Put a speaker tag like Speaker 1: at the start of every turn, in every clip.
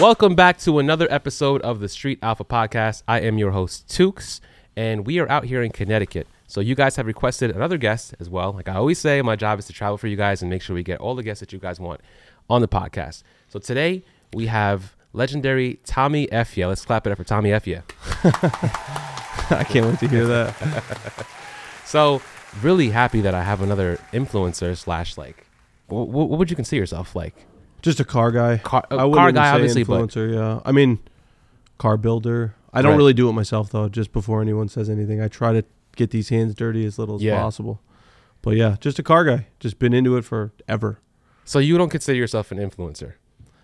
Speaker 1: Welcome back to another episode of the Street Alpha Podcast. I am your host, Tukes, and we are out here in Connecticut. So, you guys have requested another guest as well. Like I always say, my job is to travel for you guys and make sure we get all the guests that you guys want on the podcast. So, today we have legendary Tommy Effia. Let's clap it up for Tommy Effia.
Speaker 2: I can't wait to hear that.
Speaker 1: So, really happy that I have another influencer slash like, what, what would you consider yourself like?
Speaker 2: Just a car guy.
Speaker 1: Car- a
Speaker 2: I wouldn't
Speaker 1: car
Speaker 2: even
Speaker 1: guy,
Speaker 2: say
Speaker 1: obviously, but-
Speaker 2: influencer. yeah, I mean, car builder. I don't
Speaker 1: Right.
Speaker 2: really do it myself though. Just before anyone says anything, I try to get these hands dirty as little as
Speaker 1: Yeah.
Speaker 2: possible. But yeah, just a car guy. Just been into it forever.
Speaker 1: So you don't consider yourself an influencer,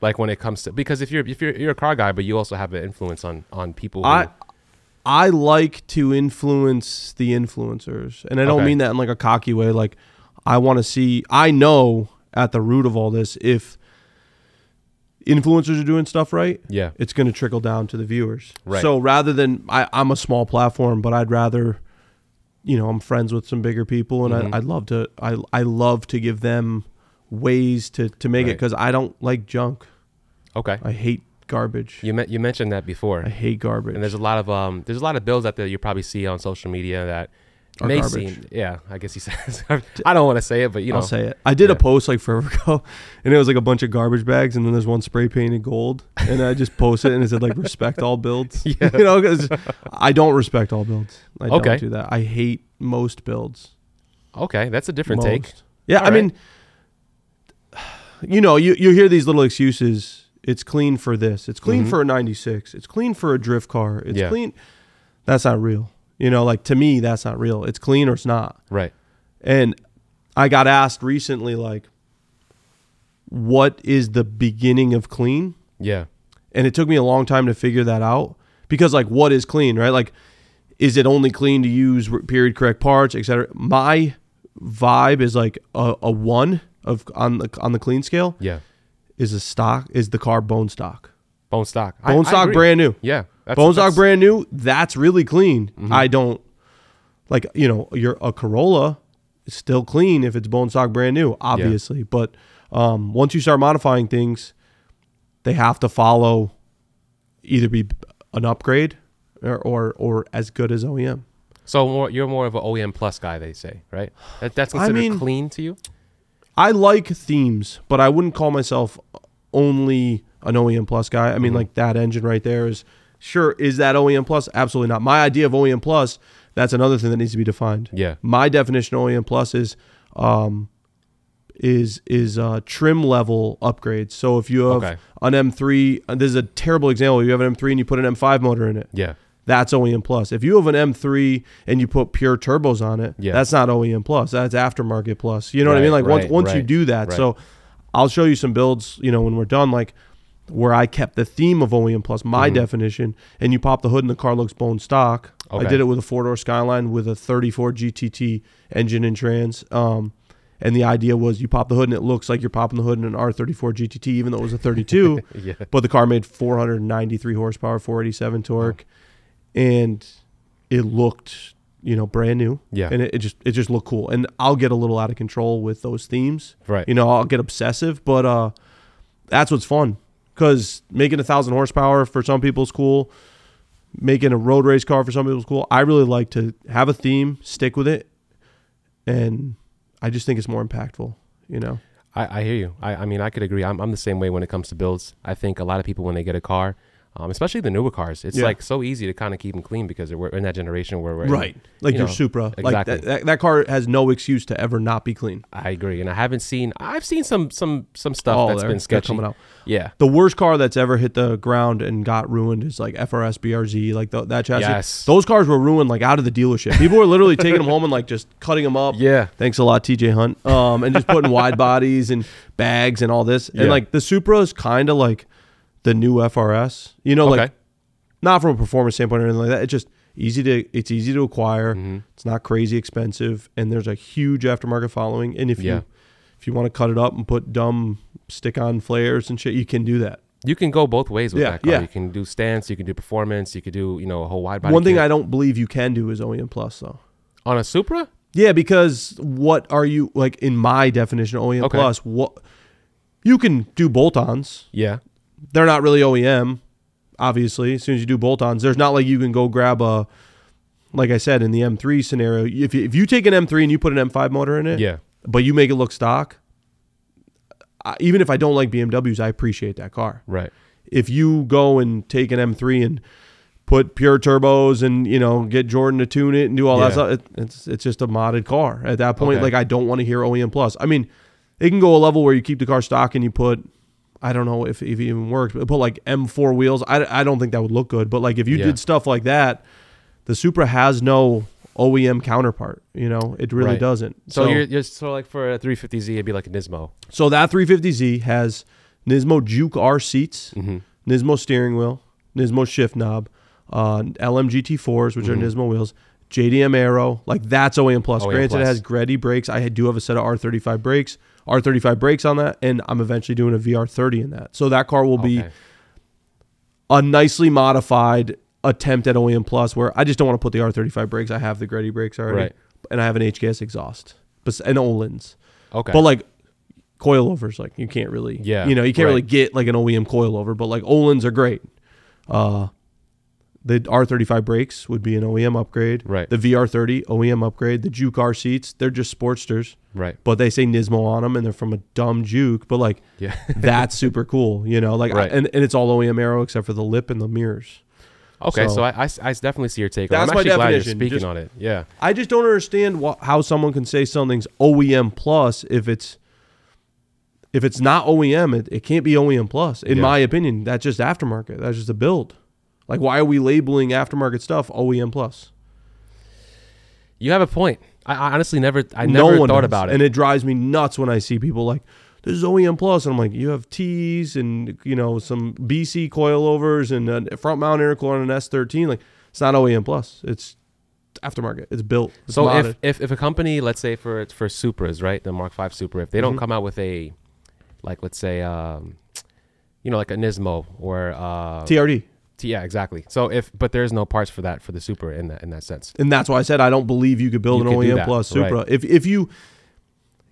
Speaker 1: like when it comes to because if you're if you're, you're a car guy, but you also have an influence on on people. Who,
Speaker 2: I I like to influence the influencers, and I don't
Speaker 1: Okay.
Speaker 2: mean that in like a cocky way. Like I want to see. I know at the root of all this, if influencers are doing stuff right,
Speaker 1: yeah,
Speaker 2: it's going to trickle down to the viewers.
Speaker 1: Right.
Speaker 2: So rather than I, I'm a small platform, but I'd rather, you know, I'm friends with some bigger people, and
Speaker 1: Mhm.
Speaker 2: I, I'd love to. I I love to give them ways to to make it
Speaker 1: Right.
Speaker 2: because I don't like junk.
Speaker 1: okay.
Speaker 2: I hate garbage.
Speaker 1: You men- you mentioned that before,
Speaker 2: I hate garbage.
Speaker 1: and there's a lot of um there's a lot of bills out there you probably see on social media that
Speaker 2: Are
Speaker 1: may
Speaker 2: garbage.
Speaker 1: seem yeah. I guess he says I don't want to say it, but you know
Speaker 2: I'll say it. I did
Speaker 1: yeah.
Speaker 2: a post like forever ago, and it was like a bunch of garbage bags, and then there's one spray painted gold, and I just posted it and it said like respect all builds.
Speaker 1: Yeah.
Speaker 2: you know, 'cause I don't respect all builds. I
Speaker 1: Okay.
Speaker 2: don't do that. I hate most builds.
Speaker 1: okay. That's a different
Speaker 2: Most.
Speaker 1: take.
Speaker 2: Yeah,
Speaker 1: All
Speaker 2: I mean, you know, you you hear these little excuses. It's clean for this. It's clean
Speaker 1: Mhm.
Speaker 2: for a '96. It's clean for a drift car. It's
Speaker 1: Yeah.
Speaker 2: clean. That's not real. You know, like to me, that's not real. It's clean or it's not.
Speaker 1: Right.
Speaker 2: And I got asked recently, like, what is the beginning of clean?
Speaker 1: Yeah.
Speaker 2: And it took me a long time to figure that out because, like, what is clean, right? Like, is it only clean to use r- period correct parts, et cetera? My vibe is like a, a one of on the on the clean scale
Speaker 1: Yeah.
Speaker 2: is a stock is the car bone stock
Speaker 1: Bone stock. I-
Speaker 2: bone
Speaker 1: I
Speaker 2: stock
Speaker 1: agree.
Speaker 2: brand new
Speaker 1: Yeah. That's,
Speaker 2: Bone
Speaker 1: that's-
Speaker 2: stock
Speaker 1: Mm-hmm.
Speaker 2: brand new. That's really clean. I don't like you know your a Corolla is still clean if it's bone stock brand new, obviously. But um, once you start modifying things, they have to follow either be an upgrade or or, or as good as E OEM.
Speaker 1: So more, you're more of an OEM plus guy. They say right. That, that's
Speaker 2: I
Speaker 1: considered
Speaker 2: mean-
Speaker 1: clean to you.
Speaker 2: I like themes, but I wouldn't call myself only an OEM plus guy. I mean,
Speaker 1: Mm-hmm.
Speaker 2: like that engine right there is sure is that OEM plus? Absolutely not. My idea of OEM plus that's another thing that needs to be defined.
Speaker 1: Yeah.
Speaker 2: My definition of OEM plus is um, is is uh, trim level upgrades. So if you have
Speaker 1: Okay.
Speaker 2: an M3, and this is a terrible example. You have an M3 and you put an M5 motor in it.
Speaker 1: Yeah.
Speaker 2: That's OEM plus. If you have an M3 and you put pure turbos on it,
Speaker 1: Yeah.
Speaker 2: that's not OEM plus. That's aftermarket plus. You know what I mean?
Speaker 1: Right,
Speaker 2: Like once
Speaker 1: right,
Speaker 2: once you
Speaker 1: right,
Speaker 2: do that,
Speaker 1: right.
Speaker 2: so I'll show you some builds. You know when we're done, like where I kept the theme of OEM plus,
Speaker 1: Mm-hmm.
Speaker 2: my definition, and you pop the hood and the car looks bone stock.
Speaker 1: Okay.
Speaker 2: I did it with a four door Skyline with a 34 GTT engine and trans. Um, and the idea was you pop the hood and it looks like you're popping the hood in an R34 GTT, even though it was a 32
Speaker 1: Yeah.
Speaker 2: but the car made 493 horsepower 487 torque and it looked you know brand new
Speaker 1: Yeah.
Speaker 2: and it, it just it just looked cool and i'll get a little out of control with those themes
Speaker 1: Right.
Speaker 2: you know i'll get obsessive but uh that's what's fun because making a thousand horsepower for some people is cool making a road race car for some people is cool i really like to have a theme stick with it and i just think it's more impactful you know
Speaker 1: I, I hear you. I, I mean, I could agree. I'm, I'm the same way when it comes to builds. I think a lot of people, when they get a car, um, especially the newer cars, it's
Speaker 2: Yeah.
Speaker 1: like so easy to kind of keep them clean because we're in that generation where we're in-
Speaker 2: Right. Like
Speaker 1: you
Speaker 2: your
Speaker 1: know,
Speaker 2: Supra. Like
Speaker 1: exactly.
Speaker 2: that, that, that car has no excuse to ever not be clean.
Speaker 1: I agree, and I haven't seen. I've seen some some some stuff
Speaker 2: Oh,
Speaker 1: that's
Speaker 2: they're-
Speaker 1: been
Speaker 2: they're
Speaker 1: sketchy.
Speaker 2: coming out.
Speaker 1: Yeah.
Speaker 2: The worst car that's ever hit the ground and got ruined is like FRS BRZ, like tho- that chassis.
Speaker 1: Yes.
Speaker 2: Those cars were ruined like out of the dealership. People were literally taking them home and like just cutting them up.
Speaker 1: Yeah.
Speaker 2: Thanks a lot, TJ Hunt. Um, and just putting wide bodies and bags and all this. And
Speaker 1: Yeah.
Speaker 2: like the Supra is kind of like the new FRS. You know, like
Speaker 1: okay.
Speaker 2: not from a performance standpoint or anything like that. It's just easy to it's easy to acquire.
Speaker 1: Mm-hmm.
Speaker 2: It's not crazy expensive, and there's a huge aftermarket following. And if
Speaker 1: Yeah.
Speaker 2: you if you want to cut it up and put dumb stick on flares and shit, you can do that.
Speaker 1: You can go both ways with
Speaker 2: Yeah,
Speaker 1: that car.
Speaker 2: yeah.
Speaker 1: You can do stance. You can do performance. You could do you know a whole wide body.
Speaker 2: One thing
Speaker 1: kit.
Speaker 2: I don't believe you can do is OEM plus though.
Speaker 1: on a Supra.
Speaker 2: Yeah, because what are you like in my definition E of OEM
Speaker 1: Okay.
Speaker 2: plus? What you can do bolt-ons.
Speaker 1: Yeah.
Speaker 2: they're not really OEM, obviously. As soon as you do bolt ons, there's not like you can go grab a, like I said, in the M3 scenario, if you, if you take an M3 and you put an M5 motor in it,
Speaker 1: Yeah.
Speaker 2: but you make it look stock, I, even if I don't like BMWs, I appreciate that car.
Speaker 1: Right.
Speaker 2: If you go and take an M3 and put pure turbos and you know get Jordan to tune it and do all that
Speaker 1: Yeah.
Speaker 2: stuff, it, it's it's just a modded car at that point.
Speaker 1: Okay.
Speaker 2: Like I don't want to hear OEM plus. I mean, it can go a level where you keep the car stock and you put. I don't know if, if it even works, but put like M4 wheels. I, I don't think that would look good. But like if you
Speaker 1: Yeah.
Speaker 2: did stuff like that, the Supra has no OEM counterpart. You know, it really
Speaker 1: Right.
Speaker 2: doesn't.
Speaker 1: So, you're, you're so like for a 350Z, it'd be like a Nismo.
Speaker 2: So that 350Z has Nismo Juke R seats,
Speaker 1: Mm-hmm.
Speaker 2: Nismo steering wheel, Nismo shift knob, uh, LMGT4s, which are
Speaker 1: Mm-hmm.
Speaker 2: Nismo wheels, JDM Aero. Like that's OEM Plus.
Speaker 1: OEM
Speaker 2: Granted, it
Speaker 1: Plus.
Speaker 2: has Gretti brakes. I do have a set of R35 brakes, R35 brakes on that, and I'm eventually doing a VR30 in that. So that car will be
Speaker 1: Okay.
Speaker 2: a nicely modified attempt at OEM Plus where I just don't want to put the R35 brakes. I have the Gretti brakes already,
Speaker 1: Right.
Speaker 2: and I have an HKS exhaust, bes- and Olin's.
Speaker 1: Okay.
Speaker 2: But like coilovers, like you can't really,
Speaker 1: Yeah,
Speaker 2: you know, you can't
Speaker 1: right.
Speaker 2: really get like an OEM coilover. But like Olin's are great. Uh, the R35 brakes would be an OEM upgrade.
Speaker 1: Right.
Speaker 2: The VR30 OEM E upgrade. The Juke R seats, they're just Sportsters,
Speaker 1: right.
Speaker 2: but they say Nismo on them, and they're from a dumb Juke. But like,
Speaker 1: Yeah.
Speaker 2: that's super cool, you know. Like, I-
Speaker 1: Right.
Speaker 2: and, and it's all OEM arrow except for the lip and the mirrors.
Speaker 1: Okay. So,
Speaker 2: So-
Speaker 1: I, I s- I definitely see your take. on it.
Speaker 2: That's
Speaker 1: I'm
Speaker 2: my
Speaker 1: actually glad you're
Speaker 2: definition,
Speaker 1: speaking
Speaker 2: just-
Speaker 1: on it. Yeah.
Speaker 2: I just don't understand wh- how someone can say something's OEM plus if it's if it's not OEM, it, it can't be OEM plus. In
Speaker 1: Yeah.
Speaker 2: my opinion, that's just aftermarket. That's just a build. Like, why are we labeling aftermarket stuff OEM plus?
Speaker 1: You have a point. I, I honestly never. I
Speaker 2: No
Speaker 1: never
Speaker 2: one
Speaker 1: thought
Speaker 2: does.
Speaker 1: about it.
Speaker 2: and it drives me nuts when I see people like this is OEM plus, and I'm like, you have T's and you know some BC coilovers and a front mount intercooler on an S13. Like, it's not OEM plus. It's aftermarket. It's built. It's
Speaker 1: so
Speaker 2: modded.
Speaker 1: if, if if a company, let's say for for Supras, right, the Mark Five Supra, if they
Speaker 2: Mm-hmm.
Speaker 1: don't come out with a, like let's say, um, you know, like a Nismo or uh,
Speaker 2: TRD.
Speaker 1: T- yeah, exactly. So if but there's no parts for that for the Supra in that in that sense.
Speaker 2: and that's why I said I don't believe you could build
Speaker 1: You
Speaker 2: an
Speaker 1: could do
Speaker 2: OEM
Speaker 1: that,
Speaker 2: plus Supra.
Speaker 1: right.
Speaker 2: If if you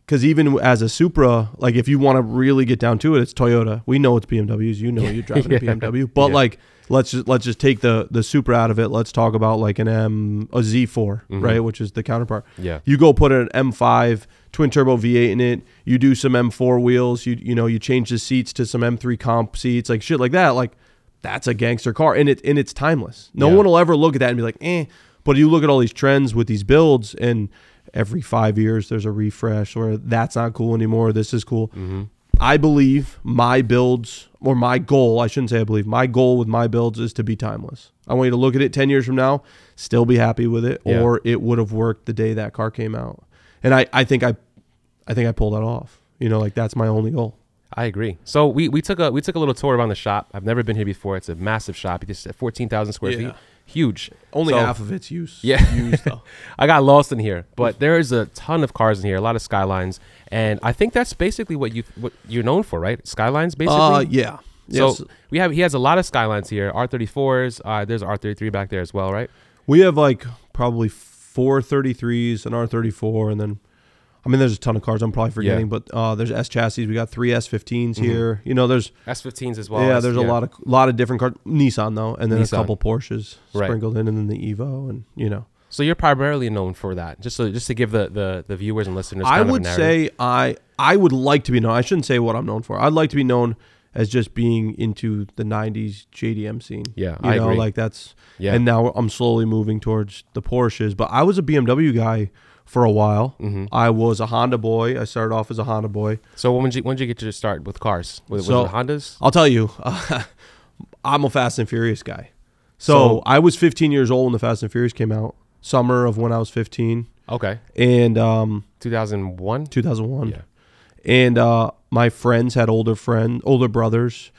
Speaker 2: because even as a Supra, like if you want to really get down to it, it's Toyota. We know it's BMWs. You know you're driving
Speaker 1: Yeah.
Speaker 2: a BMW, but
Speaker 1: Yeah.
Speaker 2: like let's just let's just take the the Supra out of it. Let's talk about like an M a Z4,
Speaker 1: Mm-hmm.
Speaker 2: right, which is the counterpart.
Speaker 1: Yeah.
Speaker 2: You go put an M5 twin turbo V8 in it. You do some M4 wheels. You you know you change the seats to some M3 comp seats, like shit like that. Like that's a gangster car, and it and it's timeless. No
Speaker 1: Yeah.
Speaker 2: one will ever look at that and be like, eh. But you look at all these trends with these builds, and every five years there's a refresh where that's not cool anymore. This is cool.
Speaker 1: Mm-hmm.
Speaker 2: I believe my builds or my goal, I shouldn't say I believe, my goal with my builds is to be timeless. I want you to look at it 10 years from now, still be happy with it,
Speaker 1: Yeah.
Speaker 2: or it would have worked the day that car came out. And I, I think I I think I pulled that off. You know, like that's my only goal.
Speaker 1: I agree. So we, we took a we took a little tour around the shop. I've never been here before. It's a massive shop. It's at fourteen thousand square
Speaker 2: Yeah.
Speaker 1: feet, huge.
Speaker 2: Only
Speaker 1: So-
Speaker 2: half of its use.
Speaker 1: Yeah.
Speaker 2: Used though.
Speaker 1: I got lost in here, but there is a ton of cars in here, a lot of skylines, and I think that's basically what you what you're known for, right? Skylines, basically.
Speaker 2: uh yeah.
Speaker 1: So
Speaker 2: Yes.
Speaker 1: we have he has a lot of skylines here. R thirty fours. Uh, there's R thirty three back there as well, right?
Speaker 2: We have like probably four 33s, an R34, and then I mean, there's a ton of cars I'm probably forgetting, but uh, there's S chassis. We got three S15s here. You know, there's
Speaker 1: S fifteens as Mm-hmm. well.
Speaker 2: yeah, there's a lot of lot of different cars. Nissan though, and then
Speaker 1: Nissan.
Speaker 2: a couple Porsches
Speaker 1: Right.
Speaker 2: sprinkled in, and then the Evo, and you know.
Speaker 1: So you're primarily known for that. Just so just to give the the, the viewers and listeners.
Speaker 2: I
Speaker 1: kind of a
Speaker 2: would
Speaker 1: narrative.
Speaker 2: say I I would like to be known. I shouldn't say what I'm known for. I'd like to be known as just being into the '90s JDM scene.
Speaker 1: Yeah,
Speaker 2: you
Speaker 1: I
Speaker 2: know,
Speaker 1: agree.
Speaker 2: like that's
Speaker 1: Yeah.
Speaker 2: And now I'm slowly moving towards the Porsches. But I was a BMW guy for a while. I was a Honda boy. I started off as a Honda boy.
Speaker 1: Mm-hmm. So when did you when did you get to start with cars? Was,
Speaker 2: So-
Speaker 1: was it Hondas?
Speaker 2: I'll tell you, I'm a Fast and Furious guy. So,
Speaker 1: So-
Speaker 2: I was 15 years old when the Fast and Furious came out, summer of when I was 15,
Speaker 1: Okay,
Speaker 2: and um,
Speaker 1: two thousand one.
Speaker 2: 2001.
Speaker 1: Yeah.
Speaker 2: And uh, my friends had older friend, older brothers.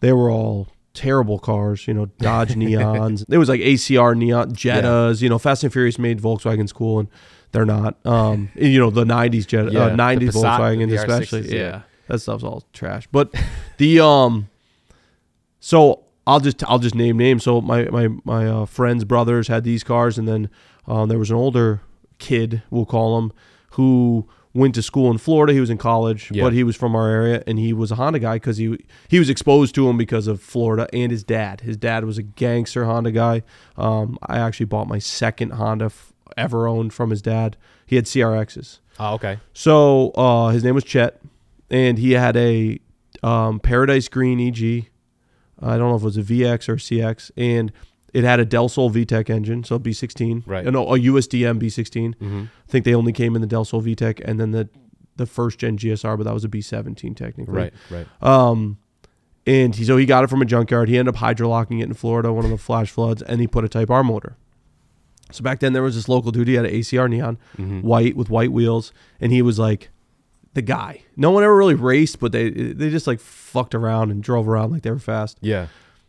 Speaker 2: They were all terrible cars, you know, Dodge Neons. It was like ACR Neon Jettas. You know, Fast and Furious made Volkswagens cool, and they're not. Um, and, you know, the 90s Jetta,
Speaker 1: Yeah,
Speaker 2: uh,
Speaker 1: the
Speaker 2: 90s
Speaker 1: Passat,
Speaker 2: Volkswagens
Speaker 1: the R6s,
Speaker 2: especially.
Speaker 1: yeah.
Speaker 2: yeah, that stuff's all trash. But the um, so I'll just I'll just name names. So my my my uh, friends' brothers had these cars, and then um, there was an older kid, we'll call him, who went to school in Florida. He was in college,
Speaker 1: Yeah.
Speaker 2: but he was from our area, and he was a Honda guy because he he was exposed to him because of Florida and his dad. His dad was a gangster Honda guy. Um, I actually bought my second Honda f- ever owned from his dad. He had CRXs.
Speaker 1: Oh, okay.
Speaker 2: So uh, his name was Chet, and he had a um, Paradise Green EG. I don't know if it was a VX or CX, and it had a Del Sol VTEC engine, so B16.
Speaker 1: Right.
Speaker 2: Uh, No, a USDM B16.
Speaker 1: Mhm.
Speaker 2: I think they only came in the Del Sol VTEC and then the the first gen GSR, but that was a B17 technically.
Speaker 1: Right, right.
Speaker 2: Um, and he, so he got it from a junkyard. He ended up hydrolocking it in Florida, one of the flash floods, and he put a Type R motor. So back then there was this local dude. He had an ACR neon, white with white wheels, and he was like the guy. No one ever really raced, but they they just like fucked around and drove around like they were fast.
Speaker 1: Yeah.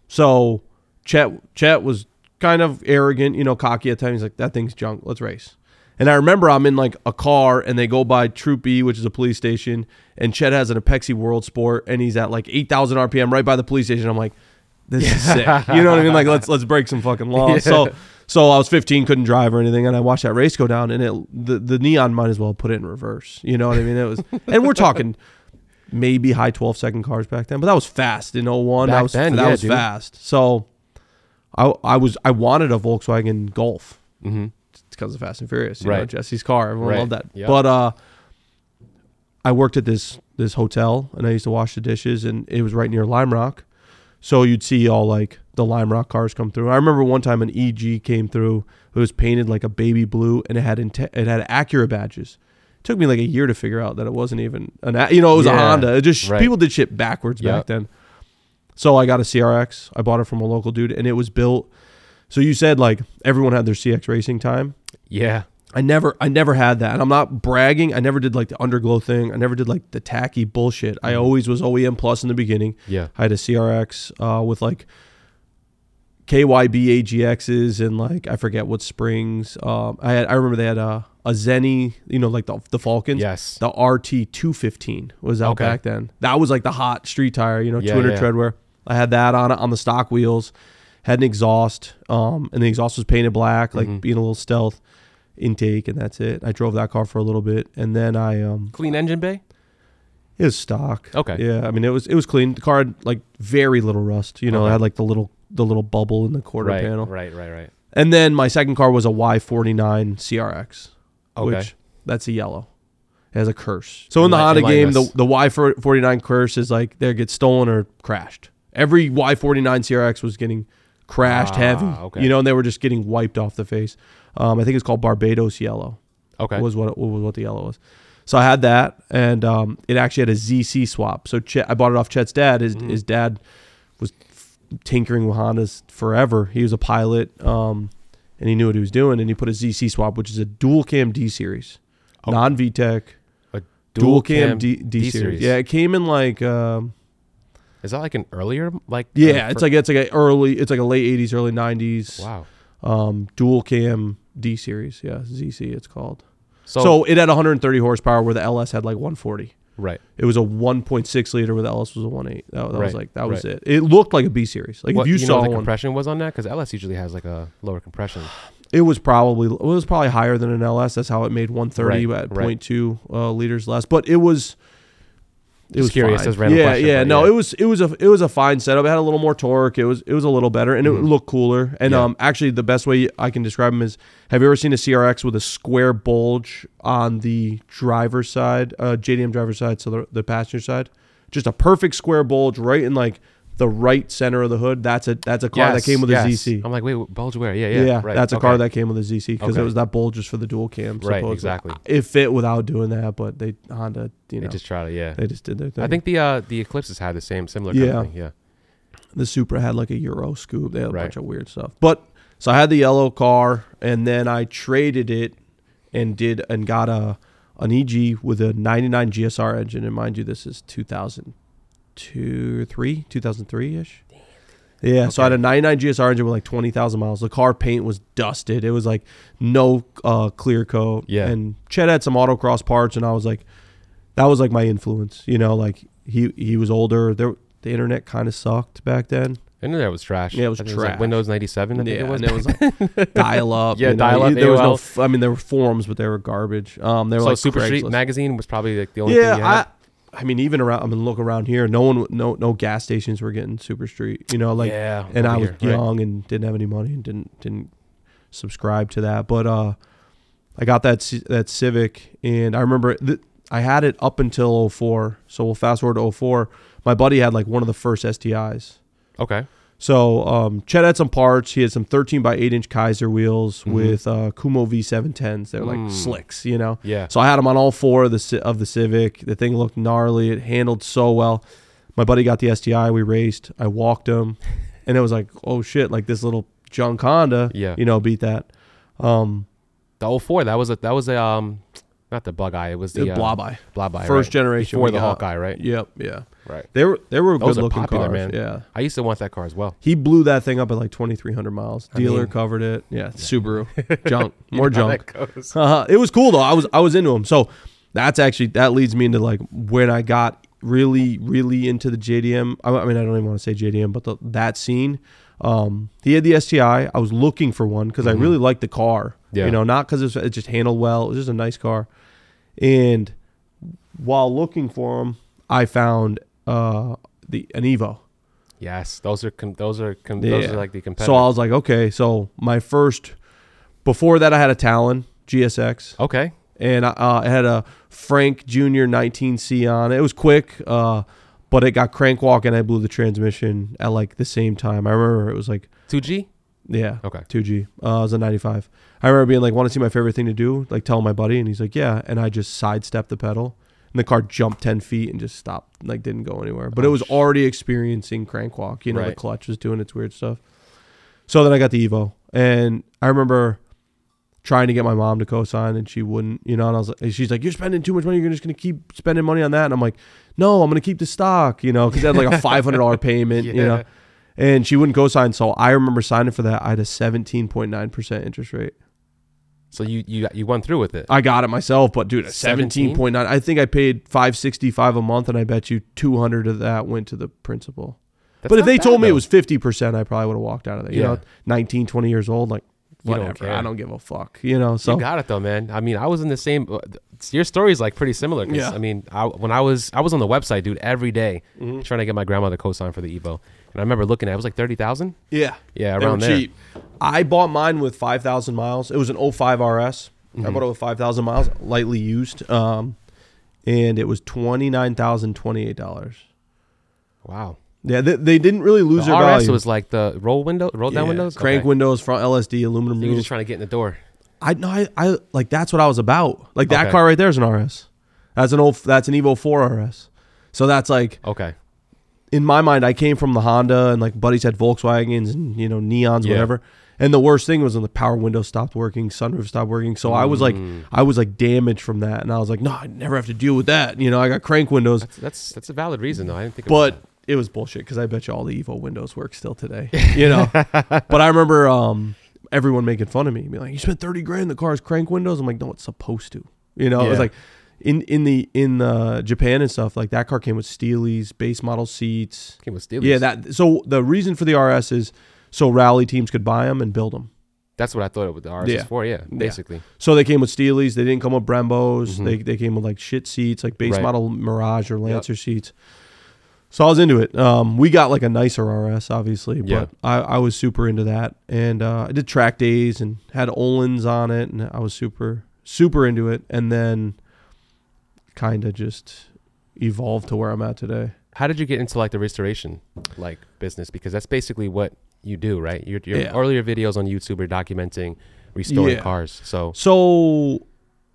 Speaker 2: So Chet Chet was kind of arrogant, you know, cocky at times. He's like, that thing's junk. Let's race. And I remember I'm in like a car and they go by Troop B, which is a police station, and Chet has an Apexi World Sport and he's at like 8,000 RPM right by the police station. I'm like, this is sick. You know what I mean? Like let's let's break some fucking laws. So so I was 15, couldn't drive or anything, and I watched that race go down and it the, the neon might as well put it in reverse. You know what I mean? It was and we're talking maybe high 12 second cars back then, but that was fast in 01.
Speaker 1: Back
Speaker 2: that was
Speaker 1: then,
Speaker 2: that
Speaker 1: yeah,
Speaker 2: was
Speaker 1: dude.
Speaker 2: fast. So I I was I wanted a Volkswagen Golf
Speaker 1: Mm-hmm.
Speaker 2: because of Fast and Furious, you know,
Speaker 1: Right.
Speaker 2: Jesse's car. Everyone
Speaker 1: Right.
Speaker 2: loved that.
Speaker 1: Yeah.
Speaker 2: But uh I worked at this this hotel and I used to wash the dishes and it was right near Lime Rock. So you'd see all like the Lime Rock cars come through. I remember one time an EG came through. It was painted like a baby blue and it had inte- it had Acura badges. It took me like a year to figure out that it wasn't even an a- you know it was a
Speaker 1: Yeah.
Speaker 2: Honda. It just
Speaker 1: Right.
Speaker 2: people did shit backwards
Speaker 1: Yep.
Speaker 2: back then. So I got a CRX. I bought it from a local dude and it was built so you said like everyone had their CX racing time.
Speaker 1: Yeah.
Speaker 2: I never I never had that. And I'm not bragging. I never did like the underglow thing. I never did like the tacky bullshit.
Speaker 1: Mm-hmm.
Speaker 2: I always was OEM plus in the beginning.
Speaker 1: Yeah.
Speaker 2: I had a CRX uh, with like KYB AGXs and like I forget what springs. Um, I had I remember they had a a Zenny, you know, like the the Falcons.
Speaker 1: Yes.
Speaker 2: The RT two fifteen was out
Speaker 1: Okay.
Speaker 2: back then. That was like the hot street tire, you know,
Speaker 1: Yeah,
Speaker 2: two hundred
Speaker 1: yeah.
Speaker 2: treadwear. I had that on it on the stock wheels. Had an exhaust, um, and the exhaust was painted black, like
Speaker 1: Mm-hmm.
Speaker 2: being a little stealth intake, and that's it. I drove that car for a little bit, and then I um,
Speaker 1: Clean engine bay.
Speaker 2: it was stock.
Speaker 1: Okay.
Speaker 2: Yeah, I mean it was it was clean. The car had like very little rust. You know,
Speaker 1: Okay.
Speaker 2: it had like the little the little bubble in the quarter
Speaker 1: Right.
Speaker 2: panel.
Speaker 1: Right. Right. Right.
Speaker 2: And then my second car was a Y49 CRX,
Speaker 1: Okay.
Speaker 2: which that's a yellow. It has a curse. So in the
Speaker 1: Enli-
Speaker 2: Honda
Speaker 1: enlighten
Speaker 2: game, the
Speaker 1: us.
Speaker 2: the Y49 curse is like they get stolen or crashed. Every Y49 CRX was getting crashed
Speaker 1: Ah,
Speaker 2: heavy,
Speaker 1: okay.
Speaker 2: you know, and they were just getting wiped off the face. Um, I think it's called Barbados Yellow
Speaker 1: Okay.
Speaker 2: was what it, was what the yellow was. So I had that, and um, it actually had a ZC swap. So Chet, I bought it off Chet's dad. His his dad was f- tinkering with Hondas forever. He was a pilot, um, and he knew what he was doing. And he put a ZC swap, which is a dual cam D series,
Speaker 1: Oh.
Speaker 2: non VTEC,
Speaker 1: A
Speaker 2: dual, cam, D, D, series. Yeah, it came in like um,
Speaker 1: Is that like an earlier like?
Speaker 2: yeah,
Speaker 1: uh,
Speaker 2: it's
Speaker 1: fir-
Speaker 2: like it's like a early, it's like a late '80s, early '90s,
Speaker 1: wow.
Speaker 2: um, dual cam D series. Yeah, ZC it's called.
Speaker 1: So,
Speaker 2: so it had 130 horsepower, where the LS had like 140.
Speaker 1: right.
Speaker 2: It was a 1.6 liter with LS was a 1.8. That, that was
Speaker 1: Right,
Speaker 2: like that was
Speaker 1: right.
Speaker 2: it. It looked like a B series. Like
Speaker 1: What-
Speaker 2: if you,
Speaker 1: know
Speaker 2: saw
Speaker 1: what the
Speaker 2: one,
Speaker 1: compression was on that because LS usually has like a lower compression.
Speaker 2: it was probably it was probably higher than an LS. That's how it made 130
Speaker 1: Right,
Speaker 2: at
Speaker 1: right.
Speaker 2: 0.2 uh, liters less. But it was it
Speaker 1: Just
Speaker 2: was
Speaker 1: curious,
Speaker 2: Fine.
Speaker 1: that's a random
Speaker 2: yeah,
Speaker 1: question,
Speaker 2: yeah.
Speaker 1: but
Speaker 2: No,
Speaker 1: yeah.
Speaker 2: it was it was a it was a fine setup. It had a little more torque. It was it was a little better and it looked cooler. And
Speaker 1: Mm-hmm. Yeah.
Speaker 2: um, actually, the best way I can describe them is: Have you ever seen a CRX with a square bulge on the driver's side, uh, JDM driver's side, so the, the passenger side? Just a perfect square bulge right in like the right center of the hood. That's a that's a car that
Speaker 1: Yes,
Speaker 2: came with
Speaker 1: yes.
Speaker 2: a ZC.
Speaker 1: I'm like, wait, what- bulge where? Yeah,
Speaker 2: Yeah,
Speaker 1: yeah, right.
Speaker 2: that's a
Speaker 1: okay.
Speaker 2: car that came with a ZC because
Speaker 1: Okay.
Speaker 2: it was that bowl just for the dual cam.
Speaker 1: Right,
Speaker 2: supposedly.
Speaker 1: exactly.
Speaker 2: It fit without doing that, but they Honda, you
Speaker 1: they
Speaker 2: know,
Speaker 1: just tried it. Yeah,
Speaker 2: they just did their thing.
Speaker 1: I think the uh, the Eclipses had the same similar kind
Speaker 2: Yeah.
Speaker 1: of thing. Yeah,
Speaker 2: the Supra had like a Euro scoop. They had a
Speaker 1: Right.
Speaker 2: bunch of weird stuff. But so I had the yellow car, and then I traded it and did and got a an EG with a 99 GSR engine. And mind you, this is 2002 three 2003 ish. Yeah, so I had a 99 GSR engine with like 20,000 miles. The car paint was dusted. It was like no uh, clear coat.
Speaker 1: Yeah.
Speaker 2: And Chet had some autocross parts, and I was like, that was like my influence. You know, like he he was older. There, the internet kind of sucked back then.
Speaker 1: Internet was trash.
Speaker 2: Yeah, it was
Speaker 1: I think like
Speaker 2: trash.
Speaker 1: Windows 97, I think
Speaker 2: Yeah,
Speaker 1: it was.
Speaker 2: and it was like dial up.
Speaker 1: Yeah, dial-up,
Speaker 2: There was
Speaker 1: AOL.
Speaker 2: no. F- I mean, there were forums, but they were garbage. Um, they were
Speaker 1: so
Speaker 2: like
Speaker 1: Super Street
Speaker 2: Craigslist.
Speaker 1: magazine was probably like the only thing you had.
Speaker 2: Yeah, I, I mean, even around. I mean, look around here. No one, no, no gas stations were getting Super Street. You know, like,
Speaker 1: yeah,
Speaker 2: and I was
Speaker 1: over here, right.
Speaker 2: young and didn't have any money and didn't didn't subscribe to that. But uh, I got that C- that Civic, and I remember th- I had it up until 04. So we'll fast forward to 04. My buddy had like one of the first STIs.
Speaker 1: Okay.
Speaker 2: So um, Chet had some parts. He had some 13 by 8 inch Kaiser wheels
Speaker 1: Mhm.
Speaker 2: with uh, Kumo V710s. They're like
Speaker 1: Mm.
Speaker 2: slicks, you know.
Speaker 1: Yeah.
Speaker 2: So I had them on all four of the Ci- of the Civic. The thing looked gnarly. It handled so well. My buddy got the STI. We raced. I walked him, and it was like, oh shit, like this little junk Honda.
Speaker 1: Yeah.
Speaker 2: You know, beat that. Um,
Speaker 1: The 04, that was a that was a um not the bug eye, it was the
Speaker 2: the
Speaker 1: uh,
Speaker 2: Blobeye,
Speaker 1: blob eye.
Speaker 2: first
Speaker 1: right?
Speaker 2: generation
Speaker 1: Before the
Speaker 2: yeah.
Speaker 1: Hawkeye, right?
Speaker 2: Yep. Yeah.
Speaker 1: Right.
Speaker 2: They were they were
Speaker 1: Those
Speaker 2: good
Speaker 1: are
Speaker 2: looking
Speaker 1: popular,
Speaker 2: cars.
Speaker 1: man.
Speaker 2: Yeah.
Speaker 1: I used to want that car as well.
Speaker 2: He blew that thing up at like 2,300 miles.
Speaker 1: I
Speaker 2: Dealer
Speaker 1: mean-
Speaker 2: covered it. Yeah, Subaru. junk. More
Speaker 1: How
Speaker 2: junk.
Speaker 1: that goes.
Speaker 2: Uh, it was cool though. I was I was into him. So that's actually that leads me into like when I got really really into the JDM. I, I mean I don't even want to say JDM, but the, that scene. Um, he had the STI. I was looking for one because
Speaker 1: Mhm.
Speaker 2: I really liked the car.
Speaker 1: Yeah.
Speaker 2: You know, not because it, just handled well. It was just a nice car. And while looking for him, I found uh the an Evo.
Speaker 1: Yes, those are com- those are com- those
Speaker 2: Yeah.
Speaker 1: are like the competitive.
Speaker 2: So I was like, okay. So my first, before that, I had a Talon GSX
Speaker 1: okay.
Speaker 2: and uh, it had a Frank Junior 19C on. It was quick, uh, but it got crank walk, and I blew the transmission at like the same time. I remember it was like
Speaker 1: 2G?
Speaker 2: yeah,
Speaker 1: Okay.
Speaker 2: 2G. Uh, it was a 95. I remember being like, want to see my favorite thing to do? Like tell my buddy, and he's like, yeah, and I just sidestepped the pedal. And the car jumped 10 feet and just stopped, like didn't go anywhere. But
Speaker 1: Oh,
Speaker 2: it was
Speaker 1: sh-
Speaker 2: already experiencing crank walk. You know, the
Speaker 1: Right.
Speaker 2: clutch was doing its weird stuff. So then I got the Evo. And I remember trying to get my mom to co-sign and she wouldn't, you know, and I was like, and she's like, you're spending too much money. You're just going to keep spending money on that. And I'm like, no, I'm going to keep the stock, you know, cause it had like a $500 payment, you know, and she wouldn't co-sign. So I remember signing for that. I had a 17.9% interest rate.
Speaker 1: So you you you went through with it.
Speaker 2: I got it myself, but dude, a
Speaker 1: 17?
Speaker 2: 17.9, I think I paid 565 a month and I bet you 200 of that went to the principal.
Speaker 1: That's
Speaker 2: but if
Speaker 1: not
Speaker 2: they
Speaker 1: bad,
Speaker 2: told me it
Speaker 1: though.
Speaker 2: was 50%, I probably would have walked out of there, you
Speaker 1: Yeah.
Speaker 2: know, 19, 20 years old, like
Speaker 1: You don't
Speaker 2: whatever. I
Speaker 1: care.
Speaker 2: don't give a fuck, you know, so
Speaker 1: you got it though, man. I mean, I was in the same. uh, th- Your story's like pretty similar. 'cause,
Speaker 2: Yeah.
Speaker 1: I mean, I, when I was I was on the website, dude, every day,
Speaker 2: Mm-hmm.
Speaker 1: trying to get my grandmother co-sign for the Evo, and I remember looking at it, it was like thirty thousand.
Speaker 2: yeah.
Speaker 1: Yeah,
Speaker 2: They were
Speaker 1: around there.
Speaker 2: cheap. I bought mine with 5,000 miles. It was an 05 RS.
Speaker 1: Mm-hmm.
Speaker 2: I bought it with 5,000 miles, lightly used. Um, and it was $29,028.
Speaker 1: Wow.
Speaker 2: Yeah, they, they didn't really
Speaker 1: The
Speaker 2: lose
Speaker 1: RS
Speaker 2: their value.
Speaker 1: was like the roll window, roll down
Speaker 2: Yeah,
Speaker 1: windows,
Speaker 2: Crank
Speaker 1: Okay.
Speaker 2: windows, front LSD, aluminum
Speaker 1: So you were
Speaker 2: roof.
Speaker 1: just trying to get in the door.
Speaker 2: I no, I, I like that's what I was about. Like that
Speaker 1: Okay.
Speaker 2: car right there is an RS. That's an old. That's an Evo Four RS. So that's like
Speaker 1: Okay.
Speaker 2: in my mind, I came from the Honda and like buddies had Volkswagens and you know neons,
Speaker 1: Yeah.
Speaker 2: whatever. And the worst thing was when the power window stopped working, sunroof stopped working. So I was like,
Speaker 1: Mm.
Speaker 2: I was like damaged from that, and I was like, no, I never have to deal with that. You know, I got crank windows,
Speaker 1: That's that's, that's a valid reason though. I didn't think. about
Speaker 2: but it was bullshit because I bet you all the Evo windows work still today. You know, but I remember um, everyone making fun of me, being like, you spent thirty grand, the car's crank windows. I'm like, no, it's supposed to. You know, it was
Speaker 1: Yeah.
Speaker 2: like. In, in the in the Japan and stuff like that car came with Steely's base model seats
Speaker 1: that. Came with Steelers.
Speaker 2: yeah, that. So the reason for the RS is so rally teams could buy them and build them.
Speaker 1: that's what I thought it was the RS
Speaker 2: Yeah.
Speaker 1: was for. Yeah, basically.
Speaker 2: So they came with Steelys. They didn't come with Brembos.
Speaker 1: Mhm.
Speaker 2: They they came with like shit seats, like base
Speaker 1: Right.
Speaker 2: model Mirage or Lancer seats. So I was into it. Um, we got like a nicer RS, obviously, but
Speaker 1: Yeah.
Speaker 2: I, I was super into that. And uh, I did track days and had Olin's on it, and I was super super into it. And then kind of just evolved to where I'm at today.
Speaker 1: How did you get into like the restoration like business? Because that's basically what you do, right? Your, your
Speaker 2: Yeah.
Speaker 1: earlier videos on YouTube are documenting restoring
Speaker 2: Yeah.
Speaker 1: cars. So
Speaker 2: So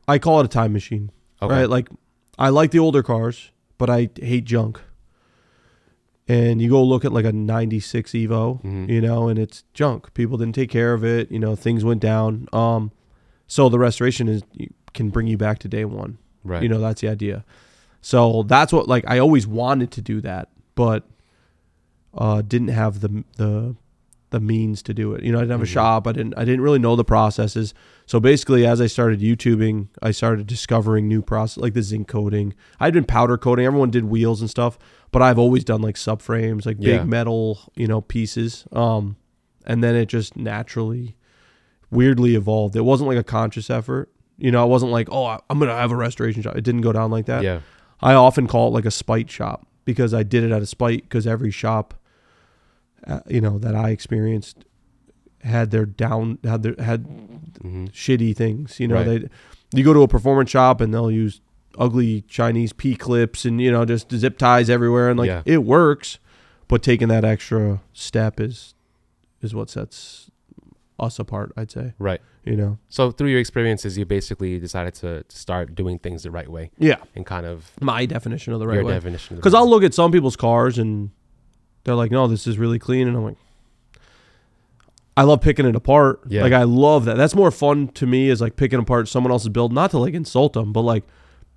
Speaker 2: I call it a time machine.
Speaker 1: okay.
Speaker 2: Right? Like I like the older cars, but I hate junk. And you go look at like a 96 Evo,
Speaker 1: Mhm.
Speaker 2: you know, and it's junk. People didn't take care of it, you know, things went down. Um so the restoration is can bring you back to day 1.
Speaker 1: right.
Speaker 2: You know, that's the idea. So that's what like I always wanted to do that, but uh didn't have the the the means to do it. You know, I didn't have a
Speaker 1: Mm-hmm.
Speaker 2: shop. I didn't I didn't really know the processes. So basically as I started YouTubing, I started discovering new process like the zinc coating. I'd been powder coating. Everyone did wheels and stuff, but I've always done like subframes, like
Speaker 1: Yeah.
Speaker 2: big metal, you know, pieces. Um and then it just naturally weirdly evolved. It wasn't like a conscious effort. You know, I wasn't like, "Oh, I- I'm going to have a restoration shop." It didn't go down like that.
Speaker 1: Yeah.
Speaker 2: I often call it like a spite shop because I did it out of spite because every shop, uh, you know, that I experienced had their down had their had
Speaker 1: Mm-hmm.
Speaker 2: shitty things. You know,
Speaker 1: Right.
Speaker 2: they you go to a performance shop and they'll use ugly Chinese P clips and you know just zip ties everywhere and like
Speaker 1: Yeah.
Speaker 2: it works, but taking that extra step is is what sets us apart. I'd say.
Speaker 1: Right.
Speaker 2: You know.
Speaker 1: So through your experiences, you basically decided to to start doing things the right way
Speaker 2: Yeah.
Speaker 1: and kind of
Speaker 2: My definition of the right
Speaker 1: your
Speaker 2: way.
Speaker 1: definition. of the
Speaker 2: Because
Speaker 1: right
Speaker 2: I'll
Speaker 1: way.
Speaker 2: look at some people's cars and they're like, no, this is really clean. And I'm like, I love picking it apart.
Speaker 1: Yeah.
Speaker 2: Like, I love that. That's more fun to me is like picking apart someone else's build, not to like insult them, but like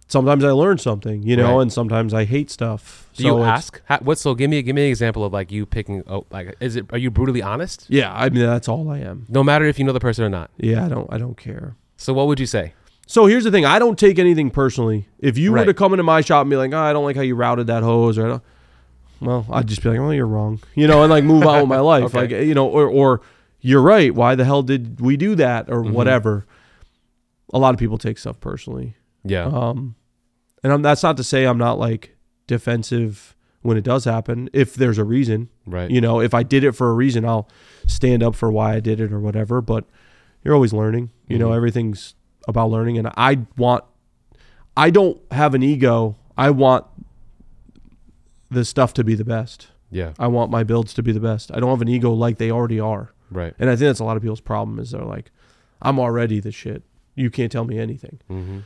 Speaker 2: sometimes I learn something, you know,
Speaker 1: Right.
Speaker 2: and sometimes I hate stuff.
Speaker 1: Do you
Speaker 2: it's-
Speaker 1: ask? How, what? So give me give me an example of like you picking. Oh, like is it? Are you brutally honest?
Speaker 2: Yeah. I mean, that's all I am.
Speaker 1: No matter if you know the person or not.
Speaker 2: Yeah. I don't, I don't care.
Speaker 1: So what would you say?
Speaker 2: So here's the thing. I don't take anything personally. If you were
Speaker 1: Right.
Speaker 2: to come into my shop and be like, oh, I don't like how you routed that hose or, I don't- well, I'd just be like, oh, you're wrong. You know, and like move on with my life.
Speaker 1: Okay.
Speaker 2: Like, eh, you know, or, or you're right. Why the hell did we do that or
Speaker 1: Mm-hmm.
Speaker 2: whatever? A lot of people take stuff personally.
Speaker 1: Yeah.
Speaker 2: Um, and I'm, that's not to say I'm not like defensive when it does happen, if there's a reason.
Speaker 1: right.
Speaker 2: You know, if I did it for a reason, I'll stand up for why I did it or whatever. But you're always learning. You know,
Speaker 1: Mhm.
Speaker 2: everything's about learning. And I want, I don't have an ego. I want the stuff to be the best.
Speaker 1: yeah.
Speaker 2: I want my builds to be the best. I don't have an ego like they already are.
Speaker 1: Right.
Speaker 2: And I think that's a lot of people's problem is they're like, I'm already the shit. You can't tell me anything.
Speaker 1: Mm-hmm.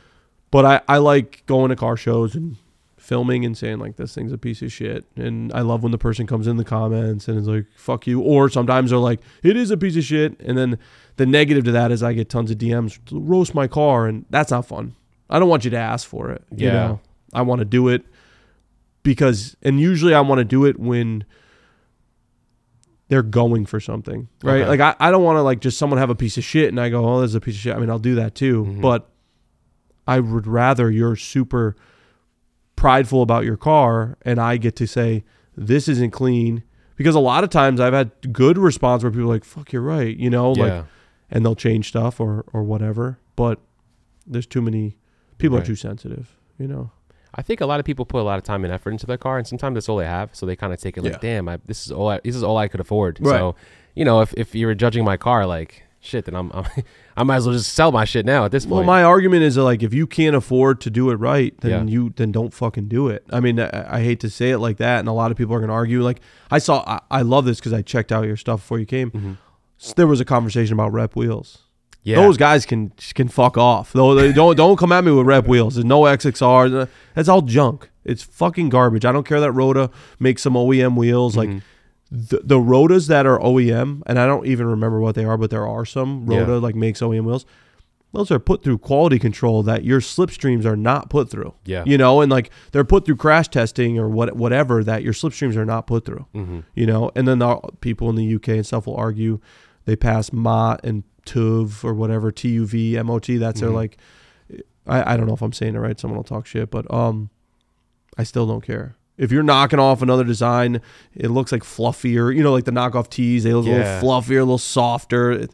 Speaker 2: But I, I like going to car shows and filming and saying like this thing's a piece of shit. And I love when the person comes in the comments and is like, fuck you. Or sometimes they're like, it is a piece of shit. And then the negative to that is I get tons of DMs, roast my car, and that's not fun. I don't want you to ask for it. You
Speaker 1: Yeah.
Speaker 2: know? I want to do it because and usually I want to do it when they're going for something. Right.
Speaker 1: Okay.
Speaker 2: Like I, I don't want to like just someone have a piece of shit and I go, Oh, there's a piece of shit. I mean, I'll do that too.
Speaker 1: Mhm.
Speaker 2: But I would rather you're super prideful about your car and I get to say, This isn't clean. Because a lot of times I've had good response where people are like, Fuck, you're right, you know,
Speaker 1: yeah.
Speaker 2: Oh, like and they'll change stuff or or whatever. But there's too many people
Speaker 1: Right.
Speaker 2: are too sensitive, you know.
Speaker 1: I think a lot of people put a lot of time and effort into their car, and sometimes that's all they have. So they kind of take it like,
Speaker 2: Yeah.
Speaker 1: "Damn, I, this is all I, this is all I could afford."
Speaker 2: Right.
Speaker 1: So, you know, if, if you were judging my car, like shit, then I'm, I'm I might as well just sell my shit now at this point.
Speaker 2: Well, my argument is that, like if you can't afford to do it right, then
Speaker 1: Yeah.
Speaker 2: you then don't fucking do it. I mean, I, I hate to say it like that, and a lot of people are gonna argue. Like I saw, I, I love this because I checked out your stuff before you came.
Speaker 1: Mm-hmm.
Speaker 2: S- There was a conversation about rep wheels.
Speaker 1: yeah,
Speaker 2: Those guys can can fuck off. Though they don't don't come at me with rep wheels. There's no XXR. That's all junk. It's fucking garbage. I don't care that Rota makes some OEM wheels. Like
Speaker 1: Mm-hmm.
Speaker 2: the, the Rotas that are OEM, and I don't even remember what they are, but there are some
Speaker 1: Yeah.
Speaker 2: Rota like makes OEM wheels. Those are put through quality control that your slipstreams are not put through.
Speaker 1: Yeah.
Speaker 2: you know, and like they're put through crash testing or what whatever that your slipstreams are not put through
Speaker 1: mm-hmm.
Speaker 2: you know and then the people in the uk and stuff will argue they pass mot and tuv or whatever tuv mot that's their
Speaker 1: Mhm.
Speaker 2: like I, I don't know if i'm saying it right someone will talk shit but um i still don't care if you're knocking off another design it looks like fluffier you know like the knockoff tees they look
Speaker 1: Yeah.
Speaker 2: a little fluffier a little softer it,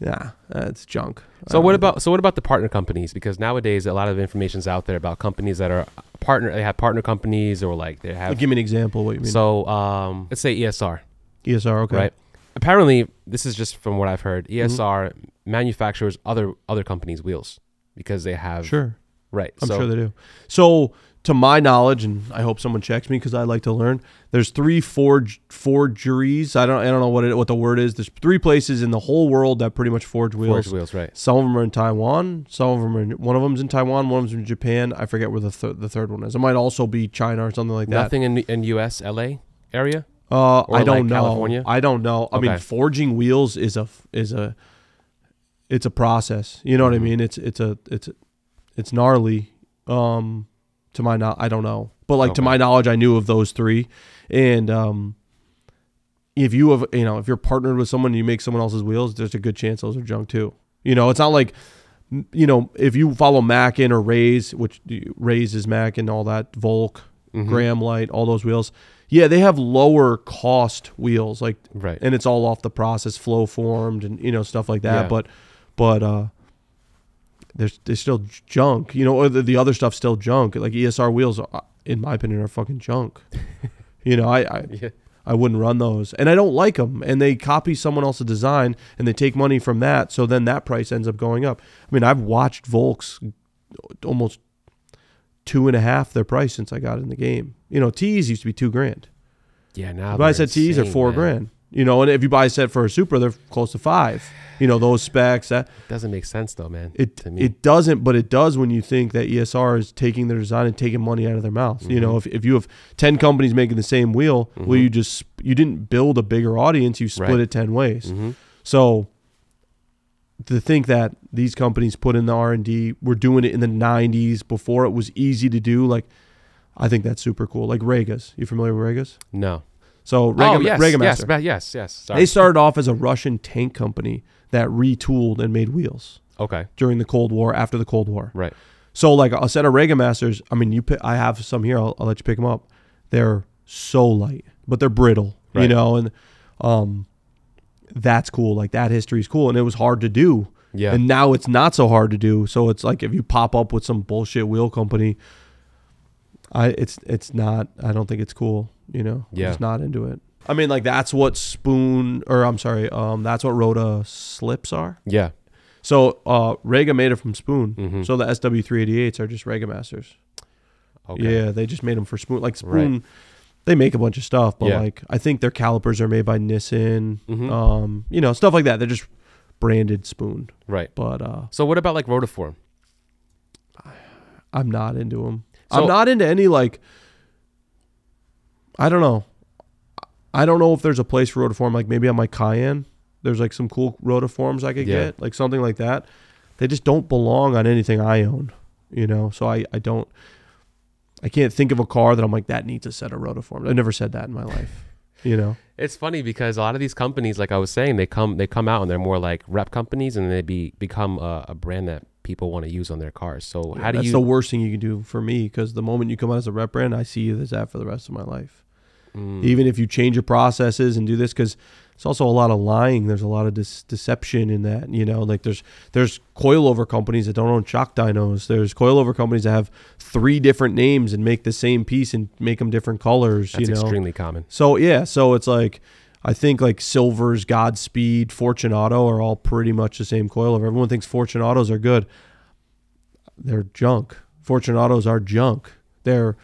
Speaker 2: yeah uh, it's junk I
Speaker 1: So
Speaker 2: don't
Speaker 1: what
Speaker 2: know.
Speaker 1: about so what about the partner companies? Because nowadays a lot of information's out there about companies that are partner. They have partner companies or like they have.
Speaker 2: give me an example of what you mean
Speaker 1: So um, let's say ESR,
Speaker 2: esr okay
Speaker 1: right? Apparently, this is just from what I've heard.
Speaker 2: Mm-hmm.
Speaker 1: ESR manufactures other other companies' wheels because they have
Speaker 2: sure
Speaker 1: right.
Speaker 2: I'm
Speaker 1: so,
Speaker 2: sure they do. So, to my knowledge, and I hope someone checks me because I like to learn. There's three forge forgeries. I don't I don't know what it, what the word is. There's three places in the whole world that pretty much forge wheels.
Speaker 1: Forged wheels, right?
Speaker 2: Some of them are in Taiwan. Some of them are in, one of them's in Taiwan. One of them's in Japan. I forget where the th- the third one is. It might also be China or something like that.
Speaker 1: Nothing in in U.S. L.A. area.
Speaker 2: Uh,
Speaker 1: Or
Speaker 2: I don't
Speaker 1: like
Speaker 2: know.
Speaker 1: California?
Speaker 2: I don't know. I mean,
Speaker 1: Okay.
Speaker 2: forging wheels is a is a it's a process. You know what I
Speaker 1: Mhm.
Speaker 2: mean? It's it's a it's it's gnarly. Um, to my knowledge, I don't know, but like to
Speaker 1: Okay.
Speaker 2: my knowledge, I knew of those three, and um, if you have you know if you're partnered with someone and you make someone else's wheels, there's a good chance those are junk too. You know, it's not like you know if you follow Mackin or Rays, which Rays is Mackin, all that Volk, Graham Light, all those wheels. Yeah, they have lower cost wheels, like
Speaker 1: Right.
Speaker 2: and it's all off the process, flow formed, and you know stuff like that.
Speaker 1: Yeah.
Speaker 2: But but uh, there's there's still j- junk, you know, or the, the other stuff's still junk. Like ESR wheels, are, in my opinion, are fucking junk. you know, I, I
Speaker 1: Yeah.
Speaker 2: I wouldn't run those, and I don't like them. And they copy someone else's design, and they take money from that. So then that price ends up going up. I mean, I've watched Volks almost two and a half their price since I got in the game. You know, tees used to be two grand.
Speaker 1: Yeah, now
Speaker 2: You buy a
Speaker 1: they're
Speaker 2: set tees are
Speaker 1: insane,
Speaker 2: four
Speaker 1: man.
Speaker 2: grand. You know, and if you buy a set for a Supra, they're close to five. You know, those specs that
Speaker 1: Doesn't make sense though, man.
Speaker 2: it
Speaker 1: to me.
Speaker 2: it doesn't, but it does when you think that ESR is taking their design and taking money out of their mouth. You know, if,
Speaker 1: Mm-hmm.
Speaker 2: if you have ten companies making the same wheel, well, you just sp- you didn't build a bigger audience. You split
Speaker 1: Right.
Speaker 2: it ten ways.
Speaker 1: Mhm.
Speaker 2: So to think that these companies put in the R and D, were doing it in the '90s before it was easy to do. Like, I think that's super cool. Like Regas, you familiar with Regas?
Speaker 1: No.
Speaker 2: So Rega,
Speaker 1: oh yes,
Speaker 2: Regamaster.
Speaker 1: yes, ma- yes, yes. Sorry.
Speaker 2: They started off as a Russian tank company that retooled and made wheels
Speaker 1: okay.
Speaker 2: during the Cold War, after the Cold War.
Speaker 1: Right.
Speaker 2: So like a set of Rega Masters, I mean, you pick, I have some here. I'll, I'll let you pick them up. They're so light, but they're brittle, you
Speaker 1: Right.
Speaker 2: know, and um, that's cool. Like that history is cool, and it was hard to do.
Speaker 1: Yeah.
Speaker 2: And now it's not so hard to do. So it's like if you pop up with some bullshit wheel company, I it's it's not. I don't think it's cool. You know, I'm
Speaker 1: Yeah.
Speaker 2: just not into it. I mean, like that's what Spoon or I'm sorry, um, that's what Rhoda slips are.
Speaker 1: Yeah.
Speaker 2: So uh Rega made it from Spoon.
Speaker 1: Mhm.
Speaker 2: So the SW388s are just Rega Masters.
Speaker 1: Okay.
Speaker 2: Yeah, they just made them for Spoon. Like Spoon, they make a bunch of stuff, but
Speaker 1: Yeah.
Speaker 2: like I think their calipers are made by Nissan.
Speaker 1: Mhm.
Speaker 2: Um, you know, stuff like that. They're just branded Spoon.
Speaker 1: Right.
Speaker 2: But uh
Speaker 1: So what about like rotiform?
Speaker 2: I'm not into them.
Speaker 1: So-
Speaker 2: I'm not into any like I don't know. I don't know if there's a place for rotiform like maybe on my Cayenne. There's like some cool rotiforms I could
Speaker 1: Yeah.
Speaker 2: get, like something like that. They just don't belong on anything I own, you know. So I I don't I can't think of a car that I'm like that needs a set of rotiforms. I never said that in my life, you know.
Speaker 1: It's funny because a lot of these companies, like I was saying, they come they come out and they're more like rep companies, and they be become a, a brand that people want to use on their cars. So how do
Speaker 2: That's
Speaker 1: you?
Speaker 2: the worst thing you can do for me because the moment you come out as a rep brand, I see you as that for the rest of my life.
Speaker 1: Mm.
Speaker 2: Even if you change your processes and do this, because it's also a lot of lying. There's a lot of dis- deception in that. You know, like there's there's coilover companies that don't own shock dynos. There's coilover companies that have three different names and make the same piece and make them different colors.
Speaker 1: that's
Speaker 2: you know,
Speaker 1: extremely common.
Speaker 2: so yeah, so it's like I think like Silvers, Godspeed, Fortunato are all pretty much the same coilover. Everyone thinks Fortunatos are good. They're junk. Fortunatos are junk. They're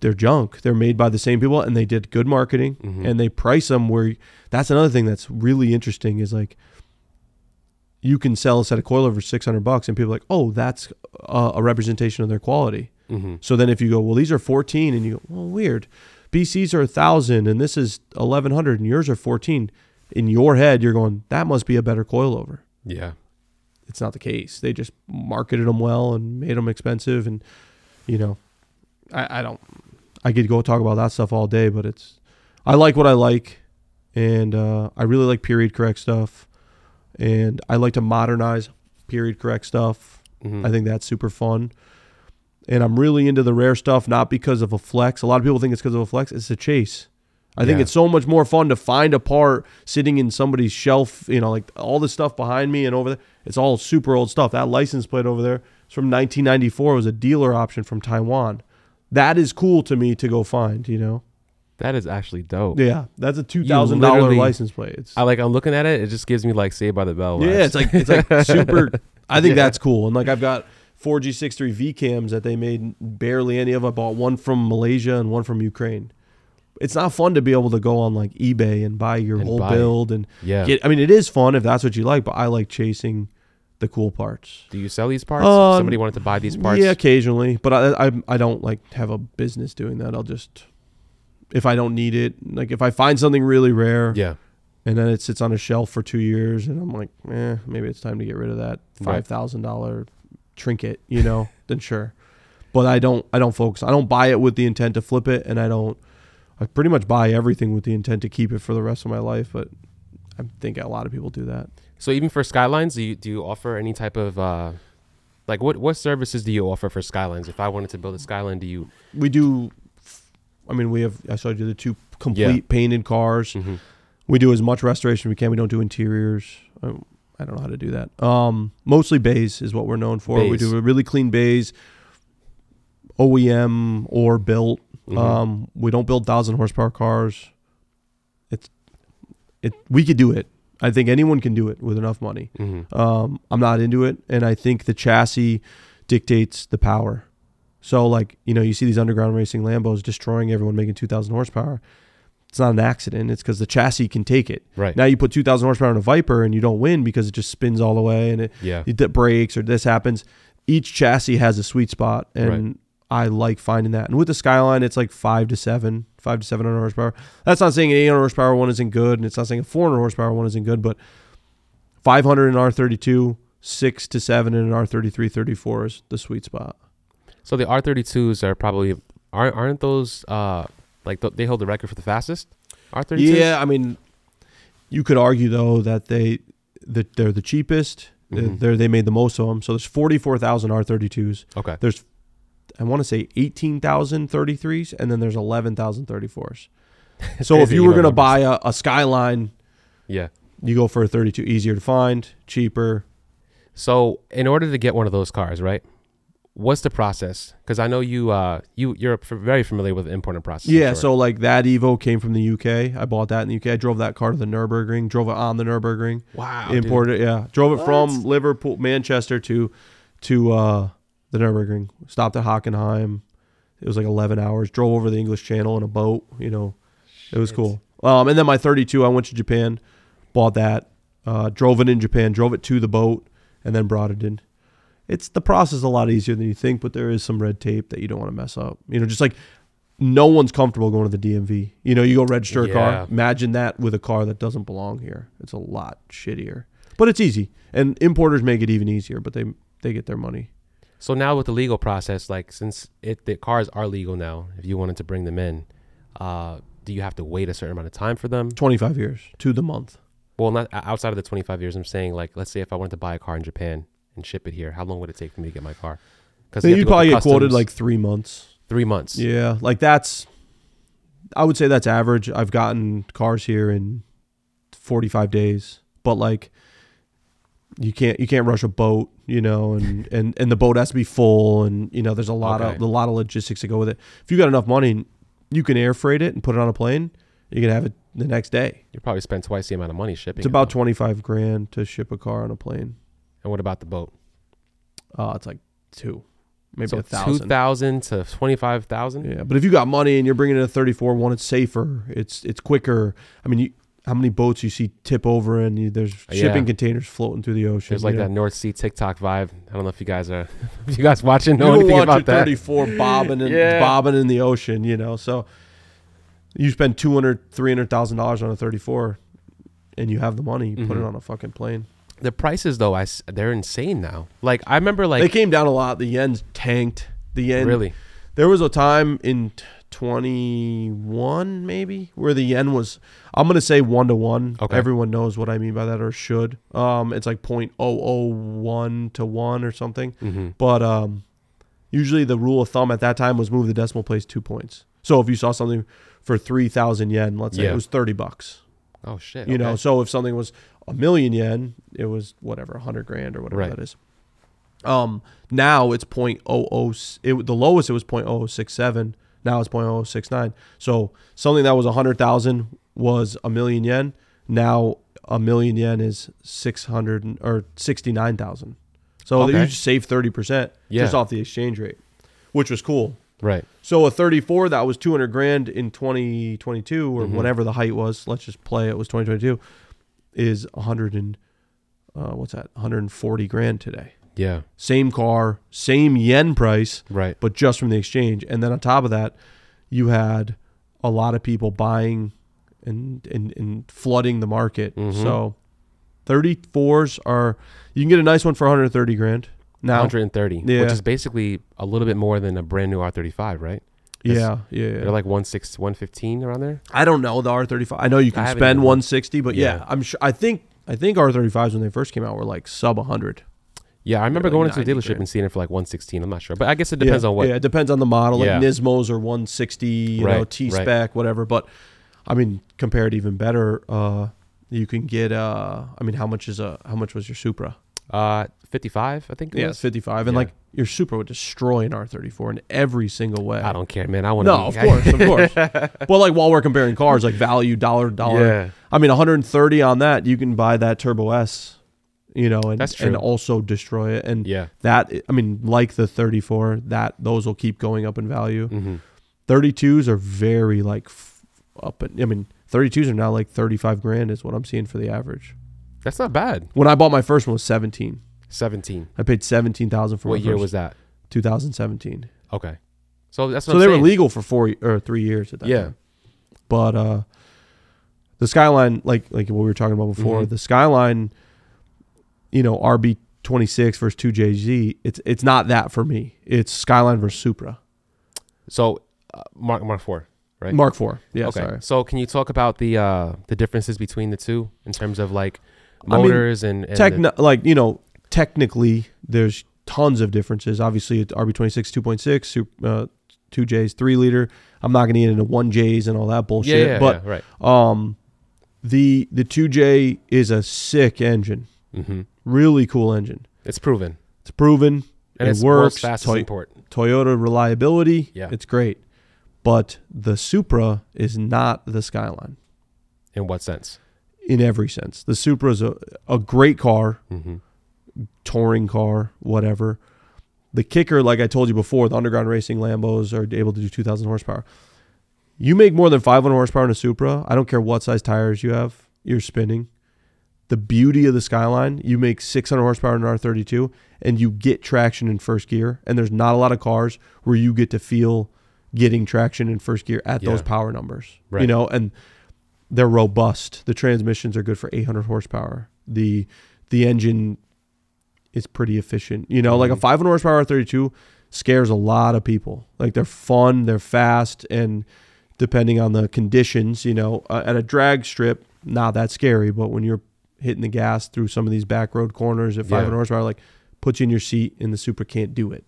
Speaker 2: they're junk. They're made by the same people and they did good marketing and they price them where that's another thing that's really interesting is like you can sell a set of coilovers for 600 bucks and people are like, "Oh, that's a, a representation of their quality."
Speaker 1: hmm
Speaker 2: So then if you go, well, these are 14, and you go, well, weird. BCs are 1,000 and this is 1,100 and yours are 14. In your head, you're going, that must be a better coilover.
Speaker 1: Yeah.
Speaker 2: It's not the case. They just marketed them well and made them expensive. And, you know, I, I don't, I could go talk about that stuff all day, but it's, I like what I like. And uh, I really like period correct stuff. And I like to modernize period correct stuff.
Speaker 1: Mhm.
Speaker 2: I think that's super fun. And I'm really into the rare stuff, not because of a flex. A lot of people think it's because of a flex. It's a chase. I think
Speaker 1: Yeah.
Speaker 2: it's so much more fun to find a part sitting in somebody's shelf, you know, like all the stuff behind me and over there. It's all super old stuff. That license plate over there is from 1994. It was a dealer option from Taiwan. That is cool to me to go find, you know?
Speaker 1: That is actually dope.
Speaker 2: Yeah, that's a $2,000
Speaker 1: literally-
Speaker 2: license plate. It's,
Speaker 1: I like. I'm looking at it. It just gives me like Saved by the Bell.
Speaker 2: yeah,
Speaker 1: vibes.
Speaker 2: it's like it's like super. I think that's cool. And like I've got four G six three V cams that they made barely any of. I bought one from Malaysia and one from Ukraine. It's not fun to be able to go on like eBay and buy your
Speaker 1: And
Speaker 2: whole
Speaker 1: buy it.
Speaker 2: build and
Speaker 1: Yeah.
Speaker 2: get. I mean, it is fun if that's what you like, but I like chasing the cool parts.
Speaker 1: Do you sell these parts?
Speaker 2: Um,
Speaker 1: Somebody wanted to buy these parts.
Speaker 2: Yeah, occasionally, but I, I I don't like have a business doing that. I'll just if I don't need it, like if I find something really rare,
Speaker 1: Yeah.
Speaker 2: and then it sits on a shelf for two years and i'm like eh, maybe it's time to get rid of that
Speaker 1: Right.
Speaker 2: $5000 trinket you know then sure but i don't i don't focus i don't buy it with the intent to flip it and i don't I pretty much buy everything with the intent to keep it for the rest of my life, but I think a lot of people do that.
Speaker 1: So even for Skylines, do you do you offer any type of uh, like what what services do you offer for Skylines? If I wanted to build a Skyline, do you?
Speaker 2: We do. I mean, we have. I showed you the two complete
Speaker 1: Yeah.
Speaker 2: painted cars.
Speaker 1: Mhm.
Speaker 2: We do as much restoration as we can. We don't do interiors. I, I don't know how to do that. Um, mostly bays is what we're known for. We
Speaker 1: Bays.
Speaker 2: do a really clean bays, OEM or built.
Speaker 1: Mm-hmm.
Speaker 2: Um, we don't build thousand horsepower cars. It's it. We could do it. I think anyone can do it with enough money.
Speaker 1: Mhm.
Speaker 2: Um, I'm not into it, and I think the chassis dictates the power. So, like you know, you see these underground racing Lambos destroying everyone, making 2,000 horsepower. It's not an accident. It's because the chassis can take it.
Speaker 1: Right.
Speaker 2: Now you put 2,000 horsepower on a Viper and you don't win because it just spins all the way and it,
Speaker 1: yeah.
Speaker 2: it breaks or this happens. Each chassis has a sweet spot, and
Speaker 1: Right.
Speaker 2: I like finding that. And with the Skyline, it's like five to seven, five to seven hundred horsepower. That's not saying an eight hundred horsepower one isn't good, and it's not saying a four hundred horsepower one isn't good, but five hundred in R thirty two, six to seven in an R 33 34 is the sweet spot.
Speaker 1: So the R32s are probably aren't aren't those uh like th- they hold the record for the fastest R32s?
Speaker 2: Yeah, I mean, you could argue though that they that they're the cheapest.
Speaker 1: Mhm.
Speaker 2: They're, they made the most of them. So there's forty four thousand R thirty twos.
Speaker 1: Okay.
Speaker 2: there's I want to say 18,000 33s and then there's 11,000 34s. So if
Speaker 1: crazy you
Speaker 2: you were
Speaker 1: know
Speaker 2: going to
Speaker 1: numbers.
Speaker 2: buy a, a Skyline,
Speaker 1: Yeah.
Speaker 2: you go for a 32 easier to find, cheaper.
Speaker 1: So in order to get one of those cars, right? What's the process? Because I know you uh you you're f- very familiar with the importing process. I'm
Speaker 2: yeah,
Speaker 1: sure.
Speaker 2: so like that Evo came from the UK. I bought that in the UK. I drove that car to the Nürburgring, drove it on the Nürburgring,
Speaker 1: wow, Oh, dude.
Speaker 2: imported it, yeah. Drove it from Liverpool, Manchester to to uh the Nürburgring. Stopped at Hockenheim. It was like 11 hours. Drove over the English Channel in a boat, you know. It was
Speaker 1: Shit.
Speaker 2: cool. Um, and then my 32, I went to Japan, bought that, uh, drove it in Japan, drove it to the boat, and then brought it in. It's the process is a lot easier than you think, but there is some red tape that you don't want to mess up. You know, just like no one's comfortable going to the DMV. You know, you go register a
Speaker 1: Yeah.
Speaker 2: car. Imagine that with a car that doesn't belong here. It's a lot shittier, but it's easy. And importers make it even easier, but they they get their money.
Speaker 1: So now with the legal process, like since it the cars are legal now, if you wanted to bring them in, uh, do you have to wait a certain amount of time for them?
Speaker 2: 25 years to the month.
Speaker 1: Well, not o- outside of the 25 years. I'm saying like, let's say if I wanted to buy a car in Japan and ship it here, how long would it take for me to get my car? Because
Speaker 2: You'd probably get quoted like three months.
Speaker 1: three months.
Speaker 2: Yeah, like that's I would say that's average. I've gotten cars here in 45 days, but like you can't you can't rush a boat, you know, and and and the boat has to be full and you know there's a lot of
Speaker 1: Okay.
Speaker 2: a lot of logistics to go with it. If you got enough money, you can air freight it and put it on a plane. You can have it the next day.
Speaker 1: You probably spend twice the amount of money shipping.
Speaker 2: It's
Speaker 1: it,
Speaker 2: about
Speaker 1: though.
Speaker 2: 25 grand to ship a car on a plane.
Speaker 1: And what about the boat?
Speaker 2: Uh it's like 2 maybe
Speaker 1: so
Speaker 2: a 1000.
Speaker 1: 2,000 to 25,000.
Speaker 2: Yeah, but if you got money and you're bringing in a 34 one, it's safer. It's it's quicker. I mean, you, how many boats you see tip over and you, there's
Speaker 1: Yeah.
Speaker 2: shipping containers floating through the ocean.
Speaker 1: There's like
Speaker 2: you know?
Speaker 1: that North Sea TikTok vibe. I don't know if you guys are, if you guys watching know
Speaker 2: you don't
Speaker 1: anything
Speaker 2: want
Speaker 1: about
Speaker 2: your
Speaker 1: that.
Speaker 2: 34 bobbing and
Speaker 1: Yeah.
Speaker 2: bobbing in the ocean, you know. So you spend 200 300,000 dollars on a 34 and you have the money, you put it
Speaker 1: Mhm.
Speaker 2: on a fucking plane.
Speaker 1: The prices though, I s- they're insane now. Like I remember like
Speaker 2: they came down a lot. The yen's tanked. The yen
Speaker 1: really
Speaker 2: There was a time in t- 21 maybe where the yen was I'm going to say 1 to 1.
Speaker 1: Okay.
Speaker 2: Everyone knows what I mean by that or should. Um it's like 0.001 to 1 or something.
Speaker 1: mm-hmm.
Speaker 2: But um usually the rule of thumb at that time was move the decimal place 2 points. So if you saw something for 3000 yen, let's say
Speaker 1: Yeah.
Speaker 2: it was 30 bucks.
Speaker 1: Oh shit.
Speaker 2: You know,
Speaker 1: okay.
Speaker 2: so if something was a million yen, it was whatever, a hundred grand or whatever
Speaker 1: Right.
Speaker 2: that is. Um, now it's point oh oh. It the lowest it was point oh six seven. Now it's point oh six nine. So something that was a hundred thousand was a million yen. Now a million yen is six hundred or sixty nine thousand. So
Speaker 1: Okay.
Speaker 2: you just save thirty percent
Speaker 1: Yeah.
Speaker 2: just off the exchange rate, which was cool.
Speaker 1: right.
Speaker 2: So a 34 that was 200 grand in 2022 or whatever the height was. Let's just play it was 2022 is 100 and uh, what's that? 140 grand today.
Speaker 1: Yeah.
Speaker 2: Same car, same yen price,
Speaker 1: Right.
Speaker 2: but just from the exchange. And then on top of that, you had a lot of people buying and and, and flooding the market.
Speaker 1: Mhm.
Speaker 2: So 34s are you can get a nice one for 130 grand now.
Speaker 1: 130,
Speaker 2: Yeah.
Speaker 1: which is basically a little bit more than a brand new R35, right? It's-
Speaker 2: Yeah, yeah, yeah.
Speaker 1: They're like one six, one fifteen around there.
Speaker 2: I don't know the R35. I know you can
Speaker 1: haven't
Speaker 2: spend
Speaker 1: even-
Speaker 2: 160, but yeah.
Speaker 1: Yeah.
Speaker 2: I'm sure. I think I think R35s when they first came out were like sub 100.
Speaker 1: Yeah, I remember
Speaker 2: like
Speaker 1: going into the
Speaker 2: 90
Speaker 1: dealership
Speaker 2: grand.
Speaker 1: and seeing it for like one sixteen. I'm not sure, but I guess it depends
Speaker 2: yeah,
Speaker 1: on what.
Speaker 2: Yeah, it depends on the model. Like
Speaker 1: Yeah.
Speaker 2: Nismos are 160, you
Speaker 1: Right,
Speaker 2: know,
Speaker 1: right.
Speaker 2: T spec, whatever. But I mean, compared even better, uh, you can get. Uh, I mean, how much is a? How much was your Supra?
Speaker 1: Uh, fifty five, I think. It
Speaker 2: Yeah,
Speaker 1: was.
Speaker 2: 55, and
Speaker 1: Yeah.
Speaker 2: like your Supra would destroy an R34 in every single way.
Speaker 1: I don't care, man. I want
Speaker 2: No, of course, of course. but like while we're comparing cars, like value dollar dollar.
Speaker 1: Yeah.
Speaker 2: I mean, 130 on that, you can buy that Turbo S, you know, and
Speaker 1: That's
Speaker 2: and
Speaker 1: true.
Speaker 2: also destroy it. And
Speaker 1: Yeah.
Speaker 2: that I mean, like the 34, that those will keep going up in value.
Speaker 1: hmm
Speaker 2: 32s are very like f- up. And, I mean, 32s are now like 35 grand is what I'm seeing for the average.
Speaker 1: That's not bad.
Speaker 2: When I bought my first one was 17.
Speaker 1: Seventeen.
Speaker 2: I paid 17,000 for
Speaker 1: what
Speaker 2: my
Speaker 1: year
Speaker 2: first-
Speaker 1: was that?
Speaker 2: 2017.
Speaker 1: Okay. So that's what
Speaker 2: so
Speaker 1: I'm
Speaker 2: they
Speaker 1: saying.
Speaker 2: were legal for four y- or three years at that
Speaker 1: Yeah.
Speaker 2: time. but uh the skyline like like what we were talking about before
Speaker 1: Mhm.
Speaker 2: the skyline you know rb 26 versus 2jz it's it's not that for me it's skyline versus supra
Speaker 1: So uh, Mark Mark Four, right?
Speaker 2: mark 4 yeah
Speaker 1: okay.
Speaker 2: sorry
Speaker 1: So can you talk about the uh the differences between the two in terms of like
Speaker 2: I mean,
Speaker 1: motors and, and the-
Speaker 2: Techno- like you know technically there's tons of differences obviously it's rb26 2.6 Sup- uh, 2j's 3 liter i'm not going to get into 1j's and all that
Speaker 1: yeah,
Speaker 2: bullshit
Speaker 1: yeah,
Speaker 2: but
Speaker 1: yeah, right.
Speaker 2: um the the 2j is a sick engine
Speaker 1: Mm-hmm.
Speaker 2: really cool engine
Speaker 1: It's proven.
Speaker 2: it's proven
Speaker 1: And
Speaker 2: It
Speaker 1: it's works
Speaker 2: works,
Speaker 1: fast
Speaker 2: tight.
Speaker 1: as import.
Speaker 2: Toyota reliability,
Speaker 1: Yeah.
Speaker 2: it's great. But the Supra is not the Skyline
Speaker 1: In what sense?
Speaker 2: in every sense. The Supra is a, a great car,
Speaker 1: Mm-hmm.
Speaker 2: touring car, whatever. The kicker, like I told you before, the underground racing Lambos are able to do 2,000 horsepower. You make more than 500 horsepower in a Supra. I don't care what size tires you have, you're spinning. The beauty of the Skyline, you make 600 horsepower in an R32 and you get traction in first gear. And there's not a lot of cars where you get to feel getting traction in first gear at those
Speaker 1: Yeah.
Speaker 2: power numbers. You
Speaker 1: Right.
Speaker 2: know, and they're robust. The transmissions are good for 800 horsepower. The the engine is pretty efficient. You know, like a
Speaker 1: Mhm.
Speaker 2: 500 horsepower R32 scares a lot of people. Like they're fun, they're fast, and depending on the conditions, you know, uh, at a drag strip, not that scary. But when you're hitting the gas through some of these back road corners at
Speaker 1: Yeah.
Speaker 2: 500 horsepower, like puts you in your seat, and the Supra can't do it.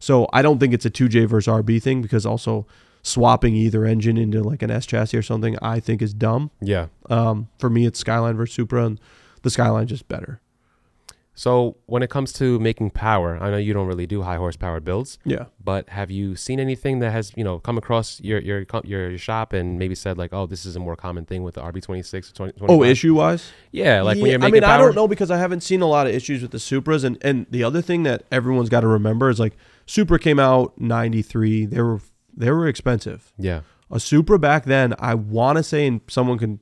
Speaker 2: So I don't think it's a 2J versus RB thing because also swapping either engine into like an S chassis or something I think is dumb.
Speaker 1: Yeah.
Speaker 2: Um, for me, it's Skyline versus Supra, and the Skyline just better.
Speaker 1: So when it comes to making power, I know you don't really do high horsepower builds,
Speaker 2: Yeah.
Speaker 1: but have you seen anything that has you know come across your your co- your, your shop and maybe said like, oh, this is a more common thing with the RB twenty six or twenty?
Speaker 2: Oh, issue wise.
Speaker 1: Yeah, like when you're making
Speaker 2: I mean, I
Speaker 1: power?
Speaker 2: don't know because I haven't seen a lot of issues with the Supras, and and the other thing that everyone's got to remember is like Supra came out '93. They were they were expensive.
Speaker 1: Yeah.
Speaker 2: A Supra back then, I want to say, and someone can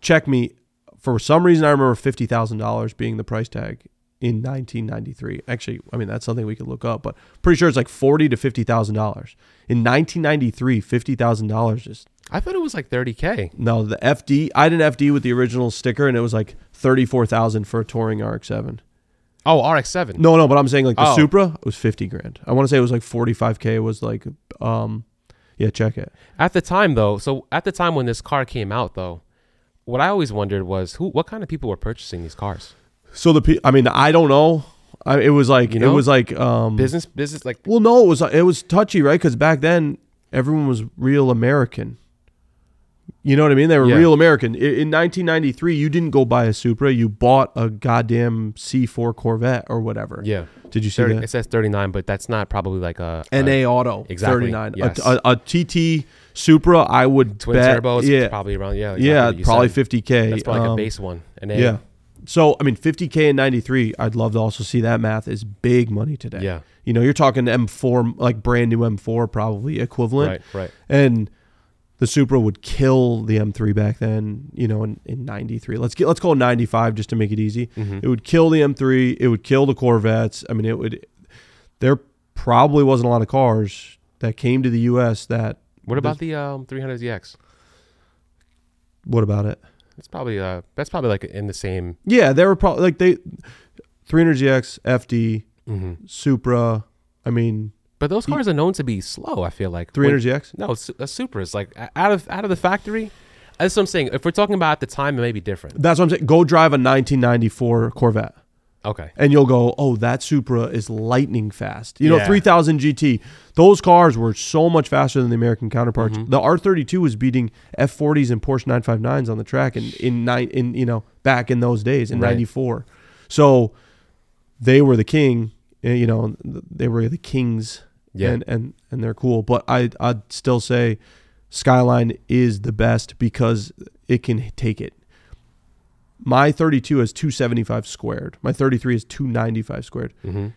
Speaker 2: check me. For some reason, I remember fifty thousand dollars being the price tag in 1993. Actually, I mean that's something we could look up, but pretty sure it's like forty to fifty thousand dollars in 1993. Fifty thousand dollars is
Speaker 1: I thought it was like thirty k.
Speaker 2: no, the FD. I did an FD with the original sticker, and it was like thirty-four thousand for a touring RX-7.
Speaker 1: Oh, RX seven.
Speaker 2: No, no, but I'm saying like the
Speaker 1: Oh.
Speaker 2: Supra was fifty grand. I want to say it was like forty-five k. Was like, um, yeah, check it.
Speaker 1: At the time, though, so at the time when this car came out, though, what I always wondered was who, what kind of people were purchasing these cars?
Speaker 2: So the, pe- I mean, I don't know. I, it was like
Speaker 1: You know?
Speaker 2: it was like um,
Speaker 1: Business, business, like
Speaker 2: Well, no, it was it was touchy, right? Because back then everyone was real American. You know what I mean? They were
Speaker 1: Yeah.
Speaker 2: real American. I- In 1993, you didn't go buy a Supra. You bought a goddamn C4 Corvette or whatever.
Speaker 1: yeah,
Speaker 2: Did you see
Speaker 1: 30,
Speaker 2: that?
Speaker 1: it says thirty nine, but that's not probably like a, a
Speaker 2: NA Auto
Speaker 1: Exactly,
Speaker 2: 39. A-
Speaker 1: yes.
Speaker 2: A, a TT Supra, I would
Speaker 1: twin
Speaker 2: bet.
Speaker 1: turbo. Is
Speaker 2: yeah,
Speaker 1: probably around yeah, exactly
Speaker 2: yeah,
Speaker 1: what you
Speaker 2: probably
Speaker 1: said.
Speaker 2: 50k.
Speaker 1: That's probably like
Speaker 2: um,
Speaker 1: a base one. And
Speaker 2: Yeah. So I mean, 50k in '93. I'd love to also see that math is big money today.
Speaker 1: yeah,
Speaker 2: You know, you're talking M4, like brand new M4, probably equivalent,
Speaker 1: right, right.
Speaker 2: and the Supra would kill the M3 back then. You know, in, in '93. Let's get let's call it '95 just to make it easy.
Speaker 1: Mhm.
Speaker 2: It would kill the M3. It would kill the Corvettes. I mean, it would. There probably wasn't a lot of cars that came to the U.S. That.
Speaker 1: What about the um 300ZX?
Speaker 2: What about it?
Speaker 1: That's probably uh that's probably like in the same.
Speaker 2: Yeah, they were probably like they, 300 GX, FD,
Speaker 1: Mm-hmm.
Speaker 2: Supra. I mean,
Speaker 1: But those cars are known to be slow. I feel like
Speaker 2: 300
Speaker 1: When-
Speaker 2: GX?
Speaker 1: No, su- a Supra is like a- out of out of the factory. That's what I'm saying. If we're talking about at the time, it may be different.
Speaker 2: That's what I'm saying. Go drive a 1994 Corvette.
Speaker 1: Okay.
Speaker 2: and you'll go, oh, that Supra is lightning fast. You know,
Speaker 1: Yeah.
Speaker 2: 3000 GT. Those cars were so much faster than the American counterparts.
Speaker 1: Mm-hmm.
Speaker 2: The R32 was beating F40s and Porsche 959s on the track in in nine in you know back in those days in
Speaker 1: Right.
Speaker 2: '94. So they were the king. eh, You know, they were the kings.
Speaker 1: Yeah.
Speaker 2: and and and they're cool. But I I'd still say Skyline is the best because it can take it. My 32 is 275 squared. My 33 is 295 squared.
Speaker 1: hmm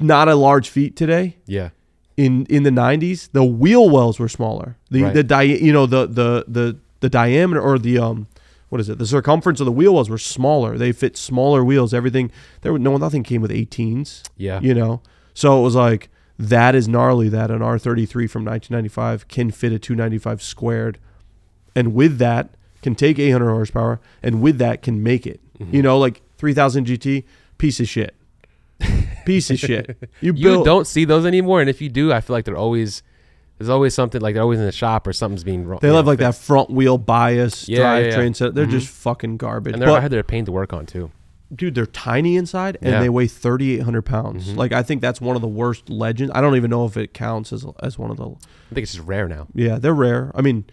Speaker 2: Not a large feat today.
Speaker 1: Yeah.
Speaker 2: In in the 90s, the wheel wells were smaller. The
Speaker 1: Right.
Speaker 2: the di- you know the the the the diameter or the um what is it? The circumference of the wheel wells were smaller. They fit smaller wheels. Everything there was no nothing came with 18s.
Speaker 1: Yeah.
Speaker 2: You know. So it was like that is gnarly that an R33 from 1995 can fit a 295 squared and with that can take 800 horsepower and with that can make it.
Speaker 1: Mm-hmm.
Speaker 2: You know, like 3000 GT piece of shit. Piece of shit.
Speaker 1: You
Speaker 2: You built
Speaker 1: don't see those anymore, and if you do, I feel like they're always there's always something like they're always in the shop or something's being wrong.
Speaker 2: they love like that front wheel bias
Speaker 1: Yeah, yeah,
Speaker 2: drivetrain
Speaker 1: yeah.
Speaker 2: set. They're just fucking garbage.
Speaker 1: and they're I
Speaker 2: But
Speaker 1: heard they're a pain to work on too.
Speaker 2: dude, they're tiny inside and
Speaker 1: Yeah. Mm-hmm.
Speaker 2: they weigh 3,800 pounds. Like I think that's one of the worst legends. I don't even know if it counts as as one of the.
Speaker 1: I think it's just rare now.
Speaker 2: Yeah, they're rare. I mean,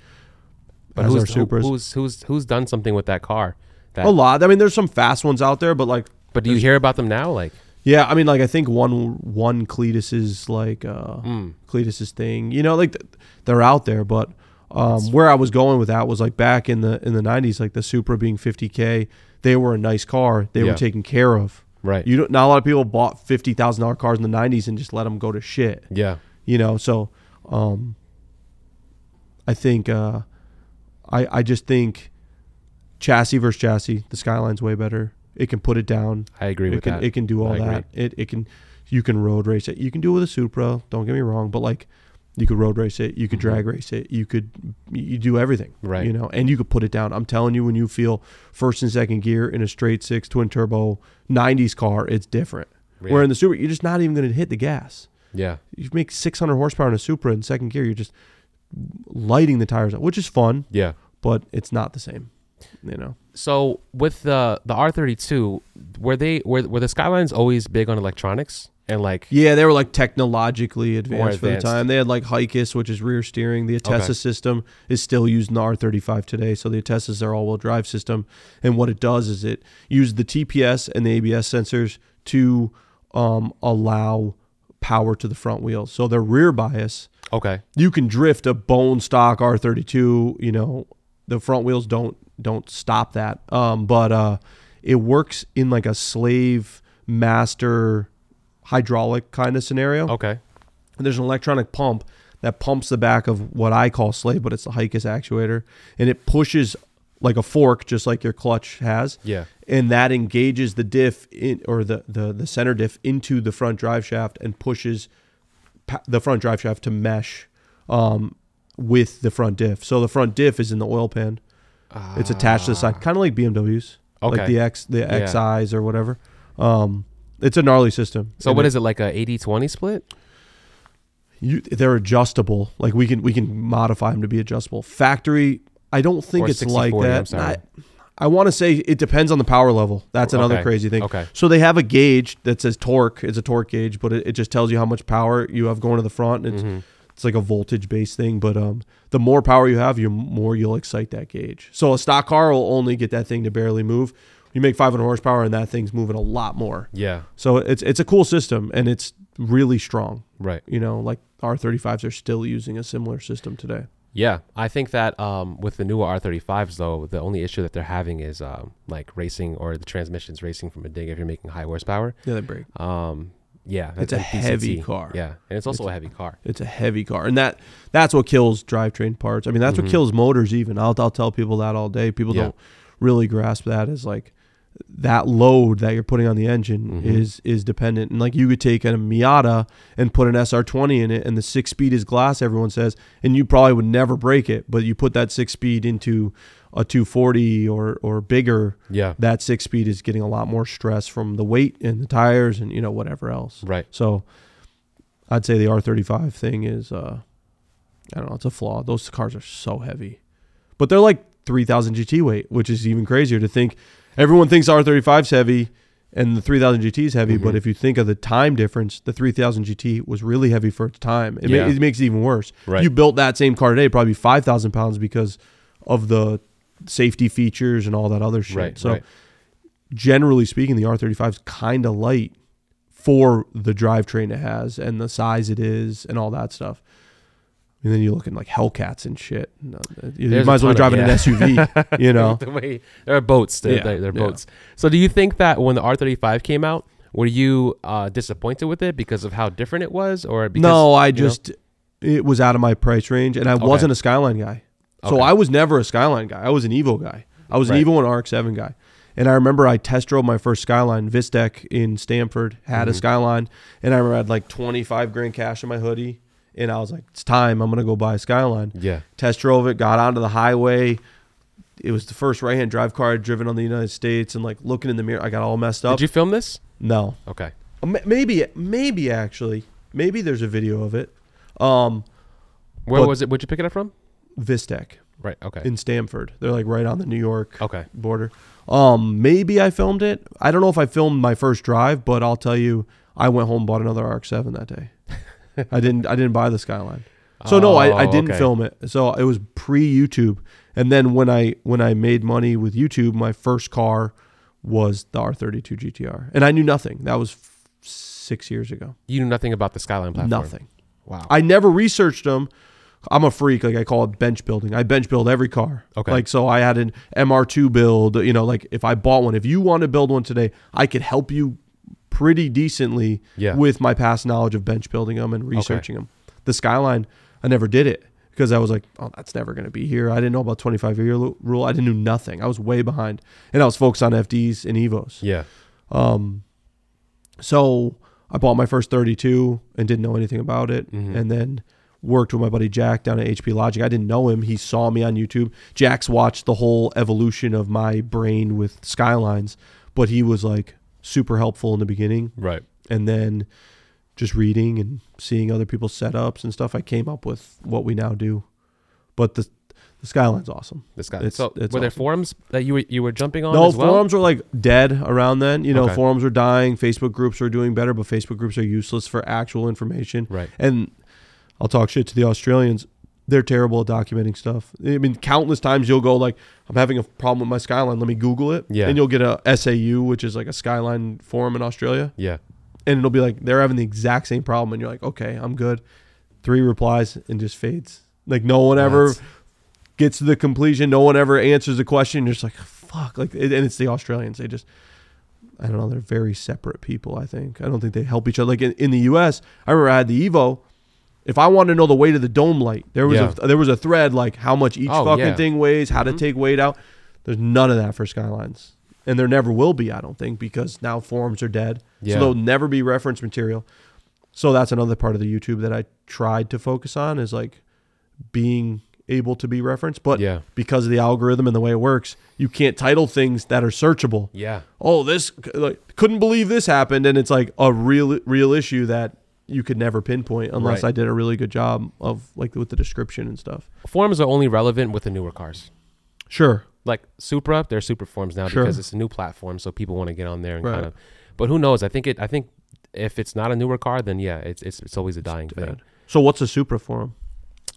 Speaker 1: But
Speaker 2: as
Speaker 1: who's,
Speaker 2: are
Speaker 1: who-
Speaker 2: Supras.
Speaker 1: who's who's who's done something with that car? That
Speaker 2: a lot. I mean, there's some fast ones out there, but like,
Speaker 1: but do you hear about them now? Like
Speaker 2: yeah, I mean, like I think one one Cletus's like uh
Speaker 1: Hmm.
Speaker 2: Cletus's thing. You know, like th- they're out there, but um, where I was going with that was like back in the in the 90s, like the Supra being 50k, they were a nice car. They
Speaker 1: Yeah.
Speaker 2: were taken care of.
Speaker 1: right?
Speaker 2: You don't. Not a lot of people bought fifty thousand dollar cars in the '90s and just let them go to shit.
Speaker 1: yeah.
Speaker 2: You know. So, um, I think uh, I I just think chassis versus chassis, the Skyline's way better. It can put it down.
Speaker 1: I agree
Speaker 2: It
Speaker 1: with
Speaker 2: can
Speaker 1: that.
Speaker 2: it can do all
Speaker 1: I agree.
Speaker 2: that. It it can you can road race it. You can do it with a Supra. Don't get me wrong, but like you could road race it. You could drag race it. You could you do everything.
Speaker 1: Mm-hmm. Right.
Speaker 2: You know, and you could put it down. I'm telling you, when you feel first and second gear in a straight six twin turbo '90s car, it's different.
Speaker 1: Yeah.
Speaker 2: Where in the Supra, you're just not even going to hit the gas.
Speaker 1: yeah.
Speaker 2: You make 600 horsepower in a Supra in second gear. You're just lighting the tires up, which is fun,
Speaker 1: Yeah.
Speaker 2: but it's not the same. You know.
Speaker 1: So with the the R thirty two, were they were were the Skylines always big on electronics and like
Speaker 2: Yeah, they were like technologically advanced, for the
Speaker 1: advanced.
Speaker 2: time. They had like Hicus, which is rear steering. The Atessa
Speaker 1: Okay.
Speaker 2: system is still used in the R35 today. So the Atessa is their all-wheel drive system, and what it does is it used the TPS and the ABS sensors to um, allow power to the front wheels. So their rear bias,
Speaker 1: okay
Speaker 2: you can drift a bone stock R32. You know, the front wheels don't don't stop that. Um, but uh, it works in like a slave master hydraulic kind of scenario.
Speaker 1: okay
Speaker 2: And there's an electronic pump that pumps the back of what I call slave, but it's the Hikus actuator, and it pushes like a fork, just like your clutch has.
Speaker 1: Yeah.
Speaker 2: And that engages the diff in, or the, the the center diff into the front drive shaft and pushes pa- the front drive shaft to mesh um, with the front diff. So the front diff is in the oil pan. It's attached to the side, kind of like BMWs,
Speaker 1: Okay.
Speaker 2: like the X the
Speaker 1: Yeah.
Speaker 2: XIs or whatever. Um, it's a gnarly system.
Speaker 1: so
Speaker 2: And
Speaker 1: what
Speaker 2: it-
Speaker 1: is it like a 80-20 split
Speaker 2: you they're adjustable like we can we can modify them to be adjustable factory i don't think
Speaker 1: Or
Speaker 2: it's like
Speaker 1: 60-40,
Speaker 2: that
Speaker 1: I'm sorry.
Speaker 2: i, want to say it depends on the power level that's another
Speaker 1: Okay,
Speaker 2: crazy thing
Speaker 1: okay.
Speaker 2: so they have a gauge that says torque it's a torque gauge but it, it just tells you how much power you have going to the front and it's
Speaker 1: Mm-hmm.
Speaker 2: it's like a voltage based thing but um the more power you have you more you'll excite that gauge so a stock car will only get that thing to barely move you make 500 horsepower and that thing's moving a lot more
Speaker 1: yeah
Speaker 2: so it's it's a cool system and it's really strong
Speaker 1: right
Speaker 2: you know, like R35s are still using a similar system today.
Speaker 1: yeah i think that um with the newer r35s though the only issue that they're having is um like racing or the transmissions racing from a dig if you're making high horsepower
Speaker 2: Yeah, they break.
Speaker 1: um yeah
Speaker 2: It's
Speaker 1: like
Speaker 2: a heavy
Speaker 1: DCT.
Speaker 2: car.
Speaker 1: yeah and it's also a heavy car
Speaker 2: It's a heavy car, and that that's what kills drivetrain parts. I mean, that's what kills motors. Even I'll I'll tell people that all day. People
Speaker 1: Yeah.
Speaker 2: don't really grasp that as like that load that you're putting on the engine is is dependent. And like you could take a Miata and put an SR20 in it, and the six speed is glass. Everyone says, and you probably would never break it, but you put that six speed into a 240 or or bigger,
Speaker 1: yeah
Speaker 2: that six speed is getting a lot more stress from the weight and the tires and you know whatever else.
Speaker 1: right
Speaker 2: So I'd say the R35 thing is, uh, I don't know, it's a flaw. Those cars are so heavy, but they're like 3,000 GT weight, which is even crazier to think. Everyone thinks R35's heavy and the 3000 GT is heavy, but
Speaker 1: Mhm.
Speaker 2: if you think of the time difference, the 3000 GT was really heavy for its time. It, ma-
Speaker 1: Yeah.
Speaker 2: it makes it even worse.
Speaker 1: Right.
Speaker 2: You built that same car today, probably 5,000 pounds because of the safety features and all that other shit.
Speaker 1: Right,
Speaker 2: so,
Speaker 1: right.
Speaker 2: generally speaking, the R35 is kind of light for the drivetrain it has and the size it is and all that stuff. And then you look at like Hellcats and shit. No, You
Speaker 1: There's a
Speaker 2: might as well be
Speaker 1: ton
Speaker 2: driving
Speaker 1: of-
Speaker 2: an SUV, you know?
Speaker 1: the way there are boats. They're,
Speaker 2: Yeah,
Speaker 1: they're, they're
Speaker 2: yeah.
Speaker 1: boats. So do you think that when the R35 came out, were you uh, disappointed with it because of how different it was, or because
Speaker 2: no, I
Speaker 1: you know?
Speaker 2: just it was out of my price range, and I
Speaker 1: Okay.
Speaker 2: wasn't a Skyline guy. So
Speaker 1: Okay.
Speaker 2: I was never a Skyline guy. I was an Evo guy. I was
Speaker 1: Right.
Speaker 2: an Evo and RX-7 guy. And I remember I test drove my first Skyline Vistec in Stanford. Had
Speaker 1: Mm-hmm.
Speaker 2: a Skyline, and I remember I had like twenty five grand cash in my hoodie, and I was like, "It's time. I'm gonna go buy a Skyline."
Speaker 1: yeah,
Speaker 2: Test drove it. Got onto the highway. It was the first right hand drive car I'd driven on the United States, and like looking in the mirror, I got all messed up.
Speaker 1: Did you film this?
Speaker 2: no,
Speaker 1: Okay.
Speaker 2: M- Uh, maybe, maybe actually, maybe there's a video of it. Um,
Speaker 1: Where
Speaker 2: Well-
Speaker 1: was it? Where'd you pick it up from?
Speaker 2: Vistec
Speaker 1: Right. Okay.
Speaker 2: in Stamford. They're like right on the New York
Speaker 1: okay.
Speaker 2: border. Um, maybe I filmed it. I don't know if I filmed my first drive, but I'll tell you, I went home and bought another RX-7 that day. I didn't. I didn't buy the Skyline. So no, I, I
Speaker 1: Oh,
Speaker 2: didn't
Speaker 1: okay.
Speaker 2: film it. So it was pre YouTube. And then when I when I made money with YouTube, my first car was the R32 GTR, and I knew nothing. That was f- six years ago.
Speaker 1: You knew nothing about the Skyline platform.
Speaker 2: Nothing.
Speaker 1: Wow.
Speaker 2: I never researched them. I'm a freak. Like I call it bench building. I bench build every car.
Speaker 1: Okay.
Speaker 2: Like so, I had an MR2 build. You know, like if I bought one, if you want to build one today, I could help you pretty decently
Speaker 1: Yeah.
Speaker 2: with my past knowledge of bench building them and researching them. The Skyline, I never did it because I was like, oh, that's never going to be here. I didn't know about 25 year lu- rule. I didn't do nothing. I was way behind, and I was focused on FDs and Evos.
Speaker 1: yeah.
Speaker 2: Um, so I bought my first 32 and didn't know anything about it,
Speaker 1: Mhm.
Speaker 2: and then worked with my buddy Jack down at HP Logic. I didn't know him; he saw me on YouTube. Jack's watched the whole evolution of my brain with Skylines, but he was like super helpful in the beginning,
Speaker 1: Right.
Speaker 2: and then just reading and seeing other people's setups and stuff, I came up with what we now do. But the the Skyline's awesome.
Speaker 1: The Skyline.
Speaker 2: It's-
Speaker 1: So
Speaker 2: it's
Speaker 1: were there
Speaker 2: awesome.
Speaker 1: forums that you were you were jumping on
Speaker 2: No,
Speaker 1: as well?
Speaker 2: forums were like dead around then. You know,
Speaker 1: Okay.
Speaker 2: forums were dying. Facebook groups were doing better, but Facebook groups are useless for actual information.
Speaker 1: Right.
Speaker 2: And I'll talk shit to the Australians. They're terrible at documenting stuff. I mean, countless times you'll go like, "I'm having a problem with my skyline. Let me Google it."
Speaker 1: Yeah.
Speaker 2: And you'll get a SAU, which is like a skyline forum in Australia,
Speaker 1: Yeah.
Speaker 2: and it'll be like they're having the exact same problem, and you're like, "Okay, I'm good." Three replies and just fades. Like no one ever
Speaker 1: That's-
Speaker 2: gets to the completion. No one ever answers the question. You're just like, fuck. Like, it, and it's the Australians. They just, I don't know. They're very separate people. I think. I don't think they help each other. Like in, in the U.S., I remember I had the Evo. If I wanted to know the weight of the dome light, there was
Speaker 1: Yeah.
Speaker 2: a there was a thread like how much each
Speaker 1: Oh,
Speaker 2: fucking
Speaker 1: yeah.
Speaker 2: thing weighs, how
Speaker 1: Mhm.
Speaker 2: to take weight out. There's none of that for Skylines, and there never will be. I don't think because now forums are dead,
Speaker 1: Yeah.
Speaker 2: so there'll never be reference material. So that's another part of the YouTube that I tried to focus on is like being able to be referenced, but
Speaker 1: Yeah.
Speaker 2: because of the algorithm and the way it works, you can't title things that are searchable.
Speaker 1: Yeah.
Speaker 2: Oh, this like couldn't believe this happened, and it's like a real real issue that you could never pinpoint unless
Speaker 1: Right.
Speaker 2: I did a really good job of like with the description and stuff.
Speaker 1: Forums are only relevant with the newer cars.
Speaker 2: Sure,
Speaker 1: Like Supra, they're Supra forums now
Speaker 2: Sure.
Speaker 1: because it's a new platform, so people want to get on there and
Speaker 2: Right.
Speaker 1: kind of. But who knows? I think it. I think if it's not a newer car, then yeah, it's it's, it's always a dying thing.
Speaker 2: bad. So what's a Supra forum?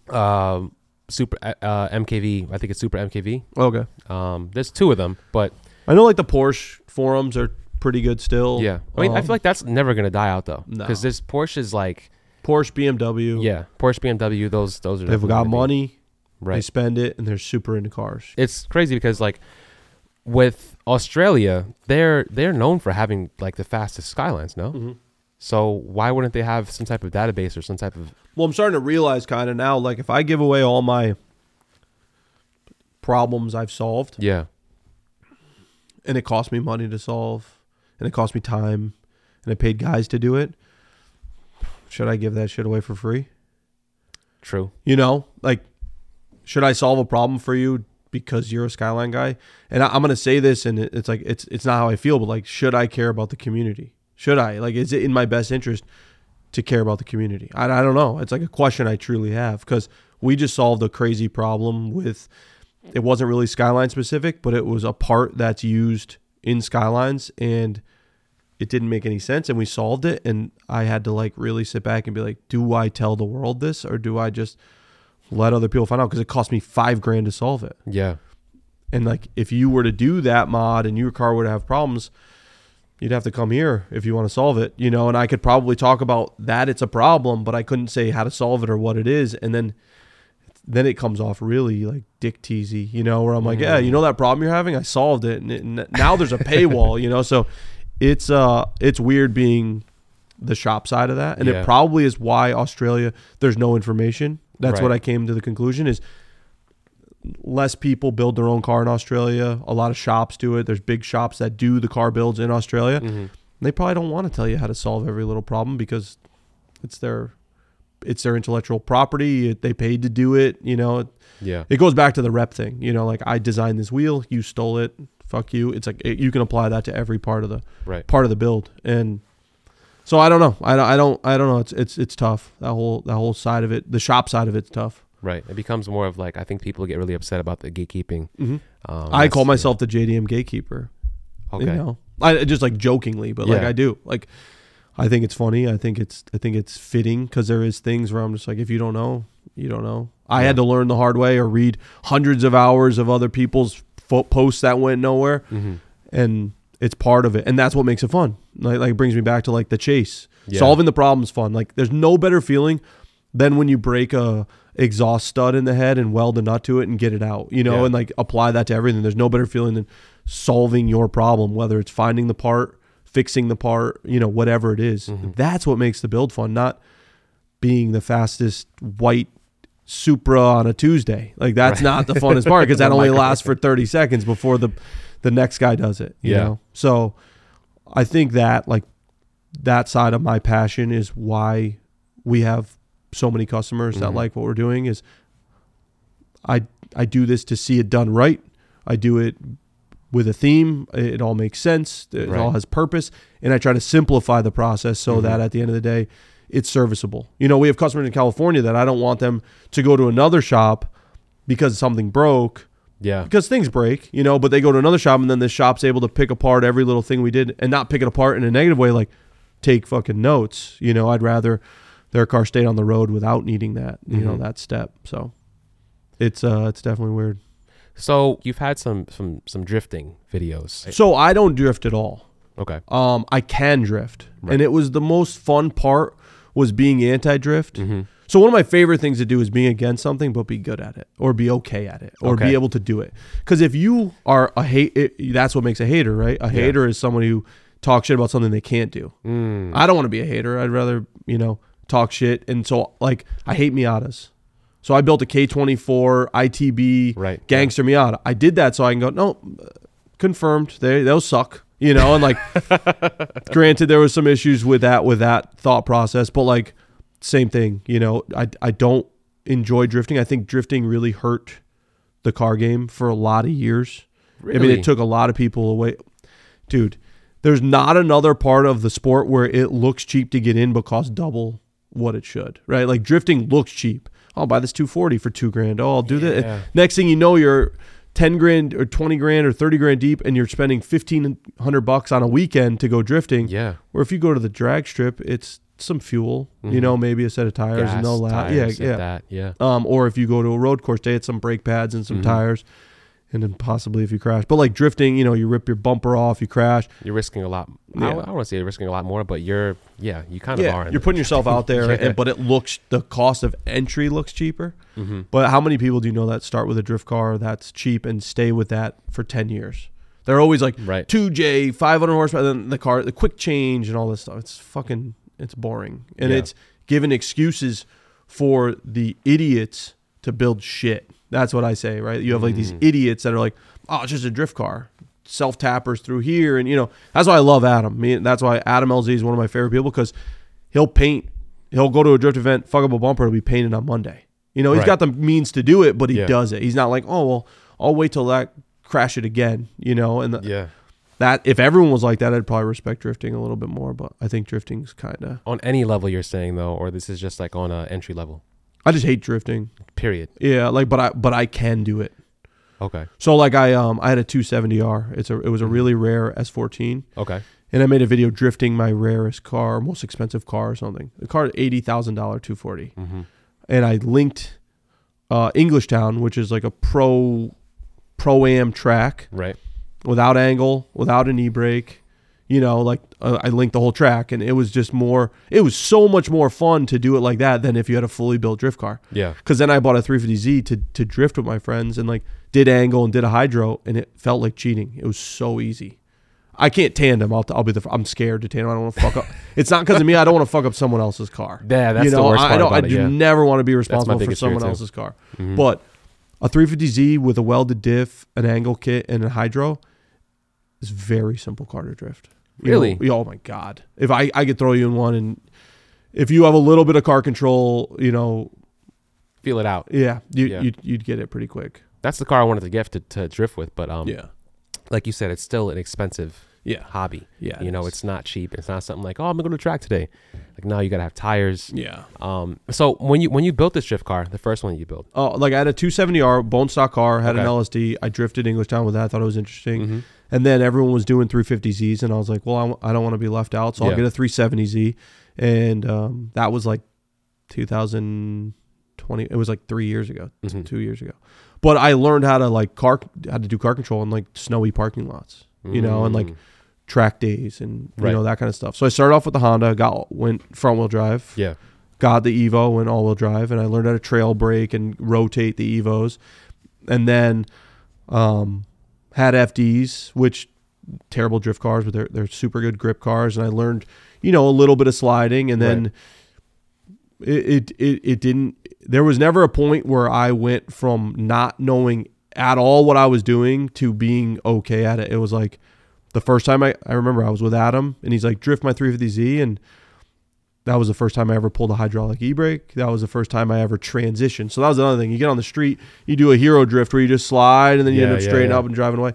Speaker 1: Um, super uh, uh, MKV. I think it's Super MKV.
Speaker 2: Okay,
Speaker 1: Um, there's two of them, but
Speaker 2: I know like the Porsche forums are pretty good still.
Speaker 1: yeah. I mean, I
Speaker 2: Um,
Speaker 1: feel like that's never gonna die out though,
Speaker 2: No.
Speaker 1: because this Porsche's like
Speaker 2: Porsche, BMW,
Speaker 1: yeah, Porsche, BMW. Those those are
Speaker 2: they've
Speaker 1: definitely
Speaker 2: got
Speaker 1: gonna be-
Speaker 2: money, they
Speaker 1: right?
Speaker 2: spend it, and they're super into cars.
Speaker 1: it's crazy because like with Australia, they're they're known for having like the fastest skylines, no?
Speaker 2: Mm-hmm.
Speaker 1: So why wouldn't they have some type of database or some type of
Speaker 2: Well, I'm starting to realize kind of now, like if I give away all my problems I've solved,
Speaker 1: yeah
Speaker 2: and it cost me money to solve, and it cost me time, and I paid guys to do it, should I give that shit away for free?
Speaker 1: true
Speaker 2: You know, like should I solve a problem for you because you're a Skyline guy? And I, I'm gonna say this, and it, it's like it's it's not how I feel, but like should I care about the community? Should I like is it in my best interest to care about the community? I, I don't know. It's like a question I truly have because we just solved a crazy problem with it wasn't really Skyline specific, but it was a part that's used in Skylines and it didn't make any sense and we solved it and I had to like really sit back and be like, do I tell the world this or do I just let other people find out because it cost me 5 grand to solve it.
Speaker 1: Yeah.
Speaker 2: And like if you were to do that mod and your car would have problems, you'd have to come here if you want to solve it, you know, and I could probably talk about that it's a problem, but I couldn't say how to solve it or what it is and then then it comes off really like dick teasy, you know, where I'm like, yeah, you know that problem you're having, I solved it, and, it, and now there's a paywall, you know, so it's uh it's weird being the shop side of that, and
Speaker 1: Yeah.
Speaker 2: it probably is why Australia there's no information. That's what
Speaker 1: Right.
Speaker 2: I came to the conclusion is less people build their own car in Australia. A lot of shops do it. There's big shops that do the car builds in Australia. They probably don't want to tell you how to solve every little problem because it's their it's their intellectual property. It, they paid to do it. You know, it,
Speaker 1: Yeah.
Speaker 2: it goes back to the rep thing. You know, like I designed this wheel, you stole it. Fuck you. It's like it, you can apply that to every part of the
Speaker 1: Right.
Speaker 2: part of the build. And so I don't know. I don't. I don't. I don't know. It's it's it's tough. That whole that whole side of it, the shop side of it's tough.
Speaker 1: Right. It becomes more of like I think people get really upset about the gatekeeping.
Speaker 2: Mm-hmm.
Speaker 1: Um,
Speaker 2: I
Speaker 1: that's-
Speaker 2: call myself the JDM gatekeeper.
Speaker 1: Okay.
Speaker 2: You know, I just like jokingly, but like
Speaker 1: Yeah.
Speaker 2: I do. Like I think it's funny. I think it's I think it's fitting because there is things where I'm just like, if you don't know, you don't know. I had to learn the hard way or read hundreds of hours of other people's fo- posts that went nowhere,
Speaker 1: Mhm.
Speaker 2: and it's part of it, and that's what makes it fun. Like, like it brings me back to like the chase,
Speaker 1: Yeah.
Speaker 2: solving the problem's fun. Like there's no better feeling than when you break a exhaust stud in the head and weld a nut to it and get it out, you know,
Speaker 1: Yeah.
Speaker 2: and like apply that to everything. There's no better feeling than solving your problem, whether it's finding the part, fixing the part, you know, whatever it is.
Speaker 1: Mm-hmm.
Speaker 2: That's what makes the build fun, not being the fastest white Supra on a Tuesday. Like that's not the funnest part because that only lasts for 30 seconds before the the next guy does it, you
Speaker 1: Yeah.
Speaker 2: know. So I think that like that side of my passion is why we have so many customers that
Speaker 1: Mhm.
Speaker 2: like what we're doing is I I do this to see it done right. I do it with a theme. It it all makes sense. It
Speaker 1: Right. Mm-hmm.
Speaker 2: all has purpose, and I try to simplify the process so that at the end of the day, it's serviceable. You know, we have customers in California that I don't want them to go to another shop because something broke
Speaker 1: Yeah.
Speaker 2: because things break, you know, but they go to another shop and then this shop's able to pick apart every little thing we did and not pick it apart in a negative way, like take fucking notes. You know, I'd rather their car stayed on the road without needing that, you know,
Speaker 1: Mhm.
Speaker 2: that step. So it's uh it's definitely weird.
Speaker 1: So you've had some some some drifting videos.
Speaker 2: So I don't drift at all.
Speaker 1: Okay.
Speaker 2: Um I can drift.
Speaker 1: Right.
Speaker 2: And it was the most fun part was being anti drift.
Speaker 1: Mhm.
Speaker 2: So one of my favorite things to do is being against something, but be good at it, or be okay at it, or
Speaker 1: Okay.
Speaker 2: be able to do it. Because if you are a hate, it, that's what makes a hater, right? A hater is someone who talks shit about something they can't do.
Speaker 1: Mm.
Speaker 2: I don't want to be a hater. I'd rather you know talk shit. And so like I hate Miatas. So I built a K24 ITB
Speaker 1: Right.
Speaker 2: gangster Miata. I did that so I can go no, uh, confirmed they they'll suck. You know, and like, granted, there was some issues with that with that thought process, but like, same thing. You know, I I don't enjoy drifting. I think drifting really hurt the car game for a lot of years. I mean,
Speaker 1: Really?
Speaker 2: it took a lot of people away. Dude, there's not another part of the sport where it looks cheap to get in but costs double what it should, right? Like drifting looks cheap. I'll buy this 240 for two grand. Oh, I'll do
Speaker 1: Yeah.
Speaker 2: that. Next thing you know, you're 10 grand or 20 grand or 30 grand deep and you're spending 1500 bucks on a weekend to go drifting.
Speaker 1: Yeah.
Speaker 2: Or if you go to the drag strip, it's some fuel, you know, maybe a set of tires
Speaker 1: Mm-hmm. Gas,
Speaker 2: and they'll la- Yeah,
Speaker 1: tires, if
Speaker 2: yeah
Speaker 1: That. Yeah.
Speaker 2: um, or if you go to a road course day, it's some brake pads and some
Speaker 1: Mm-hmm.
Speaker 2: tires, and then possibly if you crash. But like drifting, you know, you rip your bumper off, you crash.
Speaker 1: You're risking a lot. I,
Speaker 2: Yeah.
Speaker 1: don't- I don't want to say you're risking a lot more, but you're yeah, you kind of are. in
Speaker 2: you're
Speaker 1: it.
Speaker 2: putting yourself out there,
Speaker 1: Yeah.
Speaker 2: and, but it looks the cost of entry looks cheaper.
Speaker 1: Mm-hmm.
Speaker 2: But how many people do you know that start with a drift car that's cheap and stay with that for ten years? They're always like
Speaker 1: Right.
Speaker 2: two J, five hundred horsepower, then the car, the quick change, and all this stuff. It's fucking, it's boring, and
Speaker 1: Yeah.
Speaker 2: it's given excuses for the idiots to build shit. That's what I say, right? You have like
Speaker 1: Mm.
Speaker 2: these idiots that are like, oh, it's just a drift car, self tappers through here, and you know that's why I love Adam. Me, that's why Adam LZ is one of my favorite people because he'll paint, he'll go to a drift event, fuck up a bumper, it'll be painted on Monday. You know, he's
Speaker 1: Right.
Speaker 2: got the means to do it, but he
Speaker 1: Yeah.
Speaker 2: does it. He's not like, oh well, I'll wait till that crash it again. You know, and the,
Speaker 1: yeah.
Speaker 2: that if everyone was like that, I'd probably respect drifting a little bit more. But I think drifting's kind of.
Speaker 1: On any level, you're saying though, or this is just like on a entry level.
Speaker 2: I just hate drifting.
Speaker 1: Period.
Speaker 2: Yeah, like but I but I can do it.
Speaker 1: Okay.
Speaker 2: So like I um I had a 270R. It's a it was a really rare S14,
Speaker 1: Okay.
Speaker 2: and I made a video drifting my rarest car, most expensive car or something. The car eighty thousand dollar 240,
Speaker 1: Mm-hmm.
Speaker 2: and I linked uh Englishtown, which is like a pro pro am track
Speaker 1: Right.
Speaker 2: without angle, without an e brake. You know, like uh, I linked the whole track, and it was just more. It was so much more fun to do it like that than if you had a fully built drift car.
Speaker 1: Yeah.
Speaker 2: Because then I bought a 350Z to to drift with my friends, and like did angle and did a hydro, and it felt like cheating. It was so easy. I can't tandem. I'll, I'll be the. I'm scared to tandem. I don't want to fuck up. It's not because of me. I don't want to fuck up someone else's car.
Speaker 1: Yeah, that's the worst
Speaker 2: I, I
Speaker 1: part
Speaker 2: don't. I
Speaker 1: about it,
Speaker 2: do
Speaker 1: yeah.
Speaker 2: never want to be responsible for
Speaker 1: biggest fear,
Speaker 2: someone
Speaker 1: too. Mm-hmm.
Speaker 2: else's car. But a 350Z with a welded diff, an angle kit, and a hydro is a very simple car to drift. You
Speaker 1: Really?
Speaker 2: know, yeah, oh my god! If I I could throw you in one, and if you have a little bit of car control, you know,
Speaker 1: Feel it out.
Speaker 2: yeah, you
Speaker 1: Yeah.
Speaker 2: You'd, you'd get it pretty quick.
Speaker 1: That's the car I wanted to get to, to drift with, but um, like you said, it's still an expensive
Speaker 2: yeah,
Speaker 1: hobby.
Speaker 2: Yeah,
Speaker 1: You
Speaker 2: it
Speaker 1: know,
Speaker 2: is.
Speaker 1: it's not cheap. It's not something like, oh, I'm gonna go to the track today. Like now you gotta have tires.
Speaker 2: yeah.
Speaker 1: Um. So when you when you built this drift car, the first one you built,
Speaker 2: Oh, like I had a 270R bone stock car, had
Speaker 1: Okay.
Speaker 2: an
Speaker 1: Mm-hmm.
Speaker 2: LSD. I drifted English Town with that. I thought it was interesting. And then everyone was doing 350Zs, and I was like, well, I w- I don't want to be left out, so
Speaker 1: Yeah.
Speaker 2: I'll get a 370Z. And um, that was like 2020. It was like three years ago, t-
Speaker 1: Mhm.
Speaker 2: two years ago. But I learned how to like car, how to do car control in like snowy parking lots, you know, and like
Speaker 1: Mm.
Speaker 2: track days and you
Speaker 1: Right.
Speaker 2: know that kind of stuff. So I started off with the Honda, got went front wheel drive,
Speaker 1: yeah,
Speaker 2: got the Evo, went all wheel drive, and I learned how to trail brake and rotate the Evos. And then um, had FDs, which terrible drift cars, but they're, they're super good grip cars. And I learned, you know, a little bit of sliding. And then it, it, it, it didn't, there was never a point where I went from not knowing at all what I was doing to being okay at it. It was like the first time I, I remember I was with Adam and he's like, drift my 350Z. And that was the first time I ever pulled a hydraulic e-brake. That was the first time I ever transitioned. So that was another thing. You get on the street, you do a hero drift where you just slide and then you end
Speaker 1: Yeah,
Speaker 2: up
Speaker 1: yeah,
Speaker 2: straighten
Speaker 1: yeah.
Speaker 2: up and driving away.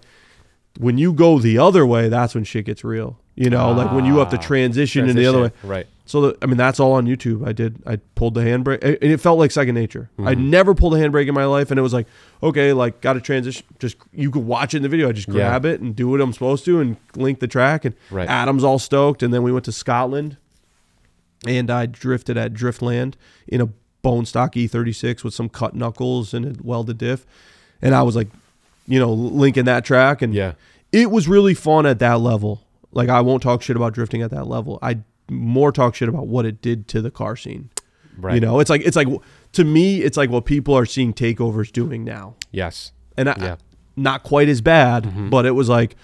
Speaker 2: When you go the other way, that's when shit gets real. You know, like when you have to
Speaker 1: Ah,
Speaker 2: transition, in the other way.
Speaker 1: Transition. Right.
Speaker 2: So the, I mean, that's all on YouTube. I did. I pulled the handbrake, and it felt like second nature. I
Speaker 1: Mm-hmm.
Speaker 2: never pulled a handbrake in my life, and it was like, okay, like got to transition. Just you could watch it in the video. I just
Speaker 1: Yeah.
Speaker 2: grab it and do what I'm supposed to, and link the track. And
Speaker 1: Right.
Speaker 2: Adam's all stoked, and then we went to Scotland, and I drifted at Driftland in a bone stock E36 with some cut knuckles and a welded diff, and I was like, you know, linking that track, and
Speaker 1: Yeah.
Speaker 2: it was really fun at that level. Like I won't talk shit about drifting at that level. I more talk shit about what it did to the car scene.
Speaker 1: Right.
Speaker 2: You know, it's like it's like to me, it's like what people are seeing takeovers doing now,
Speaker 1: Yes.
Speaker 2: and I,
Speaker 1: Yeah. Mm-hmm.
Speaker 2: not quite as bad, but it was like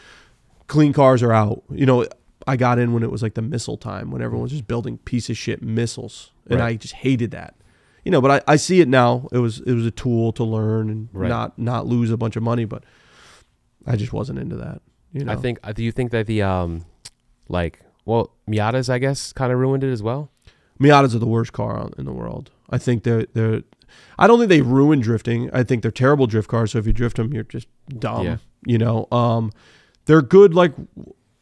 Speaker 2: clean cars are out. You know, I got in when it was like the missile time when everyone was just building piece of shit missiles, and
Speaker 1: Right.
Speaker 2: I just hated that. You know, but I, I see it now. It was it was a tool to learn and
Speaker 1: Right.
Speaker 2: not not lose a bunch of money, but I just wasn't into that. You know,
Speaker 1: I think. uh, Do you think that the um, like well, Miatas, I guess, kind of ruined it as well.
Speaker 2: Miatas are the worst car on- in the world. I think they're they're. I don't think they ruin drifting. I think they're terrible drift cars. So if you drift them, you're just dumb.
Speaker 1: Yeah.
Speaker 2: You know, um, they're good like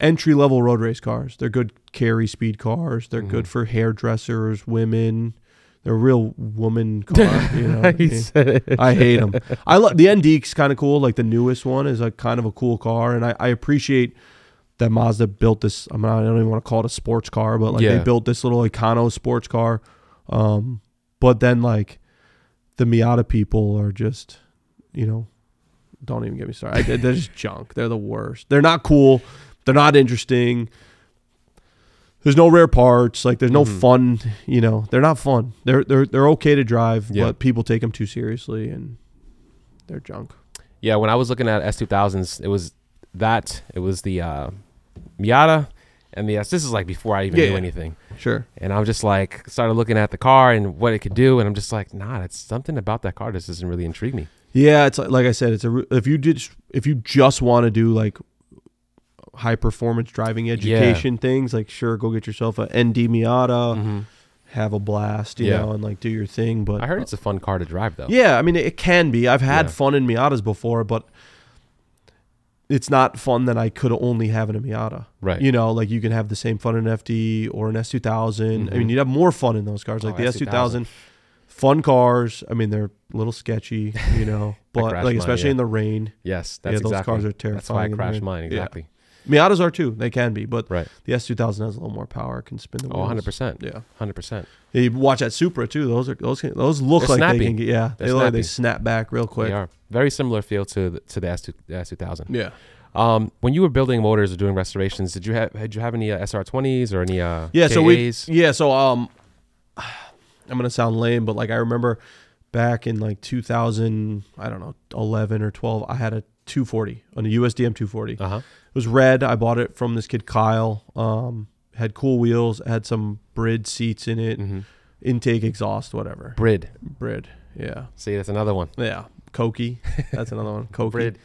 Speaker 2: entry level road race cars. They're good carry speed cars. They're good for hairdressers, women. They're a real woman car. You know, what Oh, I mean? I hate them. I love the ND's kind of cool. Like the newest one is a kind of a cool car, and I, I appreciate that Mazda built this. I'm not. I don't even want to call it a sports car, but like
Speaker 1: Yeah.
Speaker 2: they built this little Econo sports car. Um, but then like the Miata people are just, you know, don't even get me started. I- They're just junk. They're the worst. They're not cool. They're not interesting. There's no rare parts. Like there's no
Speaker 1: Mhm.
Speaker 2: fun. You know, they're not fun. They're they're they're okay to drive,
Speaker 1: Yeah.
Speaker 2: but people take them too seriously and they're junk.
Speaker 1: Yeah, when I was looking at S two thousands, it was that it was the uh, Miata and the S. This is like before I even
Speaker 2: Yeah,
Speaker 1: knew
Speaker 2: yeah.
Speaker 1: anything,
Speaker 2: Sure.
Speaker 1: and I'm just like started looking at the car and what it could do, and I'm just like, nah, it's something about that car that doesn't really intrigue me.
Speaker 2: Yeah, it's like, like I said. It's a re- if you did if you just want to do like high performance driving education things, like sure, go get yourself a ND Miata, have a blast, you
Speaker 1: Mm-hmm. Yeah.
Speaker 2: know, and like do your thing. But
Speaker 1: I heard it's a fun car to drive though.
Speaker 2: Yeah, I mean it can be. I've had
Speaker 1: Yeah.
Speaker 2: fun in Miatas before, but it's not fun that I could only have in a Miata.
Speaker 1: Right.
Speaker 2: You know, like you can have the same fun in an FD or an S2000. I mean, you'd have more fun in those cars. Like
Speaker 1: Mm-hmm. Oh,
Speaker 2: the
Speaker 1: S2000.
Speaker 2: S2000, fun cars. I mean, they're a little sketchy, you know, but
Speaker 1: crashed
Speaker 2: like
Speaker 1: mine,
Speaker 2: especially
Speaker 1: yeah.
Speaker 2: in the rain.
Speaker 1: Yes, that's
Speaker 2: Yeah, those
Speaker 1: exactly.
Speaker 2: cars are
Speaker 1: That's why I
Speaker 2: terrifying in
Speaker 1: crashed
Speaker 2: rain.
Speaker 1: mine.
Speaker 2: Yeah.
Speaker 1: Exactly.
Speaker 2: Miatas are too. They can be, but
Speaker 1: Right.
Speaker 2: the S2000 has a little more power. It can spin the
Speaker 1: Oh,
Speaker 2: wheels.
Speaker 1: 100%.
Speaker 2: Yeah.
Speaker 1: Hundred percent.
Speaker 2: Yeah, You watch that Supra too. Those are those can, those look
Speaker 1: They're
Speaker 2: like
Speaker 1: snappy.
Speaker 2: they can get yeah.
Speaker 1: They're
Speaker 2: they look like
Speaker 1: snappy.
Speaker 2: they snap back real
Speaker 1: They
Speaker 2: quick.
Speaker 1: are very similar feel to the, to the S two thousand.
Speaker 2: Yeah.
Speaker 1: Um, when you were building motors or doing restorations, did you have did you have any uh, SR twenties or any uh
Speaker 2: Yeah, so we
Speaker 1: KAs?
Speaker 2: yeah, so um I'm going to sound lame, but like I remember back in like 2000, I don't know, 11 or 12, I had a 240, on a USDM 240. It
Speaker 1: uh-huh.
Speaker 2: was red. I bought it from this kid Kyle. Um had cool wheels, had some Brid seats in it,
Speaker 1: Mhm.
Speaker 2: intake, exhaust, whatever.
Speaker 1: Brid.
Speaker 2: Brid. Yeah.
Speaker 1: See, that's another one.
Speaker 2: Yeah. Cokie. That's another one. Cokie.
Speaker 1: Brid.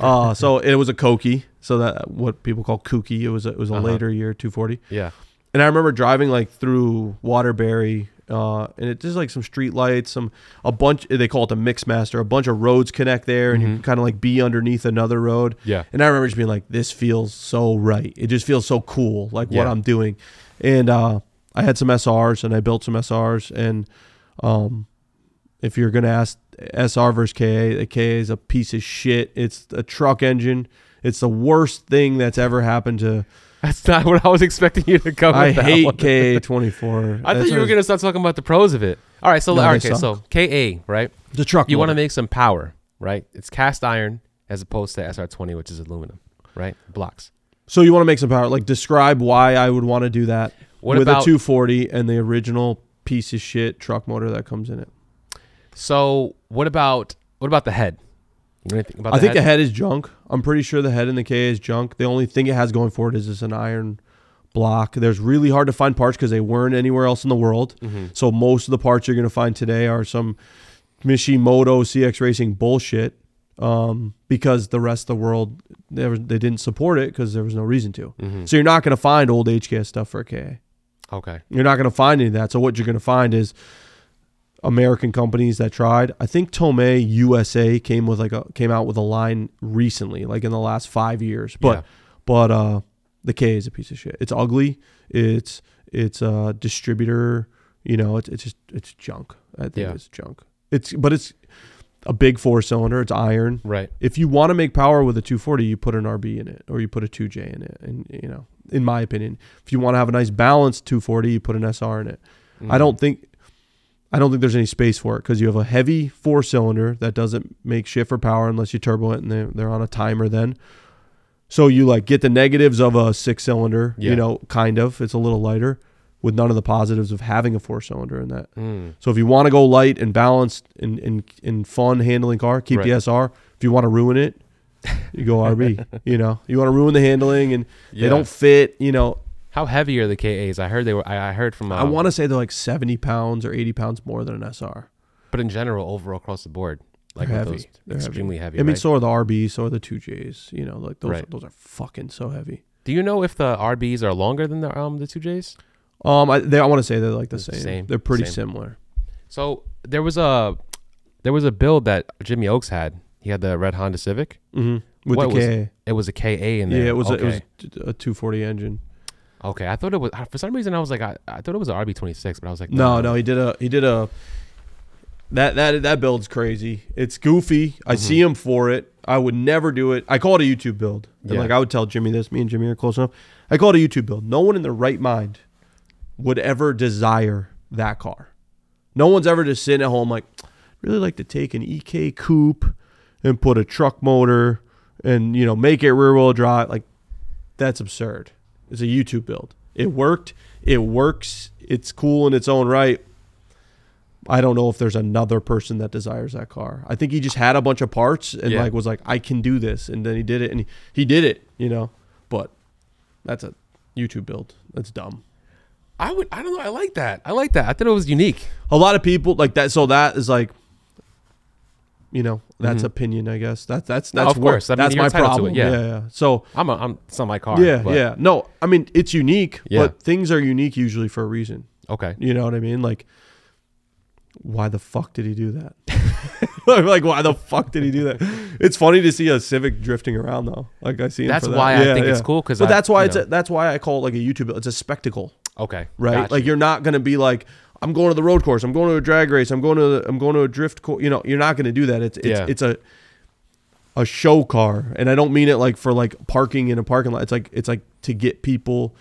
Speaker 2: Uh, so it was a Cokie. So that what people call kooky. It was a, it was a
Speaker 1: Uh-huh.
Speaker 2: later year 240.
Speaker 1: Yeah.
Speaker 2: And I remember driving like through Waterbury, uh, and it just like some street lights, some a bunch. They call it the Mix Master. A bunch of roads connect there, and you can kind of like be underneath another road.
Speaker 1: Yeah.
Speaker 2: And I remember just being like, this feels so right. It just feels so cool, like what
Speaker 1: Yeah.
Speaker 2: I'm doing. And uh, I had some SRs and I built some SRs. And um, if you're going to ask SR versus KA, the KA is a piece of shit. It's a truck engine. It's the worst thing that's ever happened to.
Speaker 1: That's not what I was expecting you to come.
Speaker 2: I
Speaker 1: with that
Speaker 2: hate
Speaker 1: one.
Speaker 2: KA24.
Speaker 1: I thought
Speaker 2: That's
Speaker 1: you were
Speaker 2: what-
Speaker 1: gonna start talking about the pros of it. All right, so
Speaker 2: No,
Speaker 1: all
Speaker 2: they
Speaker 1: right, okay, so KA, right?
Speaker 2: The truck.
Speaker 1: You want to
Speaker 2: motor.
Speaker 1: make some power, right? It's cast iron as opposed to SR20, which is aluminum, right? Blocks.
Speaker 2: so you want to make some power. Like, describe why I would want to do that
Speaker 1: What
Speaker 2: with
Speaker 1: about-
Speaker 2: a 240 and the original piece of shit truck motor that comes in it.
Speaker 1: So what about what about the head? You know anything about
Speaker 2: I
Speaker 1: the
Speaker 2: think
Speaker 1: head?
Speaker 2: the head is junk. I'm pretty sure the head in the KA is junk. The only thing it has going for it is it's an iron block. There's really hard to find parts because they weren't anywhere else in the world.
Speaker 1: Mm-hmm.
Speaker 2: So most of the parts you're going to find today are some Mishimoto CX Racing bullshit um, because the rest of the world they, were- they didn't support it because there was no reason to. So you're not going to find old HKS stuff for a KA.
Speaker 1: Mm-hmm. Okay.
Speaker 2: You're not going to find any of that. So what you're going to find is American companies that tried. I think Tomei USA came with like a came out with a line recently, like in the last five years. But
Speaker 1: Yeah.
Speaker 2: but uh, the K is a piece of shit. It's ugly. It's it's a distributor. You know, it's it's just it's junk. I think
Speaker 1: Yeah.
Speaker 2: it's junk. It's but it's a big four cylinder. It's iron.
Speaker 1: Right.
Speaker 2: If you want to make power with a 240, you put an RB in it or you put a 2J in it. And, you know, in my opinion, if you want to have a nice balanced 240, you put an SR in it.
Speaker 1: Mm-hmm.
Speaker 2: I don't think. I don't think there's any space for it because you have a heavy four cylinder that doesn't make shift for power unless you turbo it and they're, they're on a timer then. So you like get the negatives of a six cylinder,
Speaker 1: Yeah.
Speaker 2: you know, kind of. It's a little lighter with none of the positives of having a four cylinder in that.
Speaker 1: Mm.
Speaker 2: So if you want to go light and balanced and, and, and fun handling car, keep the
Speaker 1: Right.
Speaker 2: SR. If you want to ruin it, you go RB. you know, you want to ruin the handling and
Speaker 1: Yeah.
Speaker 2: they don't fit. You know,
Speaker 1: How heavy are the KAs? I heard they were. I, I heard from. Uh,
Speaker 2: I want to say they're like 70 pounds or 80 pounds more than an SR.
Speaker 1: But in general, overall across the board, like
Speaker 2: They're
Speaker 1: with
Speaker 2: heavy.
Speaker 1: those
Speaker 2: They're heavy.
Speaker 1: extremely heavy.
Speaker 2: I mean,
Speaker 1: right?
Speaker 2: so are the RBs, so are the 2Js. You know, like those,
Speaker 1: Right.
Speaker 2: those are fucking so heavy.
Speaker 1: do you know if the RBs are longer than the um the two Js?
Speaker 2: Um, I, they, I want to say they're like the
Speaker 1: It's the
Speaker 2: same.
Speaker 1: same,
Speaker 2: They're pretty
Speaker 1: same.
Speaker 2: similar.
Speaker 1: So there was a there was a build that Jimmy Oaks had. He had the red Honda Civic.
Speaker 2: Mm-hmm. With
Speaker 1: What
Speaker 2: the
Speaker 1: was
Speaker 2: KA.
Speaker 1: It was a KA in there.
Speaker 2: Yeah, it was,
Speaker 1: okay.
Speaker 2: a, it was a 240 engine.
Speaker 1: okay. I thought it was for some reason I was like I, I thought it was an RB twenty six, but I was like
Speaker 2: No, no, he did a he did a that that that build's crazy. It's goofy. I
Speaker 1: Mm-hmm.
Speaker 2: see him for it. I would never do it. I call it a YouTube build. And
Speaker 1: Yeah.
Speaker 2: like I would tell Jimmy this, me and Jimmy are close enough. I call it a YouTube build. No one in their right mind would ever desire that car. No one's ever just sitting at home like, really like to take an EK coupe and put a truck motor and you know make it rear wheel drive. Like that's absurd. It's a YouTube build. It worked. It works. It's cool in its own right. I don't know if there's another person that desires that car. I think he just had a bunch of parts and
Speaker 1: Yeah.
Speaker 2: like was like, I can do this, and then he did it, and he, he did it. You know, but that's a YouTube build. That's dumb.
Speaker 1: I would I don't know I like that I like that I thought it was unique.
Speaker 2: a lot of people like that. So that is like, you know, that's opinion, I guess. That that's
Speaker 1: No,
Speaker 2: that's
Speaker 1: Mm-hmm. of
Speaker 2: wor-
Speaker 1: course. I mean,
Speaker 2: that's
Speaker 1: you're
Speaker 2: my
Speaker 1: entitled to
Speaker 2: problem.
Speaker 1: it, yeah.
Speaker 2: yeah, yeah. So
Speaker 1: I'm a, I'm it's not my car.
Speaker 2: yeah,
Speaker 1: but-
Speaker 2: yeah. No, I mean it's unique,
Speaker 1: Yeah.
Speaker 2: but things are unique usually for a reason.
Speaker 1: Okay.
Speaker 2: You know what I mean? Like why the fuck did he do that? I'm like, why the fuck did he do that? It's funny to see a Civic drifting around though. Like I see. him
Speaker 1: That's
Speaker 2: for that.
Speaker 1: why I
Speaker 2: Yeah,
Speaker 1: think it's
Speaker 2: yeah.
Speaker 1: cool, 'cause
Speaker 2: but
Speaker 1: I-
Speaker 2: that's why
Speaker 1: you
Speaker 2: it's
Speaker 1: know.
Speaker 2: a, that's why I call it like a YouTube. It's a spectacle,
Speaker 1: Okay.
Speaker 2: right?
Speaker 1: gotcha.
Speaker 2: Like you're not gonna be like, I'm going to the road course. I'm going to a drag race. I'm going to I'm going to a drift course. You know, you're not gonna do that. It's it's,
Speaker 1: Yeah.
Speaker 2: it's a a show car, and I don't mean it like for like parking in a parking lot. It's like it's like to get people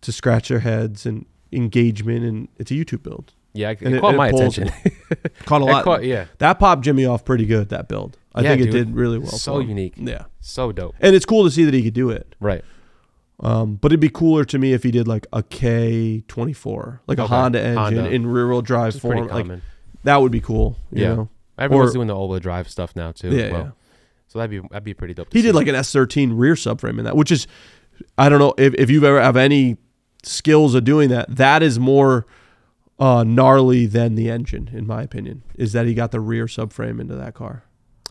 Speaker 2: to scratch their heads and engagement, and it's a YouTube build.
Speaker 1: yeah, it,
Speaker 2: and
Speaker 1: caught my
Speaker 2: pulls-
Speaker 1: attention.
Speaker 2: Caught a
Speaker 1: It
Speaker 2: lot.
Speaker 1: caught- yeah.
Speaker 2: That popped Jimmy off pretty good. That build, I
Speaker 1: Yeah,
Speaker 2: think it
Speaker 1: dude.
Speaker 2: did really well.
Speaker 1: So
Speaker 2: for him.
Speaker 1: unique.
Speaker 2: Yeah,
Speaker 1: So dope.
Speaker 2: and it's cool to see that he could do it.
Speaker 1: Right.
Speaker 2: Um, but it'd be cooler to me if he did like a K twenty four, like a
Speaker 1: Okay.
Speaker 2: Honda engine
Speaker 1: Honda.
Speaker 2: in rear wheel drive
Speaker 1: It's pretty
Speaker 2: form.
Speaker 1: common.
Speaker 2: Like that would be cool. You
Speaker 1: Yeah.
Speaker 2: know?
Speaker 1: Everyone's
Speaker 2: or-
Speaker 1: doing the all wheel drive stuff now too.
Speaker 2: Yeah,
Speaker 1: as well.
Speaker 2: yeah.
Speaker 1: So that'd be that'd be pretty dope. to
Speaker 2: he did
Speaker 1: see.
Speaker 2: like an S thirteen rear subframe in that, which is I don't know if, if you've ever have any skills of doing that. That is more uh, gnarly than the engine, in my opinion. Is that he got the rear subframe into that car?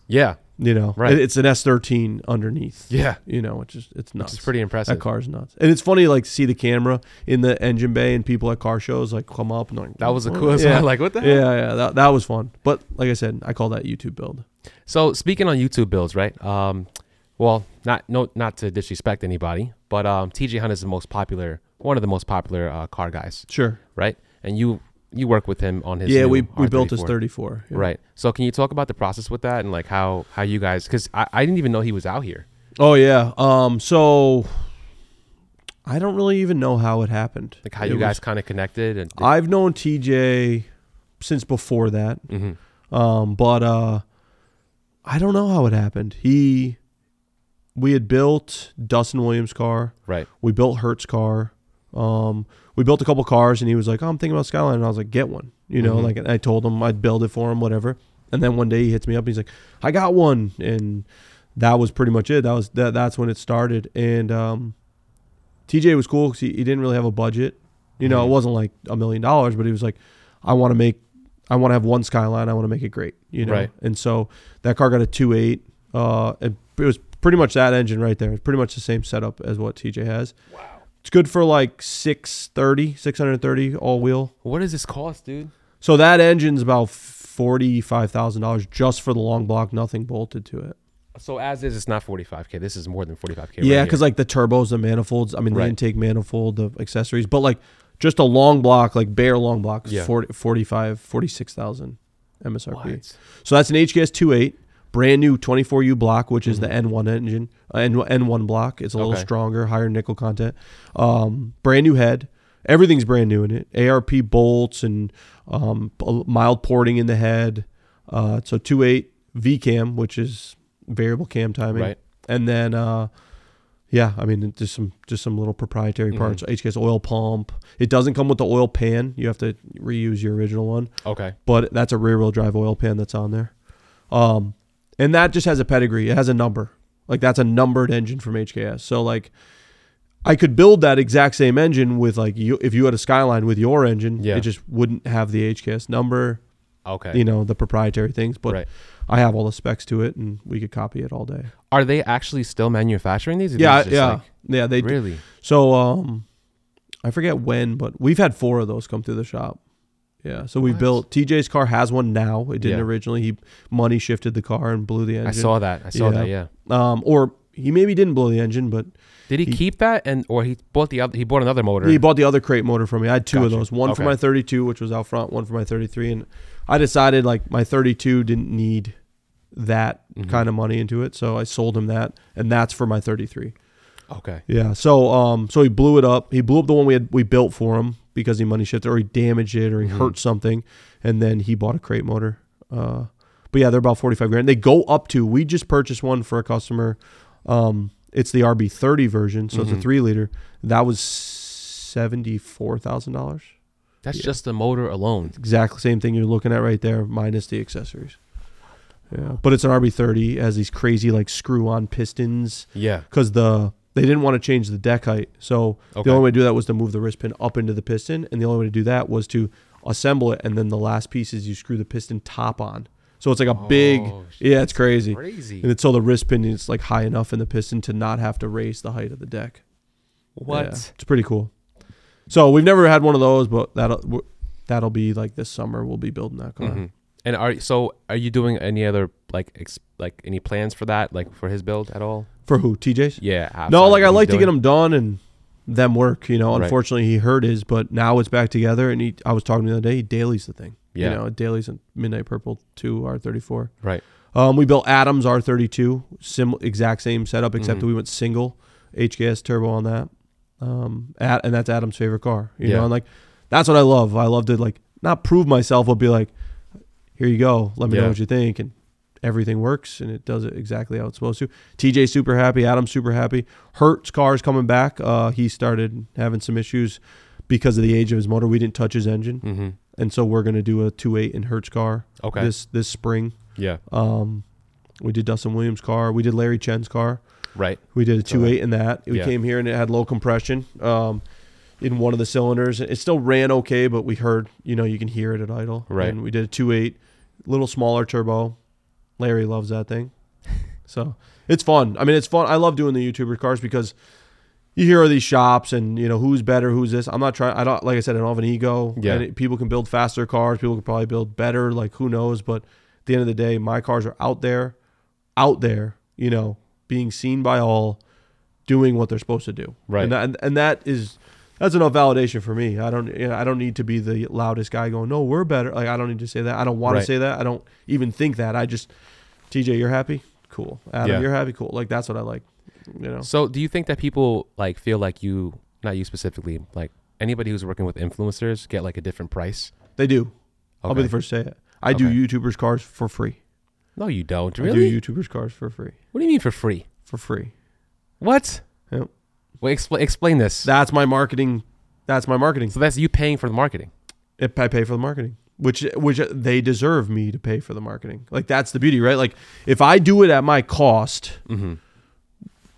Speaker 1: yeah,
Speaker 2: You know,
Speaker 1: Right.
Speaker 2: It- it's an S thirteen underneath.
Speaker 1: yeah.
Speaker 2: You know, which is it's nuts.
Speaker 1: It's pretty impressive.
Speaker 2: That car's nuts. And it's funny, like, to see the camera in the engine bay and people at car shows, like, come up and, like,
Speaker 1: That was the
Speaker 2: "Whoa."
Speaker 1: coolest
Speaker 2: yeah.
Speaker 1: one. Like what the hell?
Speaker 2: yeah, yeah. That, that was fun. But, like I said, I call that YouTube build.
Speaker 1: So speaking on YouTube builds, right? Um, well, not no not to disrespect anybody, but um, TJ Hunt is the most popular, one of the most popular uh, car guys,
Speaker 2: Sure.
Speaker 1: right? And you you work with him on his
Speaker 2: yeah,
Speaker 1: new
Speaker 2: we, we built his
Speaker 1: R34.
Speaker 2: 34. yeah.
Speaker 1: right. So can you talk about the process with that and like how how you guys? Because I, I didn't even know he was out here.
Speaker 2: Oh, yeah. Um. So, I don't really even know how it happened.
Speaker 1: Like how
Speaker 2: It
Speaker 1: you
Speaker 2: was-
Speaker 1: guys kind of connected and
Speaker 2: I've known TJ since before that.
Speaker 1: Mhm.
Speaker 2: Um, but uh, I don't know how it happened. He, we had built Dustin Williams' car.
Speaker 1: right.
Speaker 2: We built Hertz car. Um, we built a couple cars, and he was like, oh, "I'm thinking about Skyline," and I was like, "Get one," you know.
Speaker 1: Mhm.
Speaker 2: Like, and I told him I'd build it for him, whatever. And then one day he hits me up, and he's like, "I got one," and that was pretty much it. That was that. That's when it started. And um, TJ was cool because he, he didn't really have a budget. You know,
Speaker 1: Mhm.
Speaker 2: it wasn't like a million dollars, but he was like, "I want to make, I want to have one Skyline. I want to make it great." You know,
Speaker 1: Right.
Speaker 2: and so that car got a two eight. Uh, it, it was pretty much that engine right there. It's pretty much the same setup as what TJ has.
Speaker 1: Wow.
Speaker 2: It's good for like 630, 630 all wheel.
Speaker 1: What does this cost, dude?
Speaker 2: So that engine's about $45,000 just for the long block, nothing bolted to it.
Speaker 1: So as is, it's not 45k. This is more than 45k.
Speaker 2: yeah,
Speaker 1: right
Speaker 2: because like the turbos, the manifolds, I mean,
Speaker 1: Right.
Speaker 2: the intake manifold, the accessories, but like just a long block, like bare long block, is
Speaker 1: Yeah.
Speaker 2: 40, 45, 46,000
Speaker 1: here.
Speaker 2: MSRP.
Speaker 1: What?
Speaker 2: So that's an HKS 28, brand new 24U block, which is the N1 engine, uh, N- N1 block. It's a little
Speaker 1: Mm-hmm. Okay.
Speaker 2: stronger, higher nickel content. Um, brand new head. Everything's brand new in it. ARP bolts and um, p- mild porting in the head. Uh, so 28 V cam, which is variable cam timing,
Speaker 1: Right.
Speaker 2: and then uh, yeah, I mean just some just some little
Speaker 1: Mm-hmm.
Speaker 2: proprietary parts. HKS oil pump. It doesn't come with the oil pan. You have to reuse your original one
Speaker 1: Okay.
Speaker 2: but that's a rear wheel drive oil pan that's on there. Um, and that just has a pedigree. It has a number. Like that's a numbered engine from HKS. So like I could build that exact same engine with like you if you had a Skyline with your engine,
Speaker 1: Yeah.
Speaker 2: it just wouldn't have the HKS number,
Speaker 1: Okay.
Speaker 2: you know, the proprietary things, but
Speaker 1: Right.
Speaker 2: I have all the specs to it and we could copy it all day.
Speaker 1: Are they actually still manufacturing these? Or these
Speaker 2: yeah,
Speaker 1: are just,
Speaker 2: yeah.
Speaker 1: like,
Speaker 2: yeah, they do.
Speaker 1: really?
Speaker 2: So um I forget when, but we've had four of those come through the shop. Yeah. So we
Speaker 1: What?
Speaker 2: built TJ's car has one now. It didn't
Speaker 1: Yeah.
Speaker 2: originally. He money shifted the car and blew the engine.
Speaker 1: I saw that. I saw
Speaker 2: Yeah.
Speaker 1: that. Yeah.
Speaker 2: um or he maybe didn't blow the engine, but
Speaker 1: Did he,
Speaker 2: He-
Speaker 1: keep that and or he bought the other? He bought another motor.
Speaker 2: he bought the other crate motor from me. I had two of
Speaker 1: Gotcha.
Speaker 2: those. One for
Speaker 1: Okay.
Speaker 2: my 32, which was out front, one for my 33, and I decided like my 32 didn't need that
Speaker 1: Mhm.
Speaker 2: kind of money into it, so I sold him that and that's for my 33.
Speaker 1: okay.
Speaker 2: Yeah. So um so he blew it up. He blew up the one we had we built for him because he money shifted or he damaged it or he
Speaker 1: Mhm.
Speaker 2: hurt something and then he bought a crate motor. Uh but yeah, they're about 45 grand. They go up to we just purchased one for a customer. Um it's the RB30 version, so it's
Speaker 1: Mhm.
Speaker 2: a 3 liter. That was $74,000.
Speaker 1: That's
Speaker 2: Yeah.
Speaker 1: just the motor alone.
Speaker 2: Exact same thing you're looking at right there minus the accessories. Yeah, but it's an RB30 it has these crazy like screw-on pistons
Speaker 1: Yeah.
Speaker 2: because the they didn't want to change the deck height. So
Speaker 1: Okay.
Speaker 2: the only way to do that was to move the wrist pin up into the piston, and the only way to do that was to assemble it, and then the last piece is you screw the piston top on. So it's like a big,
Speaker 1: Oh,
Speaker 2: yeah, it's crazy.
Speaker 1: Crazy.
Speaker 2: And it's so the wrist pin is like high enough in the piston to not have to raise the height of the deck.
Speaker 1: What?
Speaker 2: Yeah, it's pretty cool. So we've never had one of those, but that that'll be like this summer. We'll be building that car.
Speaker 1: Mhm. And are so are you doing any other like ex, like any plans for that like for his build at all?
Speaker 2: For who? TJ's?
Speaker 1: Yeah. outside
Speaker 2: no,
Speaker 1: of
Speaker 2: like
Speaker 1: what
Speaker 2: I
Speaker 1: he's
Speaker 2: like to
Speaker 1: doing?
Speaker 2: get them done and them work. You know,
Speaker 1: Right.
Speaker 2: unfortunately he hurt his, but now it's back together. And he, I was talking the other day, he dailies the thing.
Speaker 1: Yeah.
Speaker 2: You know, it dailies in Midnight Purple two R thirty four.
Speaker 1: Right.
Speaker 2: Um, we built Adams R thirty two, sim exact same setup except
Speaker 1: Mhm.
Speaker 2: that we went single HKS turbo on that. Um, at, and that's Adam's favorite car. You
Speaker 1: Yeah.
Speaker 2: know, and like that's what I love. I love to like not prove myself, but be like, here you go. Let me
Speaker 1: Yeah.
Speaker 2: know what you think. And everything works and it does it exactly how it's supposed to. TJ super happy. Adam's super happy. Hertz car's coming back. Uh, he started having some issues because of the age of his motor. We didn't touch his engine,
Speaker 1: Mm-hmm.
Speaker 2: and so we're gonna do a two eight in Hertz car
Speaker 1: Okay.
Speaker 2: this this spring.
Speaker 1: yeah.
Speaker 2: Um, we did Dustin Williams' car. We did Larry Chen's car.
Speaker 1: Right.
Speaker 2: We did a
Speaker 1: So-
Speaker 2: two eight in that. We
Speaker 1: Yeah.
Speaker 2: came here and it had low compression um, in one of the cylinders. It still ran okay, but we heard, you know, you can hear it at idle.
Speaker 1: Right.
Speaker 2: And we did a two eight, little smaller turbo. Larry loves that thing. so it's fun. I mean, it's fun. I love doing the YouTuber cars because you hear all these shops and, you know, who's better, who's this. I'm not trying. I don't, like I said, I don't have an ego.
Speaker 1: Yeah.
Speaker 2: And it- people can build faster cars. People can probably build better. Like, who knows? But at the end of the day, my cars are out there, out there, you know, being seen by all, doing what they're supposed to do.
Speaker 1: Right.
Speaker 2: And that, and that is that's enough validation for me. I don't you know, I don't need to be the loudest guy going, "No, we're better." Like I don't need to say that. I don't want
Speaker 1: Right.
Speaker 2: to say that. I don't even think that. I just TJ, you're happy? Cool. Adam,
Speaker 1: Yeah.
Speaker 2: you're happy? Cool. Like that's what I like, you know.
Speaker 1: So do you think that people like feel like you not you specifically like anybody who's working with influencers get like a different price?
Speaker 2: They do. I'll be
Speaker 1: Okay.
Speaker 2: the first to say it. I do
Speaker 1: Okay.
Speaker 2: YouTubers cars for free.
Speaker 1: No, you don't.
Speaker 2: I
Speaker 1: Really?
Speaker 2: do YouTubers cars for free.
Speaker 1: what do you mean for free?
Speaker 2: For free.
Speaker 1: What?
Speaker 2: Yep.
Speaker 1: Wait, expl- explain this.
Speaker 2: That's my marketing. That's my marketing.
Speaker 1: so that's you paying for the marketing.
Speaker 2: If eh, I pay for the marketing, which which they deserve me to pay for the marketing. Like that's the beauty, right? Like if I do it at my cost,
Speaker 1: Mm-hmm.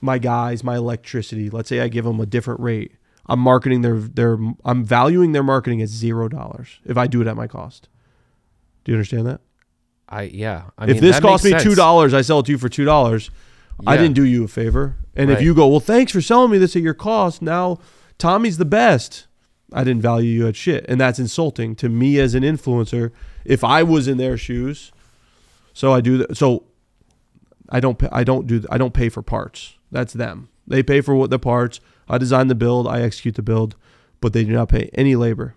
Speaker 2: my guys, my electricity. Let's say I give them a different rate. I'm marketing their their. I'm valuing their marketing at zero dollars if I do it at my cost. Do you understand that?
Speaker 1: I yeah. I
Speaker 2: if
Speaker 1: mean,
Speaker 2: this
Speaker 1: that
Speaker 2: cost me
Speaker 1: makes
Speaker 2: two
Speaker 1: sense.
Speaker 2: dollars, I sell it to you for two dollars. I
Speaker 1: Yeah.
Speaker 2: didn't do you a favor. And if
Speaker 1: Right.
Speaker 2: you go, well, thanks for selling me this at your cost. Now Tommy's the best. I didn't value you at shit, and that's insulting to me as an influencer. If I was in their shoes, so I do. Th- so I don't. pa- I don't do. th- I don't pay for parts. That's them. They pay for what the parts. I design the build. I execute the build, but they do not pay any labor.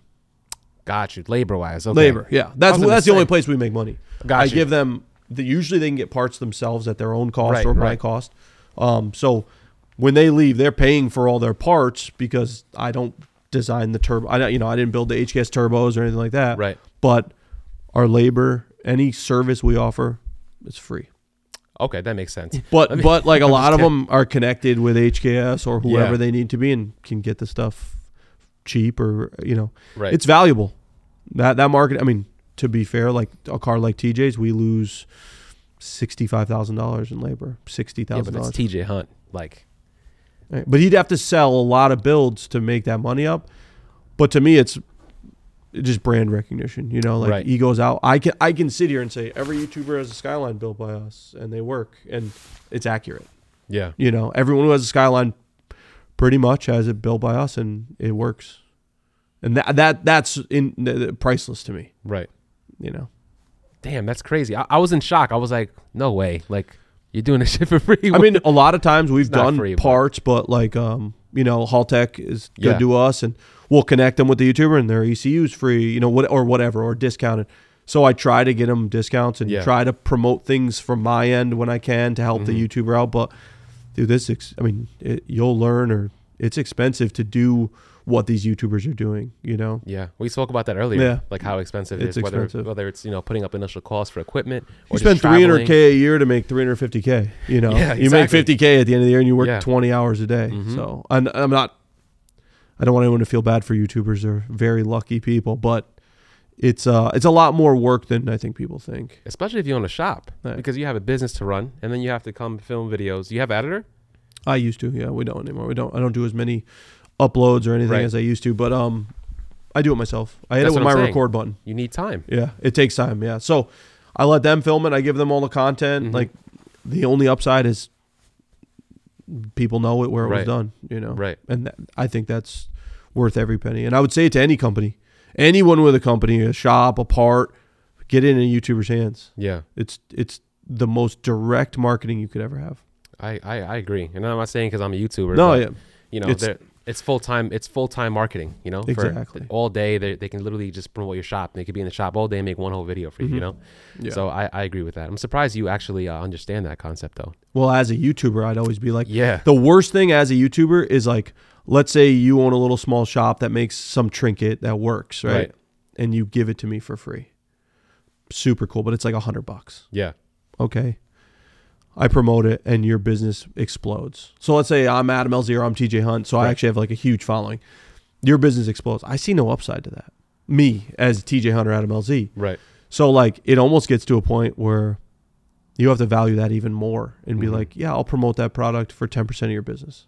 Speaker 1: Got you. Labor wise. Okay.
Speaker 2: Labor. Yeah, that's
Speaker 1: was gonna
Speaker 2: that's the only
Speaker 1: say.
Speaker 2: place we make money.
Speaker 1: Got
Speaker 2: I
Speaker 1: you.
Speaker 2: give them. The, usually they can get parts themselves at their own cost
Speaker 1: Right,
Speaker 2: or my
Speaker 1: right.
Speaker 2: cost. Um, so when they leave, they're paying for all their parts because I don't design the turbo. I don't, you know I didn't build the HKS turbos or anything like that.
Speaker 1: Right.
Speaker 2: But our labor, any service we offer, it's free.
Speaker 1: Okay, that makes sense.
Speaker 2: But
Speaker 1: Let me-
Speaker 2: but like a
Speaker 1: I'm
Speaker 2: lot
Speaker 1: just
Speaker 2: of
Speaker 1: kidding.
Speaker 2: them are connected with HKS or whoever
Speaker 1: Yeah.
Speaker 2: they need to be and can get the stuff cheap or you know
Speaker 1: Right.
Speaker 2: it's valuable. That that market. I mean, to be fair, like a car like TJ's, we lose sixty five thousand dollars in labor, sixty
Speaker 1: yeah,
Speaker 2: thousand
Speaker 1: but it's
Speaker 2: dollars.
Speaker 1: TJ Hunt. Like
Speaker 2: But he'd have to sell a lot of builds to make that money up. But to me, it's just brand recognition. You know, like
Speaker 1: Right.
Speaker 2: he goes out. I can I can sit here and say every YouTuber has a skyline built by us, and they work, and it's accurate.
Speaker 1: yeah.
Speaker 2: You know, everyone who has a skyline pretty much has it built by us, and it works. And that that that's in priceless to me.
Speaker 1: Right.
Speaker 2: You know.
Speaker 1: Damn, that's crazy. I, I was in shock. I was like, no way. Like you're doing this shit for free.
Speaker 2: I mean, a lot of times we've
Speaker 1: not
Speaker 2: done
Speaker 1: free, but-
Speaker 2: parts, but like, um, you know, Hall Tech is good
Speaker 1: Yeah.
Speaker 2: to us, and we'll connect them with the YouTuber, and their E ECU's free, you know, what or whatever, or discounted. So I try to get them discounts and
Speaker 1: Yeah.
Speaker 2: try to promote things from my end when I can to help the
Speaker 1: Mm-hmm.
Speaker 2: YouTuber out. But dude, this, ex- I mean, it, you'll learn, or it's expensive to do what these YouTubers are doing, you know.
Speaker 1: Yeah, we spoke about that earlier.
Speaker 2: Yeah.
Speaker 1: like how expensive
Speaker 2: It's
Speaker 1: it is, whether
Speaker 2: expensive.
Speaker 1: whether it's you know putting up initial costs for equipment.
Speaker 2: You
Speaker 1: or just
Speaker 2: spend three
Speaker 1: traveling.
Speaker 2: hundred k a year to make three hundred fifty k. You know,
Speaker 1: Yeah,
Speaker 2: you make
Speaker 1: exactly.
Speaker 2: fifty k at the end of the year, and you work
Speaker 1: Yeah.
Speaker 2: twenty hours a day.
Speaker 1: Mhm.
Speaker 2: So, and I'm not. I don't want anyone to feel bad for YouTubers. They're very lucky people, but it's uh it's a lot more work than I think people think.
Speaker 1: especially if you own a shop,
Speaker 2: Right.
Speaker 1: because you have a business to run, and then you have to come film videos. You have editor,
Speaker 2: I used to, yeah, we don't anymore. We don't. I don't do as many uploads or anything
Speaker 1: Right.
Speaker 2: as I used to, but um, I do it myself. I hit
Speaker 1: That's
Speaker 2: it
Speaker 1: what
Speaker 2: with my
Speaker 1: I'm saying.
Speaker 2: record button.
Speaker 1: you need time.
Speaker 2: Yeah, it takes time. Yeah, so I let them film it. I give them all the content.
Speaker 1: Mhm.
Speaker 2: Like the only upside is people know it where it
Speaker 1: Right.
Speaker 2: was done. You know,
Speaker 1: Right.
Speaker 2: And that, I think that's worth every penny. And I would say it to any company. anyone with a company, a shop, a part, get it in a YouTuber's hands.
Speaker 1: Yeah.
Speaker 2: It's it's the most direct marketing you could ever have.
Speaker 1: I, I, I agree, and I'm not saying because I'm a YouTuber.
Speaker 2: No,
Speaker 1: but,
Speaker 2: yeah.
Speaker 1: you know,
Speaker 2: It's-
Speaker 1: it's, it's full time. It's full time marketing. You know, for
Speaker 2: Exactly.
Speaker 1: all day they, they can literally just promote your shop. They could be in the shop all day and make one whole video for you. You know,
Speaker 2: Mm-hmm. Yeah.
Speaker 1: so I, I agree with that. I'm surprised you actually uh, understand that concept though.
Speaker 2: Well, as a YouTuber, I'd always be like,
Speaker 1: Yeah.
Speaker 2: The worst thing as a YouTuber is like, let's say you own a little small shop that makes some trinket that works, right?
Speaker 1: Right.
Speaker 2: And you give it to me for free. Super cool, but it's like a hundred bucks.
Speaker 1: Yeah,
Speaker 2: Okay. I promote it and your business explodes. So let's say I'm Adam Elzier, I'm TJ Hunt, so I
Speaker 1: Right.
Speaker 2: actually have like a huge following. Your business explodes. I see no upside to that. Me as TJ Hunt or Adam LZ.
Speaker 1: right.
Speaker 2: So like it almost gets to a point where you have to value that even more and be
Speaker 1: Mhm.
Speaker 2: like, yeah, I'll promote that product for 10% of your business.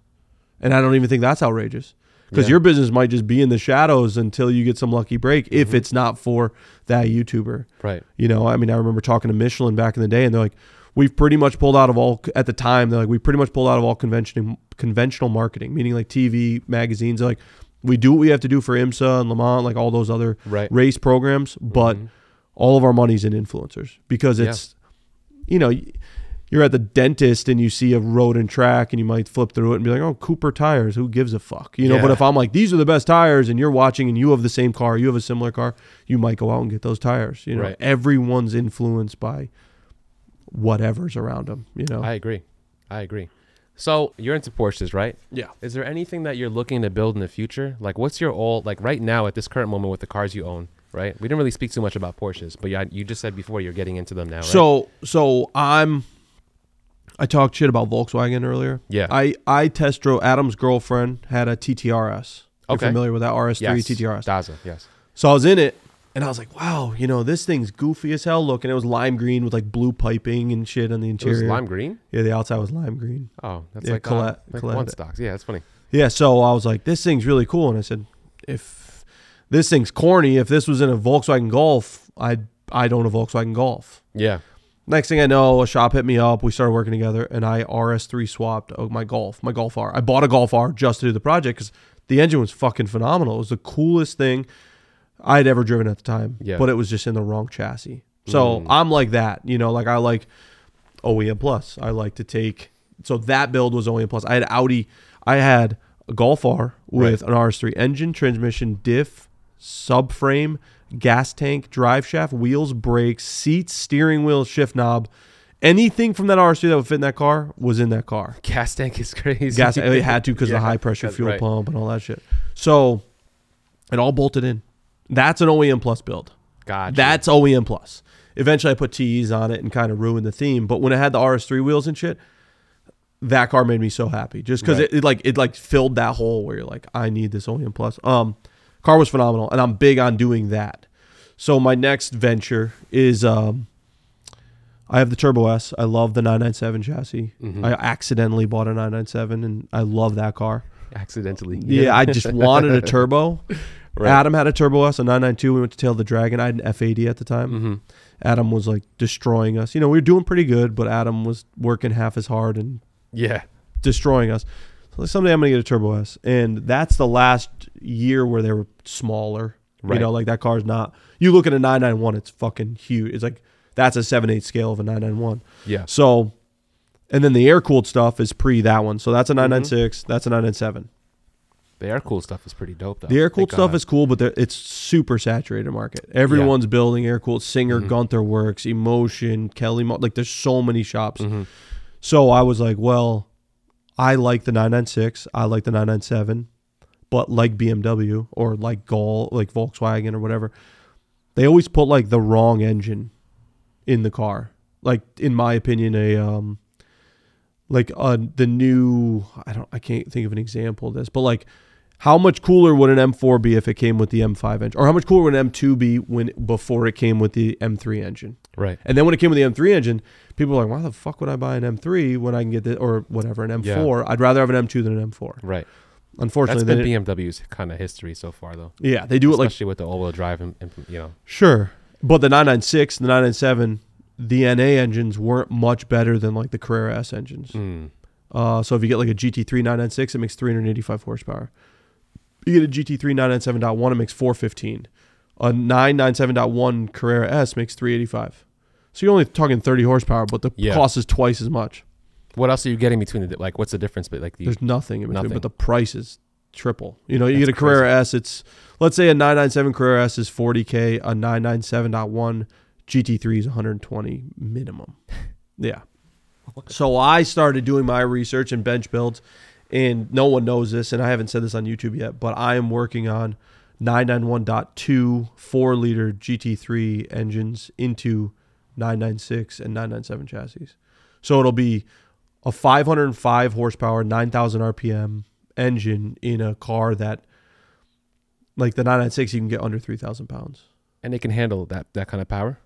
Speaker 2: And I don't even think that's outrageous because
Speaker 1: Yeah.
Speaker 2: your business might just be in the shadows until you get some lucky break if
Speaker 1: Mhm.
Speaker 2: it's not for that YouTuber.
Speaker 1: Right.
Speaker 2: You know, I mean, I remember talking to Michelin back in the day and they're like, we've pretty much pulled out of all at the time, they're like, we pretty much pulled out of all convention conventional marketing, meaning like TV, magazines, like we do what we have to do for IMSA and Le Mans, like all those other
Speaker 1: Right.
Speaker 2: race programs, but
Speaker 1: Mhm.
Speaker 2: all of our money's in influencers because
Speaker 1: Yeah.
Speaker 2: it's you know you're at the dentist and you see a road and track and you might flip through it and be like oh cooper tires who gives a fuck you know but
Speaker 1: Yeah.
Speaker 2: if i'm like these are the best tires and you're watching and you have the same car you have a similar car you might go out and get those tires you know
Speaker 1: Right.
Speaker 2: everyone's influenced by whatever's around them you know
Speaker 1: I agree. I agree. So you're into Porsches, right?
Speaker 2: yeah
Speaker 1: Is there anything that you're looking to build in the future? Like, what's your all like right now at this current moment with the cars you own? Right. We didn't really speak too much about Porsches, but yeah, you just said before you're getting into them now. Right?
Speaker 2: so so i'm i talked shit about volkswagen earlier
Speaker 1: yeah,
Speaker 2: I I test drove Adam's girlfriend had a TTRS. You're
Speaker 1: Okay.
Speaker 2: familiar with that RS3
Speaker 1: yes,
Speaker 2: TTRS.
Speaker 1: Daza, yes,
Speaker 2: So I was in it and I was like, wow, you know, this thing's goofy as hell looking. It was lime green with like blue piping and shit on the
Speaker 1: it was
Speaker 2: interior.
Speaker 1: lime green.
Speaker 2: yeah, the outside was lime green.
Speaker 1: Oh, that's
Speaker 2: Yeah,
Speaker 1: like, uh,
Speaker 2: Colette-
Speaker 1: like
Speaker 2: Colette.
Speaker 1: one stocks. Yeah, that's funny.
Speaker 2: Yeah, so I was like, this thing's really cool. And I said, if this thing's corny, if this was in a Volkswagen Golf, I'd I'd own a Volkswagen Golf.
Speaker 1: Yeah,
Speaker 2: Next thing I know, a shop hit me up. We started working together, and I RS3 swapped oh, my Golf, my Golf R. I bought a Golf R just to do the project because the engine was fucking phenomenal. It was the coolest thing I'd ever driven at the time.
Speaker 1: Yeah.
Speaker 2: But it was just in the wrong chassis. So
Speaker 1: Mm.
Speaker 2: I'm like that, you know, like I like OEM E Plus. I like to take. So that build was OEM Plus. I had Audi. I had a Golf R with an RS3 engine, transmission, diff, subframe, gas tank, drive shaft, wheels, brakes, seats, steering wheel, shift knob. Anything from that RS3 that would fit in that car was in that car.
Speaker 1: gas tank is crazy.
Speaker 2: Gas, oh, it had to because
Speaker 1: Yeah,
Speaker 2: of the high pressure
Speaker 1: that's
Speaker 2: fuel
Speaker 1: right.
Speaker 2: pump and all that shit. So it all bolted in. That's an OEM Plus build.
Speaker 1: Gotcha.
Speaker 2: That's OEM plus. Eventually, I put TEs on it and kind of ruined the theme. But when it had the RS3 wheels and shit, that car made me so happy just because
Speaker 1: Right.
Speaker 2: it, it like it like filled that hole where you're like, I need this OEM plus. Um, car was phenomenal, and I'm big on doing that. So my next venture is um, I have the Turbo S. I love the 997 chassis.
Speaker 1: Mhm.
Speaker 2: I accidentally bought a 997, and I love that car.
Speaker 1: accidentally.
Speaker 2: Yeah, I just wanted a turbo.
Speaker 1: Right.
Speaker 2: Adam had a turbo S, a 992. We went to Tail the Dragon. I had an F80 at the time.
Speaker 1: mm-hmm.
Speaker 2: Adam was like destroying us. You know, we were doing pretty good, but Adam was working half as hard and
Speaker 1: Yeah.
Speaker 2: destroying us. So someday I'm gonna get a turbo S, and that's the last year where they were smaller.
Speaker 1: Right.
Speaker 2: You know, like that car's not. You look at a 991, it's fucking huge. It's like that's a 7/8 scale of a 991.
Speaker 1: Yeah.
Speaker 2: So, and then the air cooled stuff is pre that one. So
Speaker 1: Mm-hmm.
Speaker 2: that's a 996. That's a 997.
Speaker 1: The air cool stuff is pretty dope though.
Speaker 2: The air cooled
Speaker 1: Thank
Speaker 2: stuff
Speaker 1: God.
Speaker 2: is cool, but they're- it's super saturated market. Everyone's building air cooled. Singer, Gunther Works, Emotion, Kelly, Mo- like there's so many shops.
Speaker 1: Mhm.
Speaker 2: So I was like, well, I like the 996, I like the 997, but like BMW or like Gall, like Volkswagen or whatever, they always put like the wrong engine in the car. Like in my opinion, a um, like uh the new I don't I can't think of an example of this, but like how much cooler would an M4 be if it came with the M5 engine, or how much cooler would an M2 be when before it came with the M3 engine?
Speaker 1: right.
Speaker 2: And then when it came with the M3 engine, people were like, "Why the fuck would I buy an M3 when I can get this or whatever an M4? I'd rather have an M2 than an M4."
Speaker 1: Right. That's
Speaker 2: Unfortunately, they
Speaker 1: been
Speaker 2: didn't-
Speaker 1: BMW's kind of history so far though.
Speaker 2: yeah, they do it like
Speaker 1: Especially with the all-wheel drive, and, and, you know.
Speaker 2: sure, but the 996 and the 997, the NA engines weren't much better than like the Carrera S engines.
Speaker 1: Mm.
Speaker 2: Uh, so if you get like a GT3 996, it makes 385 horsepower. You get a GT3 997.1, it makes 415. a 997.1 Carrera S makes 385. So you're only talking 30 horsepower, but the
Speaker 1: Yeah.
Speaker 2: cost is twice as much.
Speaker 1: What else are you getting between the di- like? What's the difference? But like the
Speaker 2: There's nothing in between,
Speaker 1: Nothing.
Speaker 2: but the price is triple. You know, you
Speaker 1: That's
Speaker 2: get a Carrera S, it's let's say a 997 Carrera S is 40k, a 997.1 GT3 is 120 minimum. Yeah. So I started doing my research and bench builds, and no one knows this, and I haven't said this on YouTube yet, but I am working on 991.2 4 liter GT3 engines into 996 and 997 chassis. So it'll be a 505 horsepower, 9,000 RPM engine in a car that, like the 996, you can get under 3,000 pounds.
Speaker 1: and it can handle that that kind of power.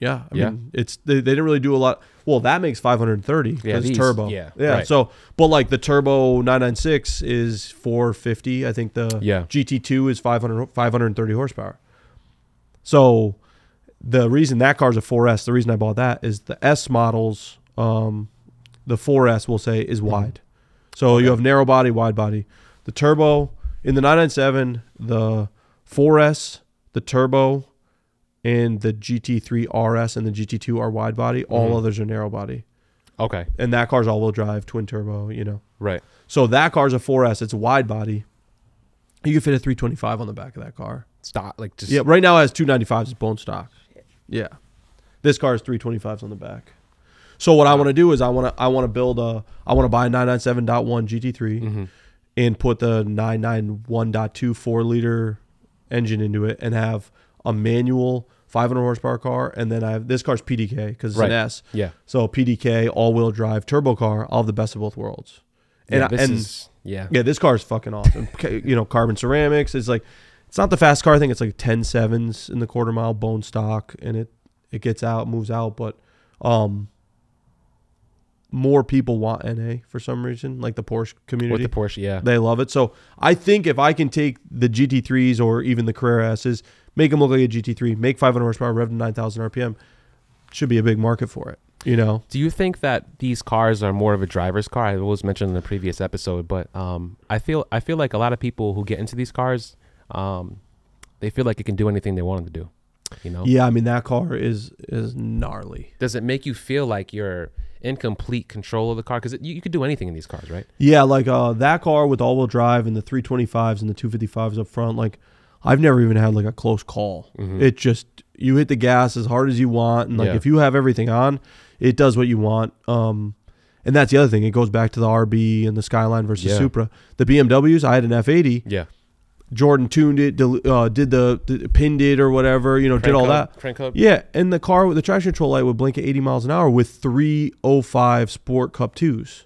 Speaker 2: Yeah, I
Speaker 1: Yeah.
Speaker 2: mean, it's they, they didn't really do a lot. Well, that makes 530 because
Speaker 1: Yeah, these-
Speaker 2: turbo.
Speaker 1: yeah,
Speaker 2: yeah.
Speaker 1: right.
Speaker 2: So, but like the turbo 996 is 450. I think the
Speaker 1: Yeah.
Speaker 2: GT2 is 500 530 horsepower. So, the reason that car's a 4S, the reason I bought that is the S models, um, the 4S we'll say is wide. So you have narrow body, wide body. The turbo in the 997, the 4S, the turbo, and the GT3 RS and the GT2 are wide body. All
Speaker 1: Mhm.
Speaker 2: others are narrow body.
Speaker 1: Okay,
Speaker 2: And that car's all wheel drive, twin turbo, you know.
Speaker 1: right.
Speaker 2: So that car's a 4S, it's wide body. You can fit a 325 on the back of that car.
Speaker 1: Stop. Like just
Speaker 2: Yeah, right now it has 295s, it's bone stock. Yeah. This car is 325s on the back. So what I want to do is I want to I want to build a I want to buy a 997.1 GT3
Speaker 1: Mhm.
Speaker 2: and put the 991.2 four liter engine into it and have a manual 500 horsepower car. And then I have this car's PDK because it's
Speaker 1: Right.
Speaker 2: an S.
Speaker 1: Yeah.
Speaker 2: So PDK, all wheel drive, turbo car, all the best of both worlds. And,
Speaker 1: yeah,
Speaker 2: yeah,
Speaker 1: this
Speaker 2: and
Speaker 1: is yeah.
Speaker 2: yeah, this car is fucking awesome. Ca- you know, carbon ceramics. It's like, it's not the fast car. I think it's like 10 sevens in the quarter mile bone stock and it, it gets out, moves out. But, um, more people want NA for some reason, like the Porsche
Speaker 1: with
Speaker 2: community.
Speaker 1: the Porsche. Yeah,
Speaker 2: They love it. So I think if I can take the GT3s or even the Carrera S's, make them look like a GT3, make 500 horsepower, rev to 9,000 RPM, should be a big market for it. You know,
Speaker 1: Do you think that these cars are more of a driver's car? I was mentioned in the previous episode, but um, I feel I feel like a lot of people who get into these cars, um, they feel like it can do anything they want them to do. You know,
Speaker 2: yeah. I mean, that car is is gnarly.
Speaker 1: does it make you feel like you're in complete control of the car? Because you, you could do anything in these cars, right?
Speaker 2: Yeah, like uh, that car with all wheel drive and the 325s and the 255s up front. Like, I've never even had like a close call. It just you hit the gas as hard as you want, and like
Speaker 1: Mm-hmm. Yeah.
Speaker 2: if you have everything on, it does what you want. Um, and that's the other thing. It goes back to the RB and the Skyline versus
Speaker 1: Yeah.
Speaker 2: Supra. The BMWs, I had an F80.
Speaker 1: Yeah,
Speaker 2: Jordan tuned it, del- uh, did the, the pinned it or whatever, you know, did all that.
Speaker 1: crank up.
Speaker 2: Yeah, and the car with the traction control light would blink at 80 miles an hour with 305 Sport Cup 2s.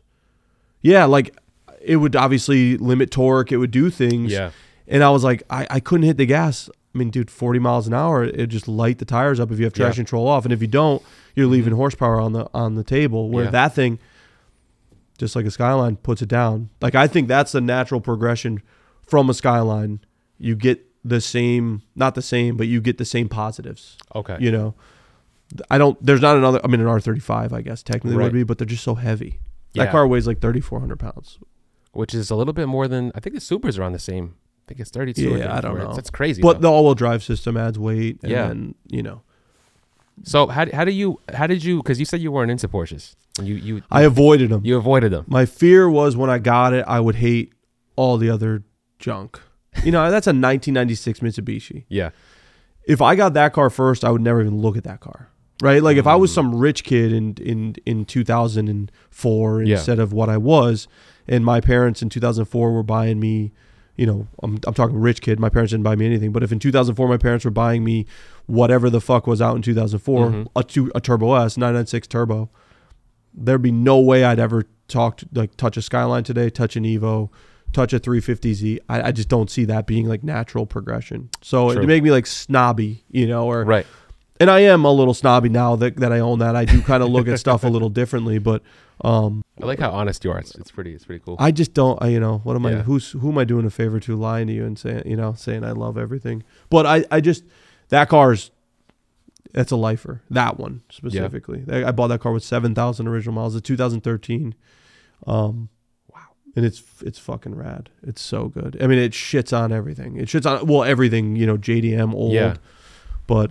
Speaker 2: Yeah, like it would obviously limit torque, it would do things.
Speaker 1: Yeah.
Speaker 2: And I was like, I, I couldn't hit the gas. I mean, dude, 40 miles an hour, it just light the tires up if you have traction
Speaker 1: Yeah. Mm-hmm.
Speaker 2: control off. And if you don't, you're leaving horsepower on the on the table where
Speaker 1: Yeah.
Speaker 2: that thing just like a skyline puts it down. Like I think that's the natural progression from a skyline. You get the same, not the same, but you get the same positives.
Speaker 1: Okay.
Speaker 2: You know, I don't. There's not another. I mean, an R35, I guess technically
Speaker 1: Right.
Speaker 2: would be, but they're just so heavy.
Speaker 1: Yeah.
Speaker 2: That car weighs like 3,400 pounds.
Speaker 1: Which is a little bit more than I think the Supras are on the same. I think it's 32. or
Speaker 2: Yeah, I don't
Speaker 1: 34.
Speaker 2: know.
Speaker 1: That's crazy.
Speaker 2: But
Speaker 1: though.
Speaker 2: the all-wheel drive system adds weight. And
Speaker 1: Yeah.
Speaker 2: Then, you know,
Speaker 1: so how, how do you how did you because you said you weren't into Porsches and you you
Speaker 2: I avoided them.
Speaker 1: you avoided them.
Speaker 2: My fear was when I got it, I would hate all the other junk. You know, that's a 1996 Mitsubishi.
Speaker 1: Yeah.
Speaker 2: if I got that car first, I would never even look at that car. Right? Like if I
Speaker 1: Mm.
Speaker 2: was some rich kid in in in 2004
Speaker 1: Yeah.
Speaker 2: instead of what I was and my parents in 2004 were buying me, you know, I'm I'm talking rich kid, my parents didn't buy me anything, but if in 2004 my parents were buying me whatever the fuck was out in 2004,
Speaker 1: Mm-hmm.
Speaker 2: a two, a Turbo S, 996 Turbo, there'd be no way I'd ever talk to, like touch a Skyline today, touch an Evo, touch a 350Z. I, I just don't see that being like natural progression. So
Speaker 1: True.
Speaker 2: it'd make me like snobby, you know, or
Speaker 1: Right.
Speaker 2: and I am a little snobby now that, that I own that. I do kind of look at stuff a little differently, but um,
Speaker 1: I like how honest you are. It's, it's pretty. It's pretty cool.
Speaker 2: I just don't. I, you know, what am I?
Speaker 1: Yeah.
Speaker 2: Who's who am I doing a favor to, lying to you and saying, you know, saying I love everything? But I, I just that car's that's a lifer. That one specifically. I I bought that car with seven thousand original miles. It's 2013. Um,
Speaker 1: Wow.
Speaker 2: and it's it's fucking rad. It's so good. I mean, it shits on everything. It shits on well everything. You know, JDM old,
Speaker 1: Yeah.
Speaker 2: but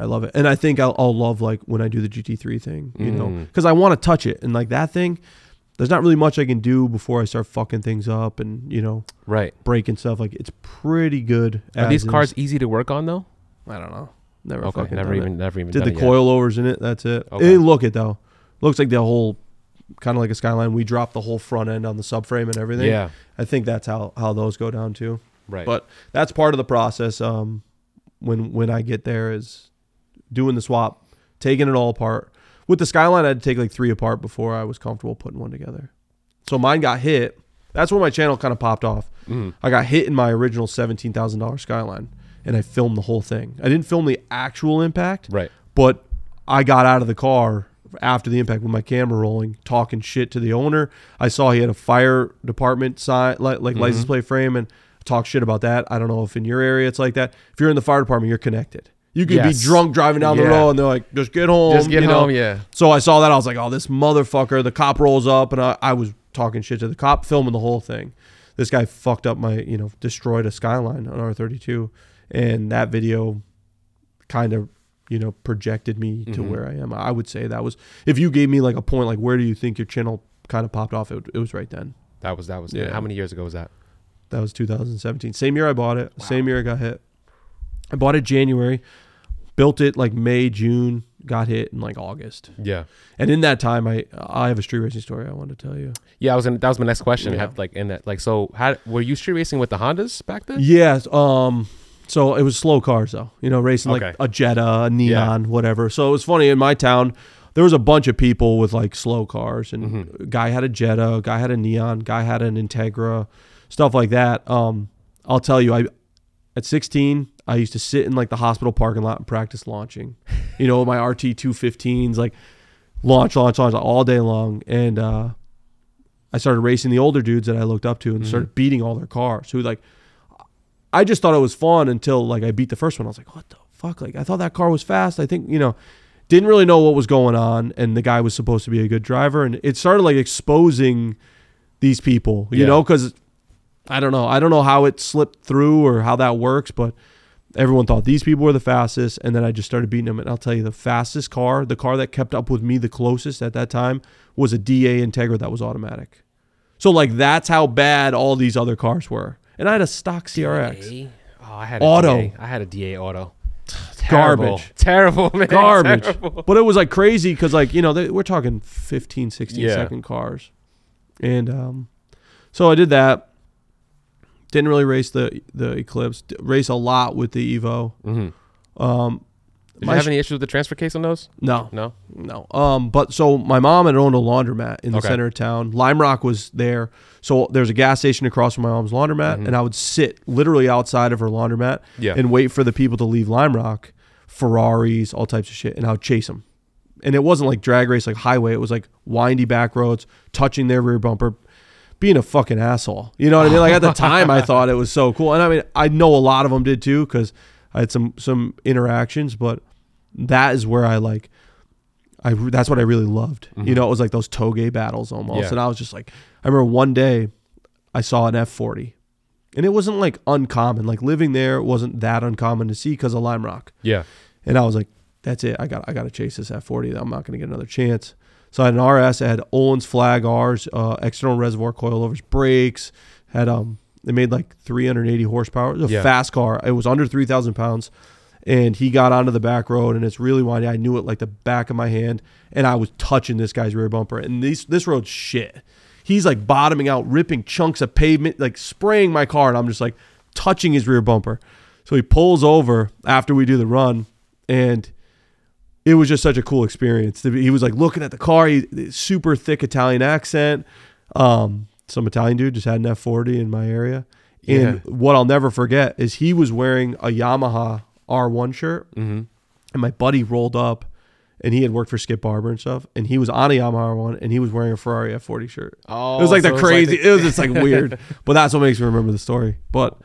Speaker 2: I love it, and I think I'll, I'll love like when I do the GT3 thing. You know, 'cause know,
Speaker 1: Mm.
Speaker 2: because I want to touch it, and like that thing, there's not really much I can do before I start fucking things up and you know
Speaker 1: Right.
Speaker 2: breaking stuff. Like it's pretty good.
Speaker 1: Are
Speaker 2: as
Speaker 1: these
Speaker 2: is.
Speaker 1: cars easy to work on though?
Speaker 2: I don't know. Never
Speaker 1: okay.
Speaker 2: fucking
Speaker 1: Never
Speaker 2: done it.
Speaker 1: even. Never even.
Speaker 2: Did
Speaker 1: done
Speaker 2: the
Speaker 1: it yet.
Speaker 2: coilovers in it? That's it.
Speaker 1: Okay.
Speaker 2: It look it though. Looks like the whole kind of like a skyline. We dropped the whole front end on the subframe and everything.
Speaker 1: Yeah.
Speaker 2: I think that's how how those go down too.
Speaker 1: Right.
Speaker 2: But that's part of the process. Um, when when I get there is doing the swap, taking it all apart. With the skyline, I had to take like three apart before I was comfortable putting one together. So mine got hit. That's where my channel kind of popped off.
Speaker 1: Mhm.
Speaker 2: I got hit in my original seventeen thousand dollars skyline, and I filmed the whole thing. I didn't film the actual impact,
Speaker 1: Right.
Speaker 2: but I got out of the car after the impact with my camera rolling, talking shit to the owner. I saw he had a fire department sign, like,
Speaker 1: Mm-hmm.
Speaker 2: like license plate frame, and talk shit about that. I don't know if in your area it's like that. If you're in the fire department, you're connected. You could
Speaker 1: Yes.
Speaker 2: be drunk driving down
Speaker 1: Yeah.
Speaker 2: the road, and they're like, "Just get home."
Speaker 1: Just get
Speaker 2: you know?
Speaker 1: home. Yeah.
Speaker 2: So I saw that. I was like, oh, this motherfucker. The cop rolls up, and I, I was talking shit to the cop, filming the whole thing. This guy fucked up my, you know, destroyed a skyline on R32. And that video kind of, you know, projected me to
Speaker 1: Mhm.
Speaker 2: where I am. I would say that was, if you gave me like a point, like, where do you think your channel kind of popped off? It, it was right then.
Speaker 1: That was that was.
Speaker 2: Yeah.
Speaker 1: How many years ago was that?
Speaker 2: That was 2017. Same year I bought it. Same year I got hit. I bought it January, built it like May, June, got hit in like August.
Speaker 1: Yeah.
Speaker 2: And in that time, I I have a street racing story I want to tell you.
Speaker 1: Yeah. I was. Gonna, that was my next question.
Speaker 2: Yeah.
Speaker 1: Have, like in that. Like so. How were you street racing with the Hondas back then?
Speaker 2: Yes. Um. So it was slow cars though. You know, racing
Speaker 1: Okay.
Speaker 2: like a Jetta, a Neon, whatever. So it was funny in my town. There was a bunch of people with like slow cars, and a guy had a Jetta, a guy had a Neon, guy had an Integra, stuff like that. Um, I'll tell you, I at 16, I used to sit in like the hospital parking lot and practice launching. You know, my RT 215s, like launch, launch, launch all day long. And uh, I started racing the older dudes that I looked up to and started beating all their cars. Who like, I just thought it was fun until like I beat the first one. I was like, what the fuck? Like I thought that car was fast. I think you know, didn't really know what was going on. And the guy was supposed to be a good driver, and it started like exposing these people. You
Speaker 1: Yeah.
Speaker 2: know, because I don't know. I don't know how it slipped through or how that works, but everyone thought these people were the fastest. And then I just started beating them. And I'll tell you, the fastest car, the car that kept up with me the closest at that time, was a DA Integra that was automatic. So, like, that's how bad all these other cars were. And I had a stock CRX.
Speaker 1: DA? Oh, I had a
Speaker 2: Auto.
Speaker 1: DA. I had a DA auto.
Speaker 2: Garbage.
Speaker 1: Terrible, man.
Speaker 2: Garbage.
Speaker 1: Terrible.
Speaker 2: But it was like crazy because, like, you know, they, we're talking 15, 16
Speaker 1: Yeah.
Speaker 2: second cars. And um, so I did that. Didn't really race the, the Eclipse, D- race a lot with the Evo.
Speaker 1: Mhm.
Speaker 2: Um,
Speaker 1: Did
Speaker 2: my
Speaker 1: you have
Speaker 2: sh-
Speaker 1: any issues with the transfer case on those?
Speaker 2: no,
Speaker 1: No.
Speaker 2: no. Um, but so my mom had owned a laundromat in the
Speaker 1: Okay.
Speaker 2: center of town. Lime Rock was there, so there's a gas station across from my mom's laundromat,
Speaker 1: Mhm.
Speaker 2: and I would sit literally outside of her laundromat
Speaker 1: Yeah.
Speaker 2: and wait for the people to leave Lime Rock, Ferraris, all types of shit, and I would chase them. And it wasn't like drag race, like highway. It was like windy back roads, touching their rear bumper, being a fucking asshole. You know what I mean? Like at the time, I thought it was so cool, and I mean, I know a lot of them did too because I had some some interactions, but that is where I like. I re- that's what I really loved. You know, it was like those toge battles almost,
Speaker 1: Yeah.
Speaker 2: and I was just like, I remember one day I saw an F forty, and it wasn't like uncommon. Like living there, it wasn't that uncommon to see because of Lime Rock.
Speaker 1: Yeah.
Speaker 2: And I was like, that's it. I got I got to chase this F forty. I'm not going to get another chance. So I had an RS. I had Olin's flag R's, uh, external reservoir coilovers, brakes. Had um, they made like 380 horsepower. It was a
Speaker 1: Yeah.
Speaker 2: fast car. It was under 3,000 pounds. And he got onto the back road, and it's really windy. I knew it like the back of my hand, and I was touching this guy's rear bumper. And these this road's shit. He's like bottoming out, ripping chunks of pavement, like spraying my car, and I'm just like touching his rear bumper. So he pulls over after we do the run, and it was just such a cool experience. To be- He was like looking at the car, he, super thick Italian accent. Um, some Italian dude just had an F40 in my area. And what I'll never forget is he was wearing a Yamaha R1 shirt. Mm-hmm. And my buddy rolled up and he had worked for Skip Barber and stuff. And he was on a Yamaha R1 and he was wearing a Ferrari F40 shirt.
Speaker 1: Oh,
Speaker 2: it was like
Speaker 1: so
Speaker 2: the
Speaker 1: it was like
Speaker 2: crazy,
Speaker 1: the-
Speaker 2: it was just like weird. But that's what makes me remember the story. But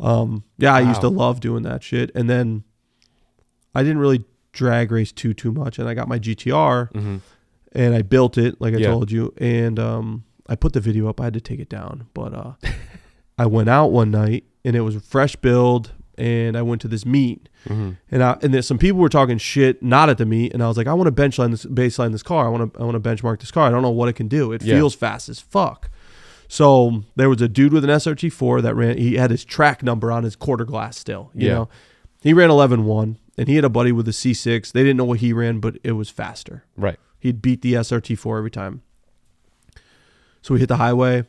Speaker 2: um, yeah, I used to
Speaker 1: Wow.
Speaker 2: love doing that shit. And then I didn't really drag race too too much, and I got my GTR
Speaker 1: Mm-hmm.
Speaker 2: and I built it like I
Speaker 1: Yeah.
Speaker 2: told you, and um, I put the video up. I had to take it down, but uh, I went out one night and it was a fresh build, and I went to this meet, and I and then some people were talking shit not at the meet, and I was like, I want to bench line this baseline this car. I want to I want to benchmark this car. I don't know what it can do. It
Speaker 1: Yeah.
Speaker 2: feels fast as fuck. So there was a dude with an SRT4 that ran. He had his track number on his quarter glass still. You
Speaker 1: Yeah.
Speaker 2: know, he ran 11.1, and he had a buddy with a C6. They didn't know what he ran, but it was faster.
Speaker 1: Right.
Speaker 2: He'd beat the SRT4 every time. So we hit the highway,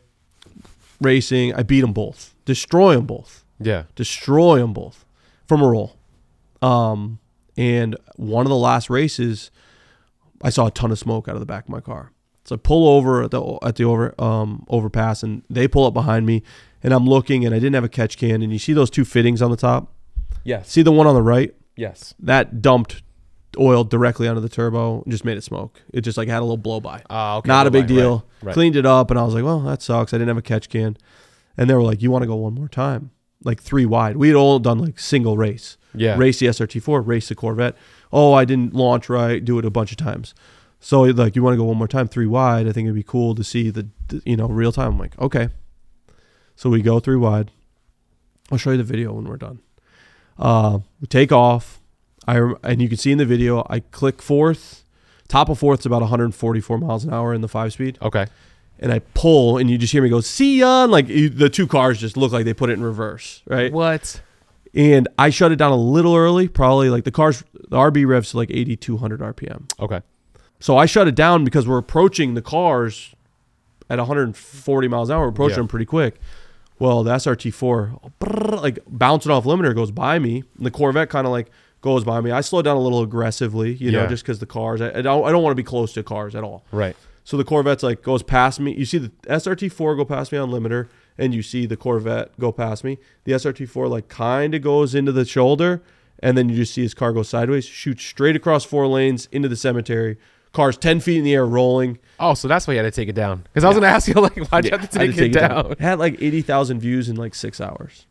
Speaker 2: racing. I beat them both, destroy them both,
Speaker 1: Yeah.
Speaker 2: destroy them both from a roll. Um, and one of the last races, I saw a ton of smoke out of the back of my car. So I pull over at the at the over um, overpass, and they pull up behind me, and I'm looking, and I didn't have a catch can, and you see those two fittings on the top.
Speaker 1: Yes.
Speaker 2: See the one on the right?
Speaker 1: Yes.
Speaker 2: that dumped oil directly onto the turbo and just made it smoke. It just like had a little blow by.
Speaker 1: Ah, okay.
Speaker 2: Not a
Speaker 1: Right,
Speaker 2: big deal.
Speaker 1: Right. right.
Speaker 2: Cleaned it up and I was like, well, that sucks. I didn't have a catch can. And they were like, you want to go one more time? Like three wide. We had all done like single race.
Speaker 1: Yeah.
Speaker 2: Race the SRT4, race the Corvette. Oh, I didn't launch right. Do it a bunch of times. So like, you want to go one more time, three wide. I think it'd be cool to see the, the- you know, real time. I'm like, okay. So we go three wide. I'll show you the video when we're done. Uh, we take off. I and you can see in the video, I click fourth. Top of fourth's about 144 miles an hour in the five speed
Speaker 1: Okay.
Speaker 2: and I pull, and you just hear me go, "See ya!" And like you, the two cars just look like they put it in reverse, right?
Speaker 1: What?
Speaker 2: And I shut it down a little early, probably like the cars, the RB revs to like 8,200 RPM.
Speaker 1: Okay.
Speaker 2: So I shut it down because we're approaching the cars at 140 miles an hour, we're approaching
Speaker 1: Yeah.
Speaker 2: them pretty quick. Well, the SRT4, brrr, like bouncing off limiter, goes by me. And the Corvette kind of like goes by me. I slow down a little aggressively, you know,
Speaker 1: Yeah.
Speaker 2: just because the cars. I, I don't, I don't want to be close to cars at all.
Speaker 1: Right.
Speaker 2: So the Corvette's like goes past me. You see the SRT4 go past me on limiter, and you see the Corvette go past me. The SRT4 like kind of goes into the shoulder, and then you just see his car go sideways, shoots straight across four lanes into the cemetery. Car's ten feet in the air, rolling.
Speaker 1: Oh, so that's why you had to take it down. Because I was gonna ask you like, why'd you have to
Speaker 2: I
Speaker 1: take,
Speaker 2: had to
Speaker 1: it, down?
Speaker 2: Had like eighty thousand views in like six hours.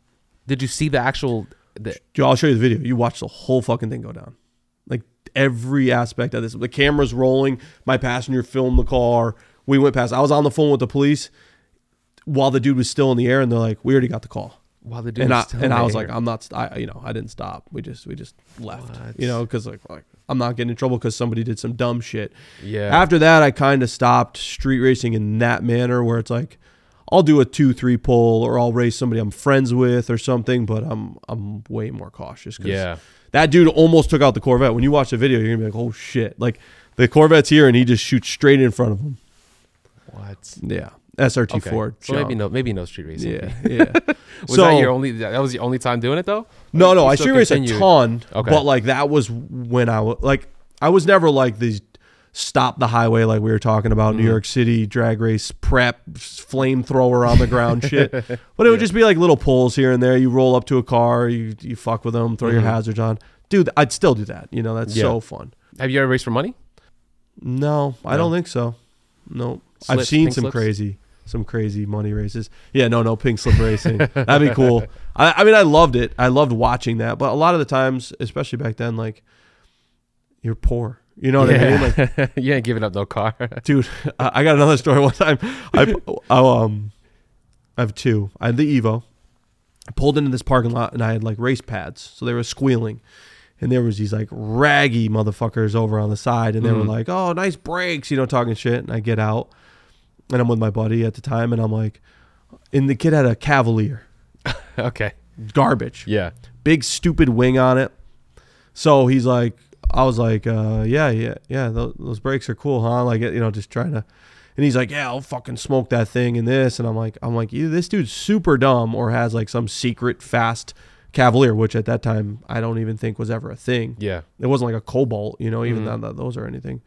Speaker 1: Did you see the actual? The,
Speaker 2: Dude, I'll show you the video. You watch the whole fucking thing go down. Like every aspect of this. The camera's rolling. My passenger filmed the car. We went past. I was on the phone with the police while the dude was still in the air, and they're like, "We already got the call."
Speaker 1: while the dude
Speaker 2: And I
Speaker 1: was still
Speaker 2: and I was
Speaker 1: there.
Speaker 2: like, "I'm not. st- I you know I didn't stop. We just we just left.
Speaker 1: What?
Speaker 2: You know because like, like I'm not getting in trouble because somebody did some dumb shit.
Speaker 1: yeah,
Speaker 2: After that, I kind of stopped street racing in that manner where it's like, I'll do a two, three pull or I'll race somebody I'm friends with or something, but I'm I'm way more cautious.
Speaker 1: Yeah.
Speaker 2: That dude almost took out the Corvette. When you watch the video, you're gonna be like, oh shit. Like the Corvette's here and he just shoots straight in front of him.
Speaker 1: what?
Speaker 2: Yeah. SRT4.
Speaker 1: Okay. So
Speaker 2: jump.
Speaker 1: maybe no, maybe no street racing.
Speaker 2: Yeah. Yeah.
Speaker 1: Was that your only? That was your only time doing it though.
Speaker 2: No, no,
Speaker 1: You
Speaker 2: I
Speaker 1: still
Speaker 2: street raced a
Speaker 1: continued.
Speaker 2: ton,
Speaker 1: Okay.
Speaker 2: but like that was when I was like, I was never like these stop the highway like we were talking about
Speaker 1: Mm-hmm.
Speaker 2: New York City drag race prep flamethrower on the ground shit. But it would just be like little pulls here and there. You roll up to a car, you you fuck with them, throw your hazards on, dude. I'd still do that. You know, that's
Speaker 1: Mm-hmm. Yeah.
Speaker 2: so fun.
Speaker 1: Have you ever raced for money?
Speaker 2: No, I
Speaker 1: No?
Speaker 2: don't think so. No, I've
Speaker 1: Slips,
Speaker 2: seen
Speaker 1: pink
Speaker 2: some
Speaker 1: slips?
Speaker 2: crazy, some crazy money races. Yeah, no, no, pink slip racing. That'd be cool. I, I mean, I loved it. I loved watching that. But a lot of the times, especially back then, like you're poor. You know what I mean? Like,
Speaker 1: you ain't giving up no car.
Speaker 2: dude, I, I got another story. One time, I, I um, I have two. I had the Evo. I pulled into this parking lot and I had like race pads, so they were squealing, and there was these like raggy motherfuckers over on the side, and they were
Speaker 1: Mhm.
Speaker 2: like, "Oh, nice brakes," you know, talking shit. And I get out, and I'm with my buddy at the time, and I'm like, and the kid had a Cavalier,
Speaker 1: okay.
Speaker 2: garbage,
Speaker 1: Yeah.
Speaker 2: big stupid wing on it. So he's like, I was like, uh, yeah, yeah, yeah, those, those brakes are cool, huh? Like, you know, just trying to. And he's like, yeah, I'll fucking smoke that thing and this. And I'm like, I'm like, either this dude's super dumb or has like some secret fast Cavalier, which at that time I don't even think was ever a thing
Speaker 1: Yeah.
Speaker 2: it wasn't like a cobalt, you know, even
Speaker 1: Mhm.
Speaker 2: though that those are anything.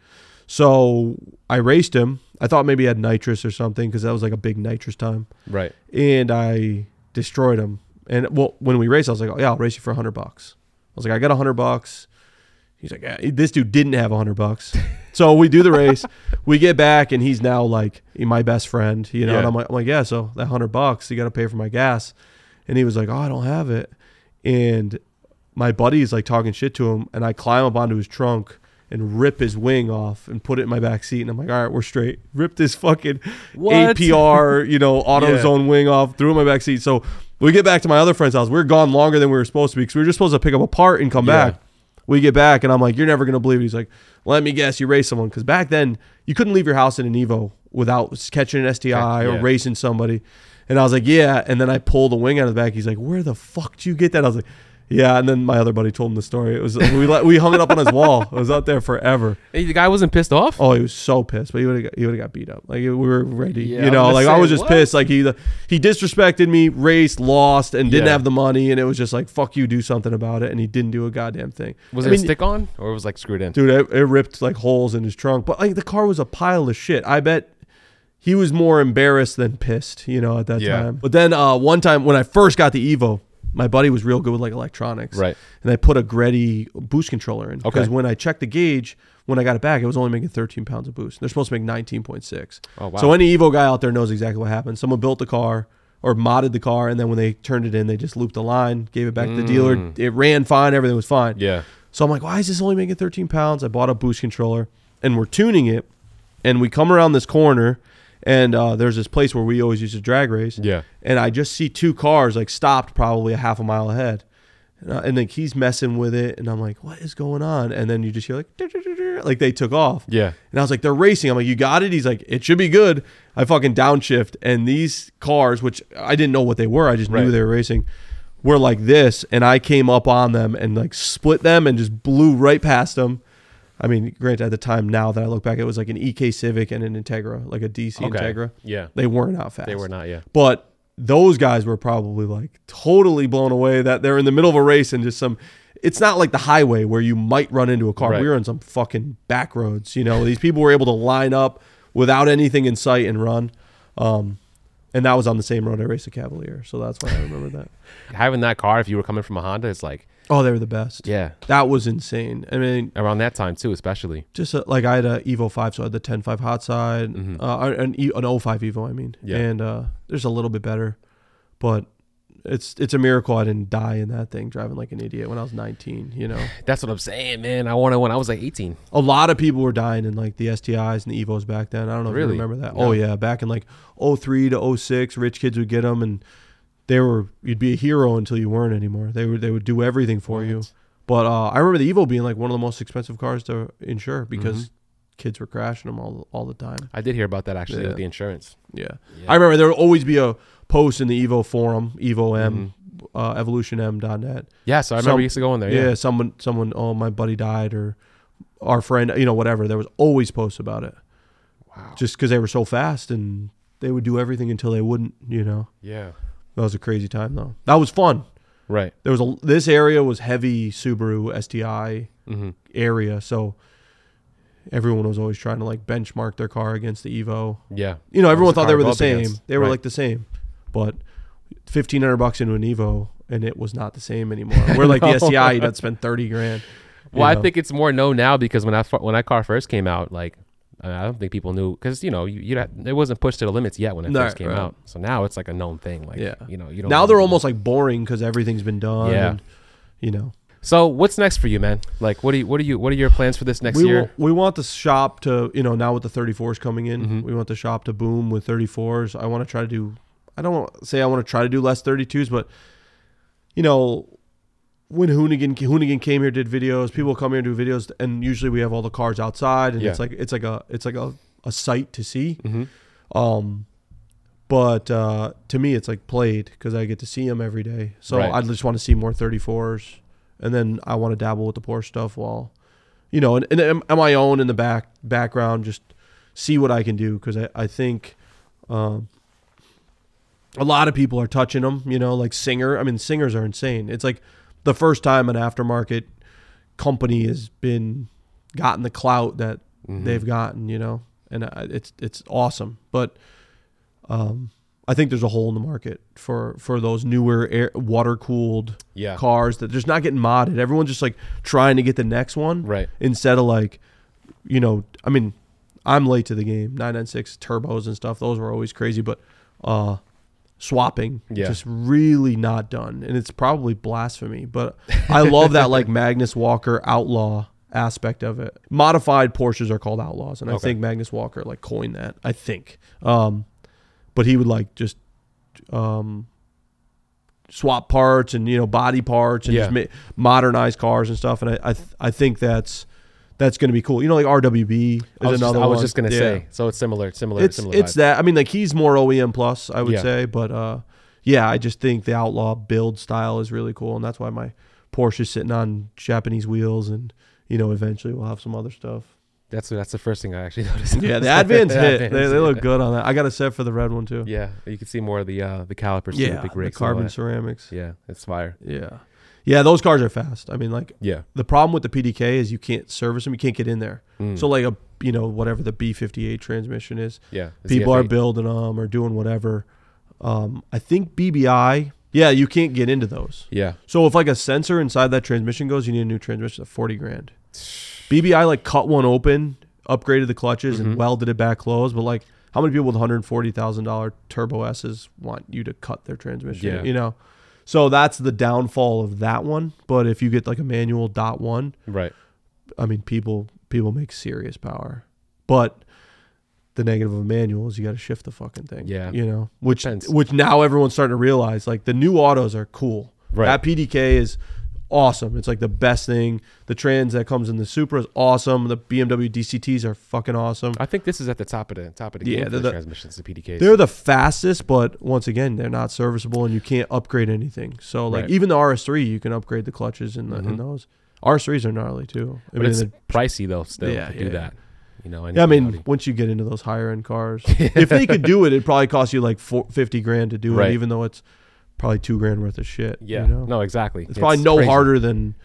Speaker 2: So I raced him. I thought maybe he had nitrous or something because that was like a big nitrous time,
Speaker 1: Right.
Speaker 2: and I destroyed him. And well, when we raced, I was like, oh, "Yeah, I'll race you for hundred bucks." I was like, "I got hundred bucks." He's like, yeah. "This dude didn't have hundred bucks." so we do the race. we get back, and he's now like my best friend, you know.
Speaker 1: Yeah.
Speaker 2: And I'm like, "I'm like, yeah, so that hundred bucks, you got to pay for my gas." And he was like, "Oh, I don't have it." And my buddy is like talking shit to him, and I climb up onto his trunk and rip his wing off and put it in my back seat. And I'm like, all right, we're straight. Ripped this fucking
Speaker 1: What?
Speaker 2: APR, you know,
Speaker 1: Yeah.
Speaker 2: AutoZone wing off, threw it in my back seat. So we get back to my other friend's house. We are gone longer than we were supposed to be because we were just supposed to pick up a part and come
Speaker 1: Yeah.
Speaker 2: back. We get back, and I'm like, you're never going to believe it. He's like, let me guess, you raced someone. Because back then, you couldn't leave your house in an Evo without catching an STI
Speaker 1: Yeah.
Speaker 2: or racing somebody. And I was like, yeah. And then I pulled the wing out of the back. He's like, where the fuck did you get that? I was like, yeah. And then my other buddy told him the story. It was we let, we hung it up on his wall. It was out there forever.
Speaker 1: Hey, the guy wasn't pissed off.
Speaker 2: Oh, he was so pissed, but he would have he would have got beat up. Like we were ready,
Speaker 1: Yeah, I
Speaker 2: you
Speaker 1: was
Speaker 2: know.
Speaker 1: gonna
Speaker 2: Like I
Speaker 1: say,
Speaker 2: was just
Speaker 1: what?
Speaker 2: pissed. Like he he disrespected me, raced, lost, and didn't
Speaker 1: Yeah.
Speaker 2: have the money, and it was just like fuck you, do something about it. And he didn't do a goddamn thing.
Speaker 1: Was
Speaker 2: I
Speaker 1: it
Speaker 2: mean,
Speaker 1: a stick on or was it, like screwed in?
Speaker 2: dude? It, it ripped like holes in his trunk, but like the car was a pile of shit. I bet he was more embarrassed than pissed, you know, at that
Speaker 1: Yeah.
Speaker 2: time. But then uh, one time when I first got the Evo, my buddy was real good with like electronics,
Speaker 1: Right.
Speaker 2: and I put a Gretti boost controller in because
Speaker 1: Okay.
Speaker 2: when I checked the gauge, when I got it back, it was only making 13 pounds of boost. They're supposed to make 19.6.
Speaker 1: Oh, wow.
Speaker 2: So any Evo guy out there knows exactly what happened. Someone built the car or modded the car, and then when they turned it in, they just looped the line, gave it back to the
Speaker 1: Mm.
Speaker 2: dealer. It ran fine, everything was fine.
Speaker 1: Yeah.
Speaker 2: So I'm like, why is this only making 13 pounds? I bought a boost controller, and we're tuning it, and we come around this corner, and uh, there's this place where we always used to drag race
Speaker 1: Yeah.
Speaker 2: and I just see two cars like stopped probably a half a mile ahead, and, I, and like he's messing with it, and I'm like, what is going on? And then you just hear like, "Dur, dur, dur, dur," like they took off,
Speaker 1: Yeah.
Speaker 2: and I was like, they're racing. I'm like, you got it. He's like, it should be good. I fucking downshift, and these cars, which I didn't know what they were, I just
Speaker 1: Right.
Speaker 2: knew they were racing, were like this, and I came up on them and like split them and just blew right past them. I mean, granted, at the time now that I look back, it was like an EK Civic and an Integra, like a DC Integra.
Speaker 1: Yeah.
Speaker 2: They weren't out fast.
Speaker 1: They were not. Yeah.
Speaker 2: But those guys were probably like totally blown away that they're in the middle of a race and just some. It's not like the highway where you might run into a car.
Speaker 1: Right.
Speaker 2: We were in some fucking back roads. You know, these people were able to line up without anything in sight and run. Um, and that was on the same road I raced a Cavalier, so that's why I remember that.
Speaker 1: Having that car, if you were coming from a Honda, it's like
Speaker 2: Oh, they were the best.
Speaker 1: yeah.
Speaker 2: That was insane. I mean,
Speaker 1: Around that time too, especially.
Speaker 2: just uh like I had a Evo five, so I had the 10.5 hot side, uh, an E- an 05 Evo, I mean,
Speaker 1: Yeah.
Speaker 2: and uh, there's a little bit better, but it's it's a miracle I didn't die in that thing driving like an idiot when I was 19. You know,
Speaker 1: That's what I'm saying, man. I wanted one. I was like 18.
Speaker 2: a lot of people were dying in like the STIs and the Evos back then. I don't know
Speaker 1: Really?
Speaker 2: if you remember that.
Speaker 1: No.
Speaker 2: Oh yeah, back in like 03 to 06, rich kids would get them, and they were you'd be a hero until you weren't anymore. They would they would do everything for you. But uh, I remember the Evo being like one of the most expensive cars to insure because kids were crashing them all all the time.
Speaker 1: I did hear about that actually
Speaker 2: Yeah.
Speaker 1: with the insurance.
Speaker 2: Yeah.
Speaker 1: Yeah.
Speaker 2: I remember there would always be a post in the Evo forum, Evo M, uh, evolutionm.net.
Speaker 1: Yeah, so I remember
Speaker 2: Some-
Speaker 1: you used to go in there.
Speaker 2: yeah.
Speaker 1: Oh, Yeah.
Speaker 2: someone, someone, oh, my buddy died or our friend, you know, whatever. There was always posts about it
Speaker 1: Wow.
Speaker 2: just because they were so fast and they would do everything until they wouldn't, you know.
Speaker 1: Yeah.
Speaker 2: That was a crazy time, though. That was fun.
Speaker 1: Right.
Speaker 2: There was a, this area was heavy Subaru STI
Speaker 1: Mm-hmm.
Speaker 2: area. So everyone was always trying to like benchmark their car against the Evo.
Speaker 1: Yeah.
Speaker 2: you know, everyone
Speaker 1: was the
Speaker 2: thought they
Speaker 1: car
Speaker 2: were the
Speaker 1: above
Speaker 2: same.
Speaker 1: against?
Speaker 2: They were
Speaker 1: Right.
Speaker 2: like the same, but fifteen hundred bucks into an Evo, and it was not the same anymore. We're like the
Speaker 1: No.
Speaker 2: STI that spent thirty grand. you
Speaker 1: Well,
Speaker 2: know?
Speaker 1: I think it's more known now because when I fir- when I car first came out, like I don't think people knew because you know you, you had- it wasn't pushed to the limits yet when it
Speaker 2: No,
Speaker 1: first came
Speaker 2: right.
Speaker 1: out. So now it's like a known thing. Like
Speaker 2: Yeah.
Speaker 1: you know you don't
Speaker 2: now
Speaker 1: know
Speaker 2: they're
Speaker 1: what-
Speaker 2: almost like boring because everything's been done.
Speaker 1: Yeah.
Speaker 2: and, you know,
Speaker 1: So what's next for you, man? Like what do you what are you what are your plans for this next
Speaker 2: we
Speaker 1: year?
Speaker 2: wa- we want the shop to you know now with the thirty fours coming in,
Speaker 1: Mm-hmm.
Speaker 2: we want the shop to boom with thirty fours. I want to try to do. I don't wanna say I want to try to do less thirty twos, but you know. When Hoonigan Hoonigan came here, did videos. People come here and do videos, and usually we have all the cars outside, and
Speaker 1: Yeah.
Speaker 2: it's like it's like a it's like a, a sight to see.
Speaker 1: mm-hmm.
Speaker 2: Um, but uh, to me, it's like played because I get to see him every day. So
Speaker 1: Right.
Speaker 2: I just want to see more 34s. And then I want to dabble with the Porsche stuff while, you know, and, and am am I own in the back background, just see what I can do because I, I think um, a lot of people are touching them, you know, like Singer. I mean, Singers are insane. It's like the first time an aftermarket company has been gotten the clout that
Speaker 1: Mhm.
Speaker 2: they've gotten, you know, and I, it's it's awesome. But um, I think there's a hole in the market for for those newer air, water cooled
Speaker 1: Yeah.
Speaker 2: cars that just not getting modded. Everyone's just like trying to get the next one
Speaker 1: Right.
Speaker 2: instead of like, you know, I mean, I'm late to the game. 996 turbos and stuff; those were always crazy, but uh, swapping
Speaker 1: Yeah.
Speaker 2: just really not done, and it's probably blasphemy. But I love that like Magnus Walker outlaw aspect of it. Modified Porsches are called outlaws, and I
Speaker 1: Okay.
Speaker 2: think Magnus Walker like coined that. I think, um, but he would like just um, swap parts and you know body parts and just
Speaker 1: Yeah.
Speaker 2: ma- modernize cars and stuff. And I I, th- I think that's that's going to be cool. You know, like RWB is
Speaker 1: I was, just, I
Speaker 2: another.
Speaker 1: was
Speaker 2: one.
Speaker 1: just gonna
Speaker 2: Yeah.
Speaker 1: say. So it's similar, similar,
Speaker 2: it's
Speaker 1: similar.
Speaker 2: it's
Speaker 1: vibe.
Speaker 2: that. I mean, like he's more OEM plus, I would
Speaker 1: Yeah.
Speaker 2: say, but uh, yeah, I just think the outlaw build style is really cool, and that's why my Porsche is sitting on Japanese wheels, and you know, eventually we'll have some other stuff.
Speaker 1: that's that's the first thing I actually noticed.
Speaker 2: Yeah, the Advans hit. they,
Speaker 1: Advans,
Speaker 2: they look
Speaker 1: yeah.
Speaker 2: good on that. I got a set for the red one too.
Speaker 1: Yeah, you can see more of the uh, the calipers, too, the
Speaker 2: Yeah,
Speaker 1: big
Speaker 2: the
Speaker 1: rigs, and all
Speaker 2: carbon
Speaker 1: that.
Speaker 2: ceramics.
Speaker 1: Yeah, it's fire.
Speaker 2: Yeah, yeah, those cars are fast. I mean, like
Speaker 1: Yeah,
Speaker 2: the problem with the PDK is you can't service them. You can't get in there.
Speaker 1: Mm.
Speaker 2: So like a you know whatever the B58 transmission is,
Speaker 1: yeah. it's the
Speaker 2: people are
Speaker 1: F8.
Speaker 2: building them or doing whatever. Um, I think BBI, yeah, you can't get into those.
Speaker 1: Yeah,
Speaker 2: So if like a sensor inside that transmission goes, you need a new transmission at forty grand. BBI like cut one open, upgraded the clutches,
Speaker 1: Mhm.
Speaker 2: and welded it back closed. But like, how many people with one hundred forty thousand dollar turbo S's want you to cut their transmission?
Speaker 1: Yeah.
Speaker 2: You know, so that's the downfall of that one. But if you get like a manual dot one,
Speaker 1: right.
Speaker 2: I mean, people people make serious power, but the negative of a manual is you got to shift the fucking thing.
Speaker 1: Yeah.
Speaker 2: you know, which
Speaker 1: Depends.
Speaker 2: which now everyone's starting to realize. Like the new autos are cool.
Speaker 1: Right.
Speaker 2: That PDK is awesome. It's like the best thing. The trans that comes in the Supra is awesome. The BMW DCTs are fucking awesome.
Speaker 1: I think this is at the top of the top of the
Speaker 2: Yeah,
Speaker 1: game for
Speaker 2: they're
Speaker 1: the
Speaker 2: the-
Speaker 1: transmissions, the PDKs.
Speaker 2: They're the fastest, but once again, they're not serviceable, and you can't upgrade anything. So, like
Speaker 1: Right.
Speaker 2: even the RS3, you can upgrade the clutches in, the,
Speaker 1: Mhm.
Speaker 2: in those. RS3s are gnarly too. I
Speaker 1: but
Speaker 2: mean,
Speaker 1: it's
Speaker 2: the-
Speaker 1: pricey though. Still
Speaker 2: Yeah,
Speaker 1: to do
Speaker 2: yeah,
Speaker 1: that, you know. and
Speaker 2: Yeah, I mean,
Speaker 1: Audi.
Speaker 2: once you get into those higher end cars, if they could do it, it'd probably cost you like four, 50 grand to do
Speaker 1: Right.
Speaker 2: it, even though it's probably two grand worth of shit. you
Speaker 1: yeah,
Speaker 2: know?
Speaker 1: no, exactly.
Speaker 2: it's, probably no
Speaker 1: crazy.
Speaker 2: harder than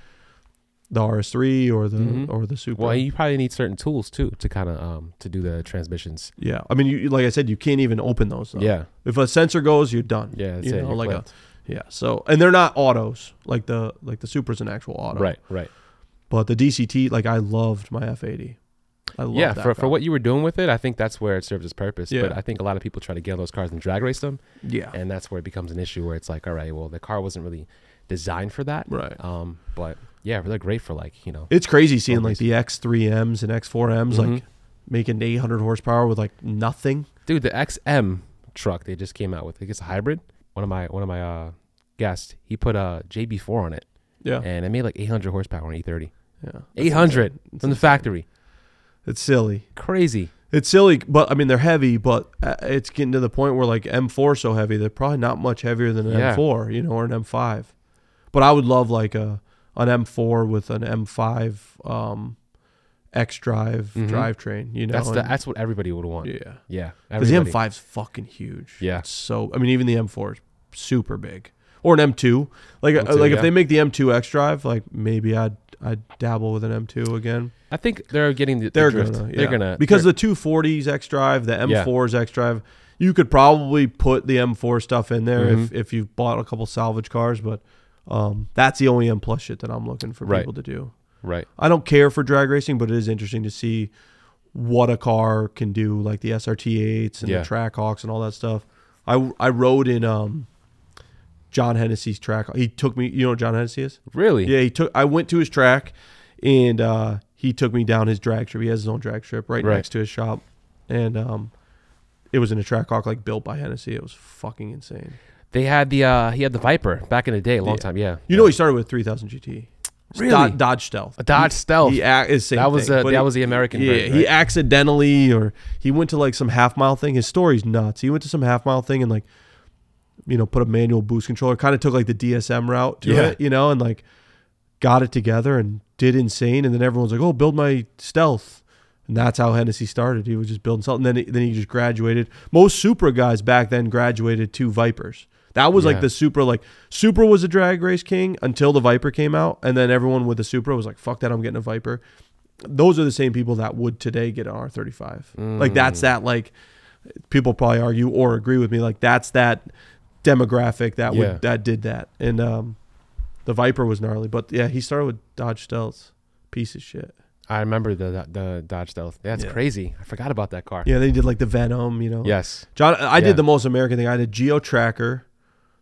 Speaker 2: the RS3 or the
Speaker 1: Mhm.
Speaker 2: or the Super.
Speaker 1: Well, you probably need certain tools too to kind of um to do the transmissions.
Speaker 2: yeah, I mean, you, like I said, you can't even open those. Though.
Speaker 1: Yeah,
Speaker 2: if a sensor goes, you're done.
Speaker 1: yeah, that's
Speaker 2: you
Speaker 1: it.
Speaker 2: know,
Speaker 1: you're
Speaker 2: like a,
Speaker 1: clipped.
Speaker 2: yeah. So and they're not autos like the like the Supra's an actual auto,
Speaker 1: right, right.
Speaker 2: But the DCT, like I loved my F80. I loved
Speaker 1: Yeah,
Speaker 2: that
Speaker 1: for,
Speaker 2: car.
Speaker 1: for what you were doing with it, I think that's where it serves its purpose.
Speaker 2: Yeah.
Speaker 1: But I think a lot of people try to get those cars and drag race them,
Speaker 2: Yeah,
Speaker 1: and that's where it becomes an issue where it's like, all right, well, the car wasn't really designed for that.
Speaker 2: right.
Speaker 1: Um, but yeah, they're great for like you know.
Speaker 2: It's crazy seeing like
Speaker 1: Always.
Speaker 2: the X3Ms and
Speaker 1: Mhm.
Speaker 2: X4Ms like making 800 horsepower with like nothing.
Speaker 1: dude the xm truck they just came out with i think it's a hybrid one of my one of my uh guests he put a jb4 on it
Speaker 2: Yeah.
Speaker 1: and it made like 800 horsepower on E e30
Speaker 2: Yeah.
Speaker 1: 800 from the factory
Speaker 2: It's silly.
Speaker 1: crazy
Speaker 2: It's silly, but I mean they're heavy, but uh, it's getting to the point where like M4 so heavy, they're probably not much heavier than an
Speaker 1: Yeah.
Speaker 2: M4, you know, or an M5. But I would love like a an M4 with an M5 um X drive
Speaker 1: Mhm.
Speaker 2: drivetrain, you know.
Speaker 1: that's the,
Speaker 2: and-
Speaker 1: that's what everybody would want yeah,
Speaker 2: yeah. Because the
Speaker 1: everybody.
Speaker 2: M5's fucking huge.
Speaker 1: Yeah.
Speaker 2: It's so I mean, even the M4 is super big, or an M2. Like uh,
Speaker 1: M2,
Speaker 2: like
Speaker 1: yeah.
Speaker 2: if they make the M2 X drive, like maybe I'd I'd dabble with an M2 again.
Speaker 1: i think they're getting the, the
Speaker 2: They're
Speaker 1: drift.
Speaker 2: gonna yeah.
Speaker 1: they're gonna
Speaker 2: because
Speaker 1: they're,
Speaker 2: the 240s X drive, the
Speaker 1: Yeah.
Speaker 2: M4s X drive. You could probably put the M4 stuff in there if
Speaker 1: Mm-hmm.
Speaker 2: if you bought a couple salvage cars, but um, that's the OEM plus shit that I'm looking for
Speaker 1: Right.
Speaker 2: people to do.
Speaker 1: right
Speaker 2: I don't care for drag racing, but it is interesting to see what a car can do, like the SRT8s and
Speaker 1: Yeah.
Speaker 2: the Trackhawks and all that stuff. I I rode in um John Hennessy's track. He took me. You know what John Hennessy is?
Speaker 1: really
Speaker 2: Yeah, he took. I went to his track, and uh, he took me down his drag strip. He has his own drag strip right,
Speaker 1: Right.
Speaker 2: next to his shop, and um, it was in a Trackhawk like built by Hennessy. It was fucking insane.
Speaker 1: they had the uh he had the viper back in the day a long
Speaker 2: Yeah.
Speaker 1: time yeah
Speaker 2: You know, he started with 3000 GT.
Speaker 1: Really?
Speaker 2: Dodge, Dodge Stealth.
Speaker 1: a dodge
Speaker 2: He-
Speaker 1: stealth
Speaker 2: He ac- is same
Speaker 1: that was
Speaker 2: thing,
Speaker 1: uh
Speaker 2: but
Speaker 1: that
Speaker 2: he-
Speaker 1: was the american
Speaker 2: yeah,
Speaker 1: version
Speaker 2: he
Speaker 1: right?
Speaker 2: accidentally or he went to like some half mile thing. His story's nuts. He went to some half mile thing and like, you know, put a manual boost controller. Kind of took like the DSM route to
Speaker 1: Yeah.
Speaker 2: it, you know, and like got it together and did insane. And then everyone's like, "Oh, build my stealth." And that's how Hennessy started. He was just building stealth, and then he, then he just graduated. Most Supra guys back then graduated to Vipers. That was
Speaker 1: Yeah.
Speaker 2: like the Supra. Like Supra was a drag race king until the Viper came out, and then everyone with the Supra was like, "Fuck that! I'm getting a Viper." those are the same people that would today get an R35. Like
Speaker 1: Mm.
Speaker 2: that's that like people probably argue or agree with me like that's that demographic that
Speaker 1: Yeah.
Speaker 2: would that did that. And um the Viper was gnarly, but yeah, he started with Dodge Stealth. Piece of shit.
Speaker 1: i remember the the dodge stealth that's
Speaker 2: Yeah.
Speaker 1: crazy i forgot about that car
Speaker 2: Yeah, they did like the Venom, you know.
Speaker 1: yes
Speaker 2: John I
Speaker 1: Yeah.
Speaker 2: did the most American thing. I did Geo Tracker,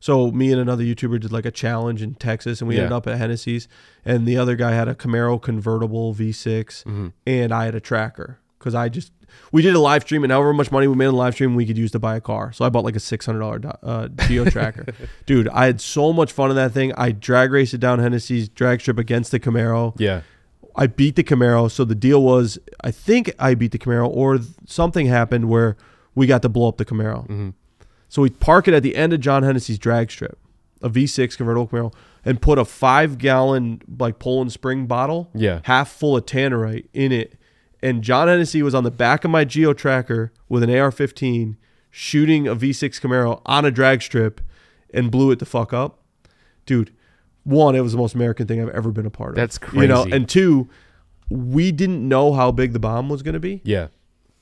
Speaker 2: So me and another YouTuber did like a challenge in Texas, and we
Speaker 1: Yeah.
Speaker 2: ended up at Hennessy's. And the other guy had a Camaro convertible V6,
Speaker 1: Mm-hmm.
Speaker 2: and I had a tracker because I just we did a live stream, and however much money we made in the live stream, we could use to buy a car. So I bought like a six hundred dollar uh, Geo tracker, dude. I had so much fun in that thing. I drag raced it down Hennessy's drag strip against the Camaro.
Speaker 1: Yeah.
Speaker 2: I beat the Camaro. So the deal was, I think I beat the Camaro, or th- something happened where we got to blow up the Camaro.
Speaker 1: Mm-hmm.
Speaker 2: So we park it at the end of John Hennessy's drag strip, a V6 convertible Camaro, and put a five gallon like Poland spring bottle,
Speaker 1: Yeah.
Speaker 2: half full of tannerite in it. And John Hennessy was on the back of my Geo Tracker with an AR 15 shooting a V6 Camaro on a drag strip and blew it the fuck up. Dude, one, it was the most American thing I've ever been a part of.
Speaker 1: That's
Speaker 2: You know,
Speaker 1: crazy.
Speaker 2: and two, we didn't know how big the bomb was going to be.
Speaker 1: Yeah.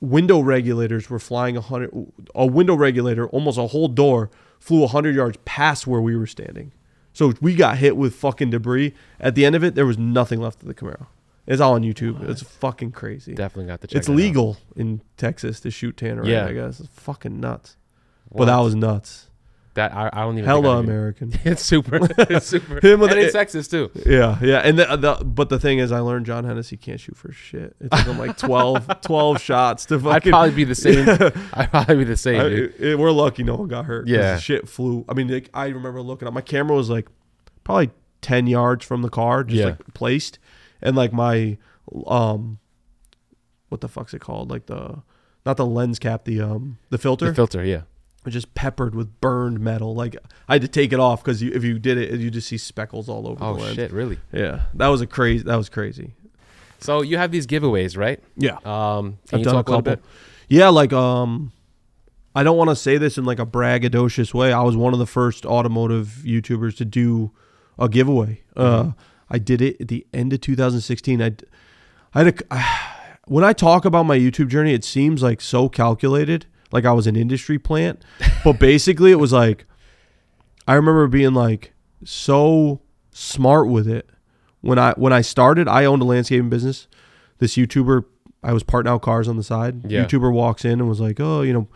Speaker 2: Window regulators were flying a hundred. A window regulator, almost a whole door, flew a hundred yards past where we were standing. So we got hit with fucking debris. At the end of it, there was nothing left of the Camaro. It's all on YouTube. It's fucking crazy.
Speaker 1: Definitely got the check.
Speaker 2: it's
Speaker 1: it out.
Speaker 2: legal in Texas to shoot Tanner.
Speaker 1: Yeah.
Speaker 2: I guess it's fucking nuts.
Speaker 1: What?
Speaker 2: But that was nuts.
Speaker 1: That I, I don't even. think I
Speaker 2: Hella
Speaker 1: knew.
Speaker 2: American.
Speaker 1: It's super. It's super.
Speaker 2: Him with
Speaker 1: and
Speaker 2: the-
Speaker 1: it's sexist too.
Speaker 2: Yeah, yeah, and the, the but the thing is, I learned John Hennessy can't shoot for shit. It took him like 12, 12 shots to
Speaker 1: I'd
Speaker 2: fucking.
Speaker 1: probably be the same. I'd probably be the same,
Speaker 2: I-
Speaker 1: dude.
Speaker 2: it- we're lucky no one got hurt. 'cause
Speaker 1: Yeah.
Speaker 2: the shit flew. I mean, like, I remember looking up. My camera was like probably ten yards from the car, just
Speaker 1: Yeah.
Speaker 2: like placed, and like my um, what the fuck's it called? Like the not the lens cap, the um, the filter.
Speaker 1: The filter, yeah.
Speaker 2: was just peppered with burned metal. Like I had to take it off because you, if you did it, you just see speckles all over
Speaker 1: Oh
Speaker 2: the lens.
Speaker 1: shit, really?
Speaker 2: Yeah, that was a crazy. That was crazy.
Speaker 1: So you have these giveaways, right?
Speaker 2: Yeah.
Speaker 1: Um, can
Speaker 2: I've
Speaker 1: you
Speaker 2: done
Speaker 1: talk
Speaker 2: a
Speaker 1: little
Speaker 2: couple.
Speaker 1: bit?
Speaker 2: Yeah, like um, I don't want to say this in like a braggadocious way. I was one of the first automotive YouTubers to do a giveaway.
Speaker 1: Mm-hmm.
Speaker 2: Uh, I did it at the end of 2016. I, d- I had a, when I talk about my YouTube journey, it seems like so calculated, like I was an industry plant. But basically, it was like I remember being like so smart with it when I when I started. I owned a landscaping business. This YouTuber, I was parting out cars on the side.
Speaker 1: Yeah.
Speaker 2: YouTuber walks in and was like, "Oh, you know,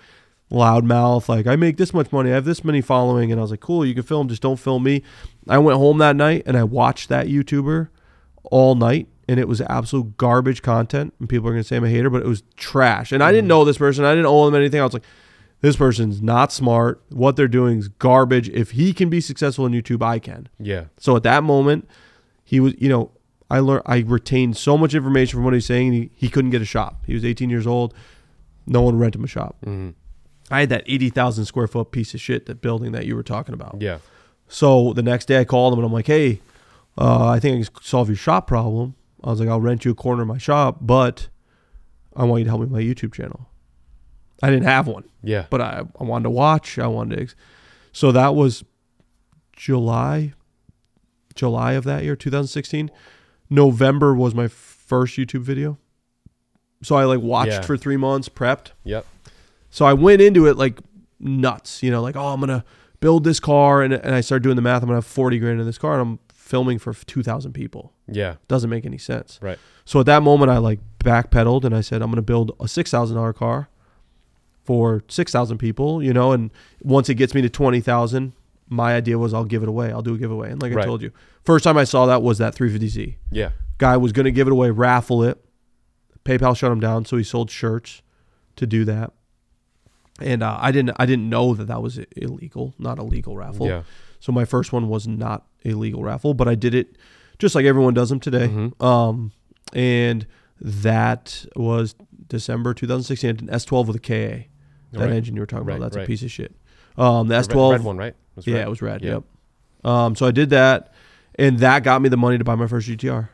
Speaker 2: loudmouth. Like I make this much money. I have this many following." And I was like, "Cool, you can film. Just don't film me." I went home that night and I watched that YouTuber all night. And it was absolute garbage content. And people are going to say I'm a hater, but it was trash. And I didn't know this person. I didn't owe him anything. I was like, this person's not smart. What they're doing is garbage. If he can be successful in YouTube, I can.
Speaker 1: Yeah.
Speaker 2: So at that moment, he was, you know, I learned, I retained so much information from what he was saying. And he, he couldn't get a shop. He was 18 years old. No one rented him a shop.
Speaker 1: Mm-hmm.
Speaker 2: I had that 80,000 square foot piece of shit, that building that you were talking about.
Speaker 1: Yeah.
Speaker 2: So the next day I called him and I'm like, hey, uh, I think I can solve your shop problem. I was like, I'll rent you a corner of my shop, but I want you to help me with my YouTube channel. I didn't have one,
Speaker 1: Yeah.
Speaker 2: but I, I wanted to watch. I wanted to. Ex- so that was July, July of that year, 2016. November was my first YouTube video. So I like watched
Speaker 1: Yeah.
Speaker 2: for three months, prepped.
Speaker 1: Yep.
Speaker 2: So I went into it like nuts, you know, like, oh, I'm going to build this car. And, and I started doing the math. I'm going to have 40 grand in this car and I'm filming for 2,000 people.
Speaker 1: Yeah.
Speaker 2: Doesn't make any sense.
Speaker 1: Right.
Speaker 2: So at that moment, I like backpedaled and I said, I'm going to build a $6,000 car for 6,000 people, you know, and once it gets me to 20,000, my idea was I'll give it away. I'll do a giveaway. And like
Speaker 1: Right.
Speaker 2: I told you, first time I saw that was that 350Z
Speaker 1: Yeah.
Speaker 2: guy was going to give it away, raffle it. PayPal shut him down, so he sold shirts to do that. And uh, I didn't, I didn't know that that was illegal, not a legal raffle.
Speaker 1: Yeah.
Speaker 2: So my first one was not a legal raffle, but I did it just like everyone does them today.
Speaker 1: Mm-hmm.
Speaker 2: Um, and that was December 2016. I did an S12 with a KA. That
Speaker 1: Right.
Speaker 2: engine you were talking
Speaker 1: Right,
Speaker 2: about, that's
Speaker 1: right.
Speaker 2: a piece of shit. Um, the
Speaker 1: The
Speaker 2: S12
Speaker 1: Red, red one, right? It was
Speaker 2: yeah,
Speaker 1: red.
Speaker 2: it was rad.
Speaker 1: Yeah.
Speaker 2: Yep. Um, so I did that, and that got me the money to buy my first GTR.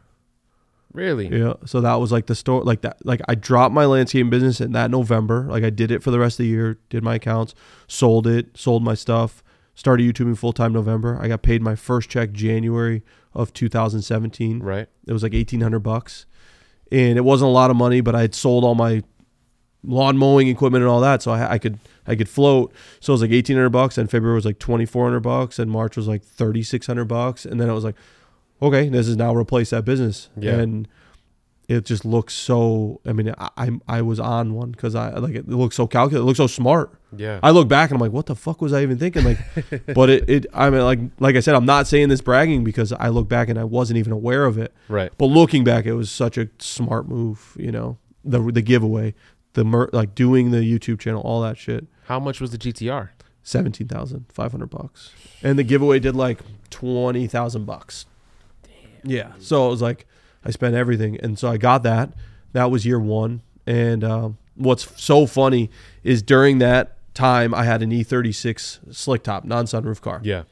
Speaker 1: Really?
Speaker 2: Yeah. So that was like the store, like that. Like I dropped my landscaping business in that November. Like I did it for the rest of the year, did my accounts, sold it, sold my stuff, started YouTubing full time November. I got paid my first check January of 2017.
Speaker 1: Right.
Speaker 2: It was like 1800 bucks. And it wasn't a lot of money, but I had sold all my lawn mowing equipment and all that. So I, I could, I could float. So it was like 1800 bucks. And February was like 2400 bucks. And March was like 3600 bucks. And then it was like, okay, this is now replace that business.
Speaker 1: Yeah.
Speaker 2: And it just looks so. I mean, I I, I was on one because I like it looks so calculated, it looks so smart.
Speaker 1: Yeah.
Speaker 2: I look back and I'm like, what the fuck was I even thinking? Like, but it, it I mean, like like I said, I'm not saying this bragging because I look back and I wasn't even aware of it.
Speaker 1: right.
Speaker 2: But looking back, it was such a smart move. You know, the the giveaway, the mer- like doing the YouTube channel, all that shit.
Speaker 1: How much was the GTR?
Speaker 2: Seventeen thousand five hundred bucks, and the giveaway did like twenty thousand bucks. Yeah, so it was like I spent everything, and so I got that. That was year one, and um, what's so funny is during that time I had an E36 slick top non sunroof car
Speaker 1: Yeah.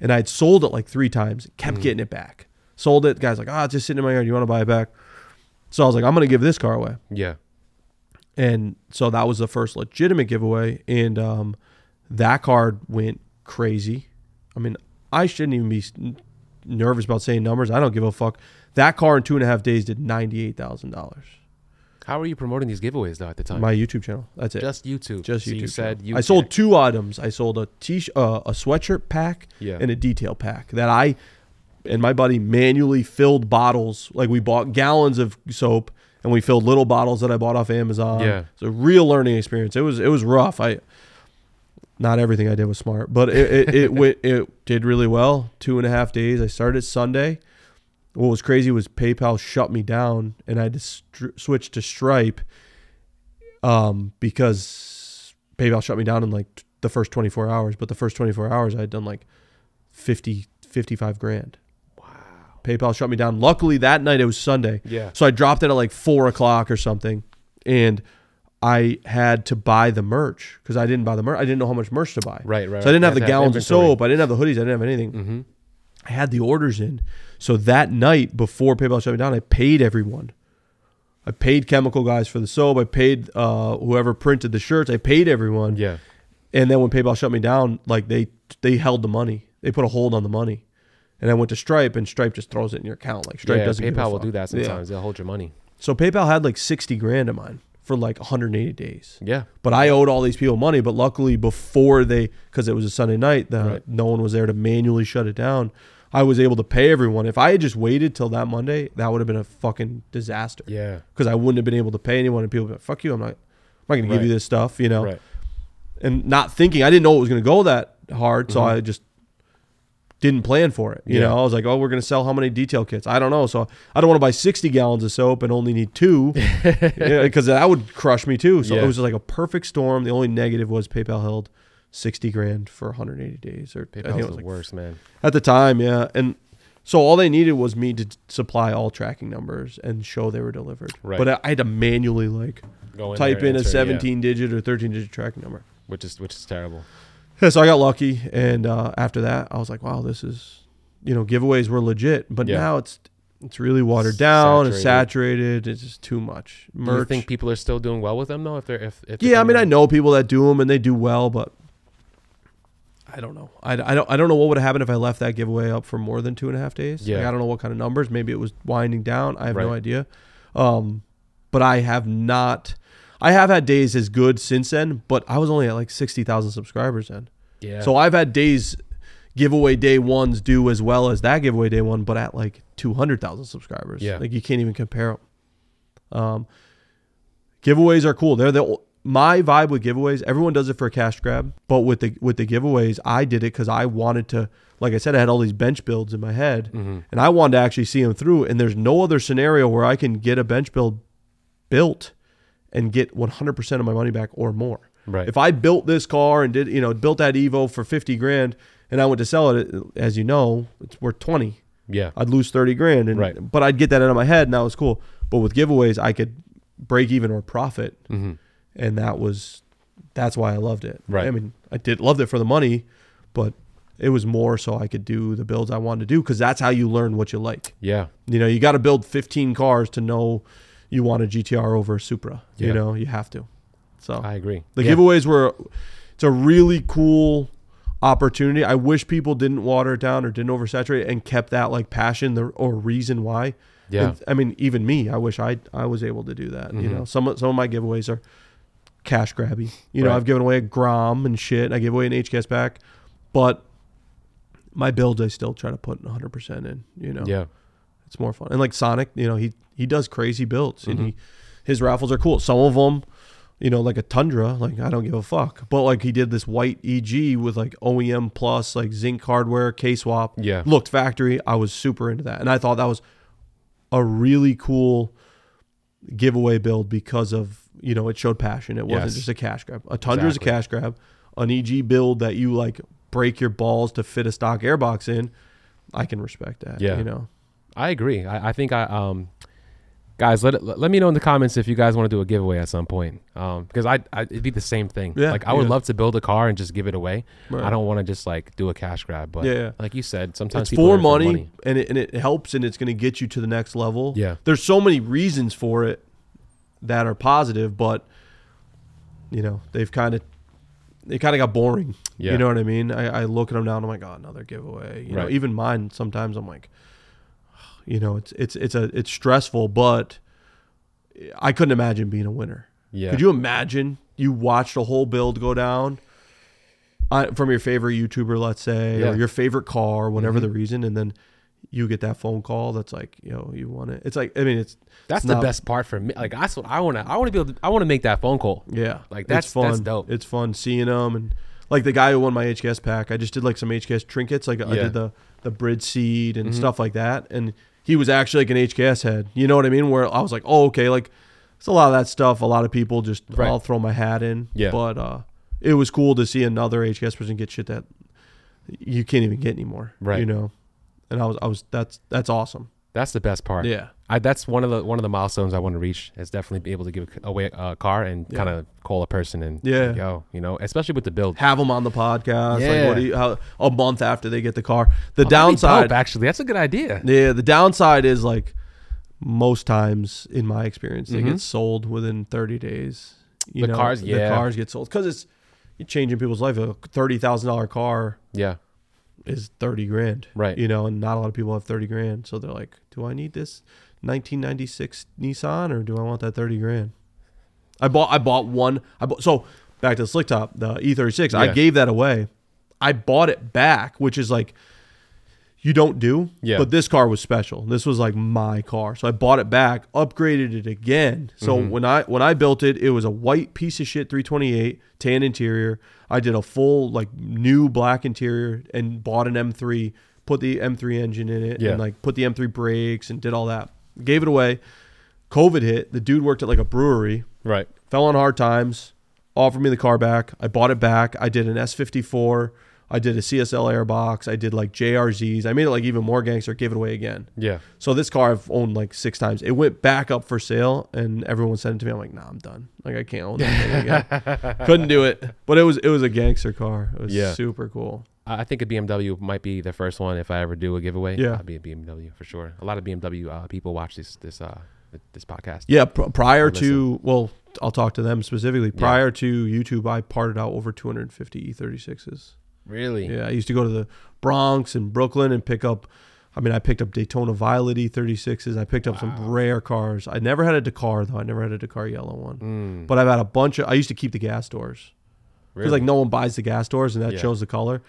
Speaker 2: and I had sold it like three times, kept
Speaker 1: Mm.
Speaker 2: getting it back. Sold it. guy's like, ah, it's just sitting in my yard. You want to buy it back? So I was like, I'm going to give this car away.
Speaker 1: Yeah.
Speaker 2: And so that was the first legitimate giveaway. And um, that card went crazy. I mean, I shouldn't even be s- n- nervous about saying numbers. I don't give a fuck. That car in two and a half days did $98,000.
Speaker 1: How are you promoting these giveaways though at the time?
Speaker 2: My YouTube channel. That's it.
Speaker 1: just YouTube.
Speaker 2: Just
Speaker 1: So
Speaker 2: YouTube.
Speaker 1: you said
Speaker 2: channel.
Speaker 1: you
Speaker 2: I sold two items. I sold a t uh, a sweatshirt pack
Speaker 1: Yeah.
Speaker 2: and a detail pack that I and my buddy manually filled bottles. Like we bought gallons of soap and we filled little bottles that I bought off Amazon.
Speaker 1: Yeah.
Speaker 2: It's a real learning experience. It was it was rough. I not everything I did was smart, but it it, it went it did really well. Two and a half days. I started Sunday. What was crazy was PayPal shut me down, and I had to str- switch to Stripe um, because PayPal shut me down in like t- the first 24 hours. But the first 24 hours, I had done like 50, 55 grand. Wow. PayPal shut me down. Luckily, that night it was Sunday.
Speaker 1: Yeah.
Speaker 2: So I dropped it at like four o'clock or something. And I had to buy the merch because I didn't buy the merch. I didn't know how much merch to buy.
Speaker 1: Right, right,
Speaker 2: So I didn't
Speaker 1: right.
Speaker 2: have
Speaker 1: You had to
Speaker 2: the
Speaker 1: have
Speaker 2: gallons of
Speaker 1: inventory. Mm-hmm.
Speaker 2: soap. I didn't have the hoodies. I didn't have anything. I had the orders in. So that night before PayPal shut me down, I paid everyone. I paid chemical guys for the soap. I paid uh, whoever printed the shirts. I paid everyone.
Speaker 1: Yeah.
Speaker 2: And then when PayPal shut me down, like they they held the money. They put a hold on the money. And I went to Stripe, and Stripe just throws it in your account. Like Stripe
Speaker 1: yeah,
Speaker 2: doesn't. give a
Speaker 1: PayPal will
Speaker 2: fuck.
Speaker 1: do that
Speaker 2: Yeah.
Speaker 1: sometimes. They'll hold your money.
Speaker 2: So PayPal had like sixty grand of mine for like 180 days.
Speaker 1: Yeah.
Speaker 2: But I owed all these people money. But luckily, before they, because it was a Sunday night, the,
Speaker 1: Right.
Speaker 2: no one was there to manually shut it down. I was able to pay everyone. If I had just waited till that Monday, that would have been a fucking disaster.
Speaker 1: Yeah.
Speaker 2: Because I wouldn't have been able to pay anyone, and people would be like, "Fuck you! I'm not, I'm not going to give
Speaker 1: Right.
Speaker 2: you this stuff," you know.
Speaker 1: Right.
Speaker 2: And not thinking, I didn't know it was going to go that hard, so I just didn't plan for it. You
Speaker 1: Mm-hmm. Yeah.
Speaker 2: know, I was like, "Oh, we're going to sell how many detail kits? I don't know." So I don't want to buy 60 gallons of soap and only need two, because that would crush me too. So
Speaker 1: Yeah.
Speaker 2: it was like a perfect storm. The only negative was PayPal held 60 grand for 180 days, or I think it
Speaker 1: PayPal's
Speaker 2: was
Speaker 1: the
Speaker 2: like
Speaker 1: worst, man.
Speaker 2: at the time, yeah. And so all they needed was me to t- supply all tracking numbers and show they were delivered.
Speaker 1: Right.
Speaker 2: But I, I had to manually like
Speaker 1: Go
Speaker 2: type
Speaker 1: there,
Speaker 2: in a
Speaker 1: enter it, yeah.
Speaker 2: 17 digit or 13 digit tracking number.
Speaker 1: which is which is terrible.
Speaker 2: Yeah, so I got lucky, and uh, after that, I was like, wow, this is, you know, giveaways were legit, but
Speaker 1: Yeah.
Speaker 2: now it's it's really watered down, it's
Speaker 1: Saturated.
Speaker 2: saturated, it's just too much
Speaker 1: Do you
Speaker 2: merch.
Speaker 1: think people are still doing well with them though? If they're if, if
Speaker 2: yeah, I mean, I know people that do them and they do well, but. I don't know. I, I don't. I don't know what would have happened if I left that giveaway up for more than two and a half days.
Speaker 1: Yeah.
Speaker 2: Like, I don't know what kind of numbers. Maybe it was winding down. I have no
Speaker 1: Right.
Speaker 2: idea. Um, but I have not. I have had days as good since then, but I was only at like sixty thousand subscribers then.
Speaker 1: Yeah.
Speaker 2: So I've had days giveaway day ones do as well as that giveaway day one, but at like two hundred thousand subscribers.
Speaker 1: Yeah.
Speaker 2: like you can't even compare them. Um, giveaways are cool. They're the my vibe with giveaways. Everyone does it for a cash grab, but with the with the giveaways, I did it because I wanted to. Like I said, I had all these bench builds in my head,
Speaker 1: Mm-hmm.
Speaker 2: and I wanted to actually see them through. And there's no other scenario where I can get a bench build built and get 100% of my money back or more.
Speaker 1: Right.
Speaker 2: If I built this car and did, you know, built that Evo for 50 grand and I went to sell it, as you know, it's worth 20.
Speaker 1: yeah.
Speaker 2: I'd lose 30 grand and
Speaker 1: Right.
Speaker 2: but I'd get that out of my head and that was cool. But with giveaways, I could break even or profit. And that was that's why I loved it.
Speaker 1: Mm-hmm. Right.
Speaker 2: I mean, I did loved it for the money, but it was more so I could do the builds I wanted to do cuz that's how you learn what you like.
Speaker 1: Yeah.
Speaker 2: You know, you got to build 15 cars to know you want a GTR over a Supra.
Speaker 1: Yeah.
Speaker 2: You know, you have to. So
Speaker 1: I agree.
Speaker 2: the
Speaker 1: yeah.
Speaker 2: giveaways were it's a really cool opportunity. I wish people didn't water it down or didn't oversaturate it and kept that like passion the- or reason why.
Speaker 1: Yeah. Mm-hmm.
Speaker 2: And, I mean, even me, I wish I I was able to do that. You know, some of- some of my giveaways are cash grabby. You know,
Speaker 1: Right.
Speaker 2: I've given away a Grom and shit. I give away an HCast back, but my builds I still try to put 100% in, you know.
Speaker 1: Yeah.
Speaker 2: It's more fun. And like Sonic, you know, he he does crazy builds and
Speaker 1: Mm-hmm.
Speaker 2: he his raffles are cool. Some of them, you know, like a Tundra, like I don't give a fuck. But like he did this white EG with like OEM plus like zinc hardware, K swap.
Speaker 1: Yeah.
Speaker 2: Looked factory. I was super into that. And I thought that was a really cool giveaway build because of you know it showed passion. It wasn't
Speaker 1: Yes.
Speaker 2: just a cash grab. A Tundra is a
Speaker 1: Exactly.
Speaker 2: cash grab. An EG build that you like break your balls to fit a stock airbox in. I can respect that.
Speaker 1: Yeah.
Speaker 2: you know.
Speaker 1: I agree. I, I think I um, guys, let it- let let me know in the comments if you guys want to do a giveaway at some point. Um, because I, I it'd be the same thing.
Speaker 2: Yeah,
Speaker 1: like I would
Speaker 2: yeah.
Speaker 1: love to build a car and just give it away.
Speaker 2: Right.
Speaker 1: I don't want to just like do a cash grab. But
Speaker 2: Yeah, yeah.
Speaker 1: like you said, sometimes
Speaker 2: it's
Speaker 1: people
Speaker 2: for
Speaker 1: are in it
Speaker 2: money, and it and it helps and it's going to get you to the next level.
Speaker 1: Yeah.
Speaker 2: There's so many reasons for it that are positive, but you know, they've kind of they kind of got boring.
Speaker 1: Yeah.
Speaker 2: You know what I mean? I, I look at them now and I'm like, oh, another giveaway. You know,
Speaker 1: Right.
Speaker 2: even mine sometimes I'm like, you know, it's it's it's a it's stressful, but I couldn't imagine being a winner.
Speaker 1: Yeah.
Speaker 2: Could you imagine you watched a whole build go down on, from your favorite YouTuber, let's say,
Speaker 1: Yeah. Mm-hmm.
Speaker 2: or your favorite car, whatever the reason, and then you get that phone call that's like, yo, you want it? It's like, I mean, it's
Speaker 1: That's
Speaker 2: it's
Speaker 1: the
Speaker 2: not-
Speaker 1: best part for me. Like that's what I want to. I want to be able. To, I want to make that phone call.
Speaker 2: Yeah,
Speaker 1: Like,
Speaker 2: It's
Speaker 1: that's-
Speaker 2: fun.
Speaker 1: that's dope.
Speaker 2: It's fun seeing them and like the guy who won my HKS pack. I just did like some HKS trinkets, like I
Speaker 1: Yeah. Mm-hmm.
Speaker 2: did the the bridge seed and stuff like that, and he was actually like an HKS head. You know what I mean? Where I was like, oh okay, like it's a lot of that stuff. A lot of people just
Speaker 1: Right.
Speaker 2: I'll throw my hat in.
Speaker 1: Yeah.
Speaker 2: but uh, it was cool to see another HKS person get shit that you can't even get anymore.
Speaker 1: Right.
Speaker 2: You know, and I was I was that's that's awesome.
Speaker 1: That's the best part.
Speaker 2: Yeah.
Speaker 1: I, that's one of the one of the milestones I want to reach is definitely be able to give away a car and kind of call a person and
Speaker 2: Yeah.
Speaker 1: like, yo, you know, especially with the build.
Speaker 2: Have them on the podcast.
Speaker 1: Yeah. Oh,
Speaker 2: Like what do you, how, a month after they get the car. The
Speaker 1: That'd be
Speaker 2: downside.
Speaker 1: dope, actually, that's a good idea.
Speaker 2: Yeah, the downside is like most times in my experience, they get sold within 30 days. You
Speaker 1: Mm-hmm. The
Speaker 2: know,
Speaker 1: cars, yeah.
Speaker 2: the cars get sold because it's you're changing people's life. A thirty thousand dollar car
Speaker 1: Yeah,
Speaker 2: is thirty grand,
Speaker 1: Right.
Speaker 2: You know, and not a lot of people have thirty grand, so they're like, "Do I need this 1996 Nissan or do I want that thirty grand?" I bought I bought one. I bought so back to the slick top, the E36. I
Speaker 1: Yeah.
Speaker 2: gave that away. I bought it back, which is like you don't do.
Speaker 1: Yeah.
Speaker 2: But this car was special. This was like my car. So I bought it back, upgraded it again. So when I when I built it, it was a white piece of shit 328 tan interior. I did a full like new black interior and bought an M3, put the M3 engine in it
Speaker 1: Yeah.
Speaker 2: and like put the M3 brakes and did all that. Gave it away. COVID hit. The dude worked at like a brewery
Speaker 1: right.
Speaker 2: fell on hard times, offered me the car back. I bought it back. I did an S54. I did a CSL airbox. I did like JRZs. I made it like even more gangster, gave it away again.
Speaker 1: Yeah,
Speaker 2: So this car I've owned like six times. It went back up for sale and everyone sent it to me. I'm like, nah, I'm done. Like I can't own that thing again. Couldn't do it. But it was it was a gangster car. It was
Speaker 1: Yeah.
Speaker 2: super cool.
Speaker 1: I I think a BMW might be the first one if I ever do a giveaway.
Speaker 2: Yeah.
Speaker 1: I'll be a BMW for sure. A lot of BMW uh, people watch this this uh this podcast.
Speaker 2: Yeah, pr- prior
Speaker 1: Or listen.
Speaker 2: to well, I'll talk to them specifically. Prior to YouTube, I parted out over 250 E36s.
Speaker 1: Really?
Speaker 2: Yeah, I used to go to the Bronx and Brooklyn and pick up. I mean, I picked up Daytona Violet E36s. I picked up some rare cars. I never had a Dakar though. I never had a Dakar yellow one.
Speaker 1: Mm,
Speaker 2: But I've had a bunch of. I used to keep the gas doors because
Speaker 1: really?
Speaker 2: like no one buys the gas doors, and that
Speaker 1: Yeah.
Speaker 2: shows the color.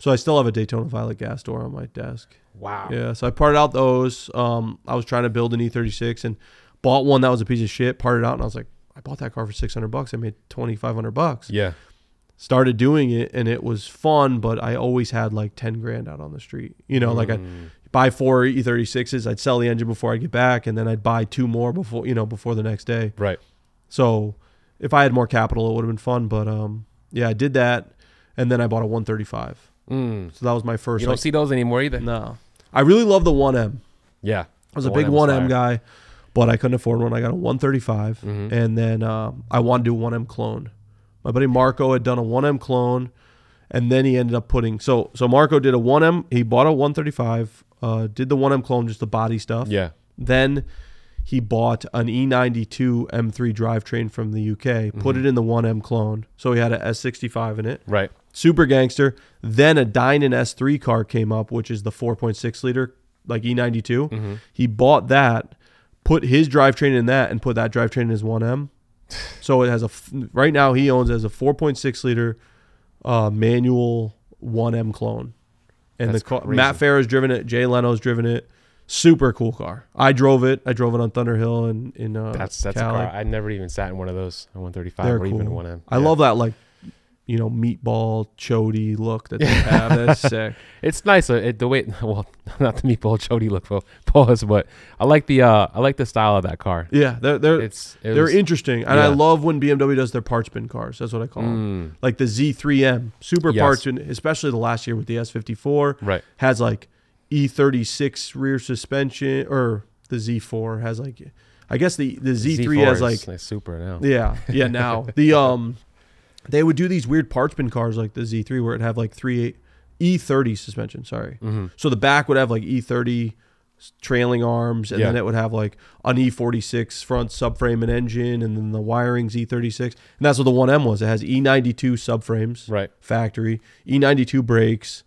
Speaker 2: So I still have a Daytona Violet gas door on my desk.
Speaker 1: wow.
Speaker 2: Yeah, so I parted out those. Um, I was trying to build an E36 and bought one that was a piece of shit. Parted out, and I was like, I bought that car for six hundred bucks. I made twenty five hundred bucks
Speaker 1: Yeah.
Speaker 2: started doing it and it was fun but i always had like 10 grand out on the street you know
Speaker 1: Mm.
Speaker 2: like i buy four e36s i'd sell the engine before i get back and then i'd buy two more before you know before the next day
Speaker 1: Right.
Speaker 2: so if i had more capital it would have been fun but um yeah i did that and then i bought a 135
Speaker 1: Mm.
Speaker 2: so that was my first
Speaker 1: You don't
Speaker 2: like-
Speaker 1: see those anymore either.
Speaker 2: no i really love the 1m
Speaker 1: Yeah.
Speaker 2: I was a big 1M guy, but I couldn't afford one. I got a 135,
Speaker 1: Mhm.
Speaker 2: and then um, I wanted to do a 1M clone. My buddy Marco had done a 1M clone, and then he ended up putting so so Marco did a 1M. He bought a 135, uh, did the 1M clone, just the body stuff.
Speaker 1: Yeah.
Speaker 2: Then he bought an E E92 M3 drivetrain from the UK, put it in the 1M clone, so he had a S65 in it
Speaker 1: Right.
Speaker 2: super gangster. Then a Dynan S3 car came up, which is the 4.6 liter like E92.
Speaker 1: Mm-hmm.
Speaker 2: He bought that, put his drivetrain in that, and put that drivetrain in his 1M. so it has a f- right now he owns as a 4.6 liter uh, manual 1M clone, and
Speaker 1: That's
Speaker 2: the car,
Speaker 1: crazy.
Speaker 2: Matt Farah's driven it, Jay Leno's driven it. Super cool car. I drove it. I drove it on Thunder Hill and in, in uh,
Speaker 1: That's that's
Speaker 2: Cali.
Speaker 1: a car. I never even sat in one of those. I 135
Speaker 2: They're
Speaker 1: or
Speaker 2: cool.
Speaker 1: even one of.
Speaker 2: I
Speaker 1: yeah.
Speaker 2: love that like you know meatball chody look that they have. That's sick.
Speaker 1: It's nice. uh, It, the way well, not the meatball Jody look well, pause, but I like the uh I like the style of that car.
Speaker 2: Yeah, they're they're
Speaker 1: It's it
Speaker 2: they're
Speaker 1: was-
Speaker 2: interesting, and I
Speaker 1: yeah.
Speaker 2: love when BMW does their parts bin cars. That's what I call them.
Speaker 1: Mm,
Speaker 2: Like the Z3M super
Speaker 1: Yes.
Speaker 2: parts bin, especially the last year with the S54
Speaker 1: right.
Speaker 2: has like E36 rear suspension, or the Z4 has like, I guess the the Z3 has like
Speaker 1: is super now.
Speaker 2: Yeah, yeah. Now the um, they would do these weird parchment cars like the Z3 where it have like three E30 suspension. Sorry,
Speaker 1: Mhm.
Speaker 2: so the back would have like E30 s- trailing arms, and then
Speaker 1: Yeah.
Speaker 2: it would have like an E46 front subframe and engine, and then the wiring's E36, and that's what the 1M was. It has E92 subframes,
Speaker 1: Right.
Speaker 2: factory E92 brakes,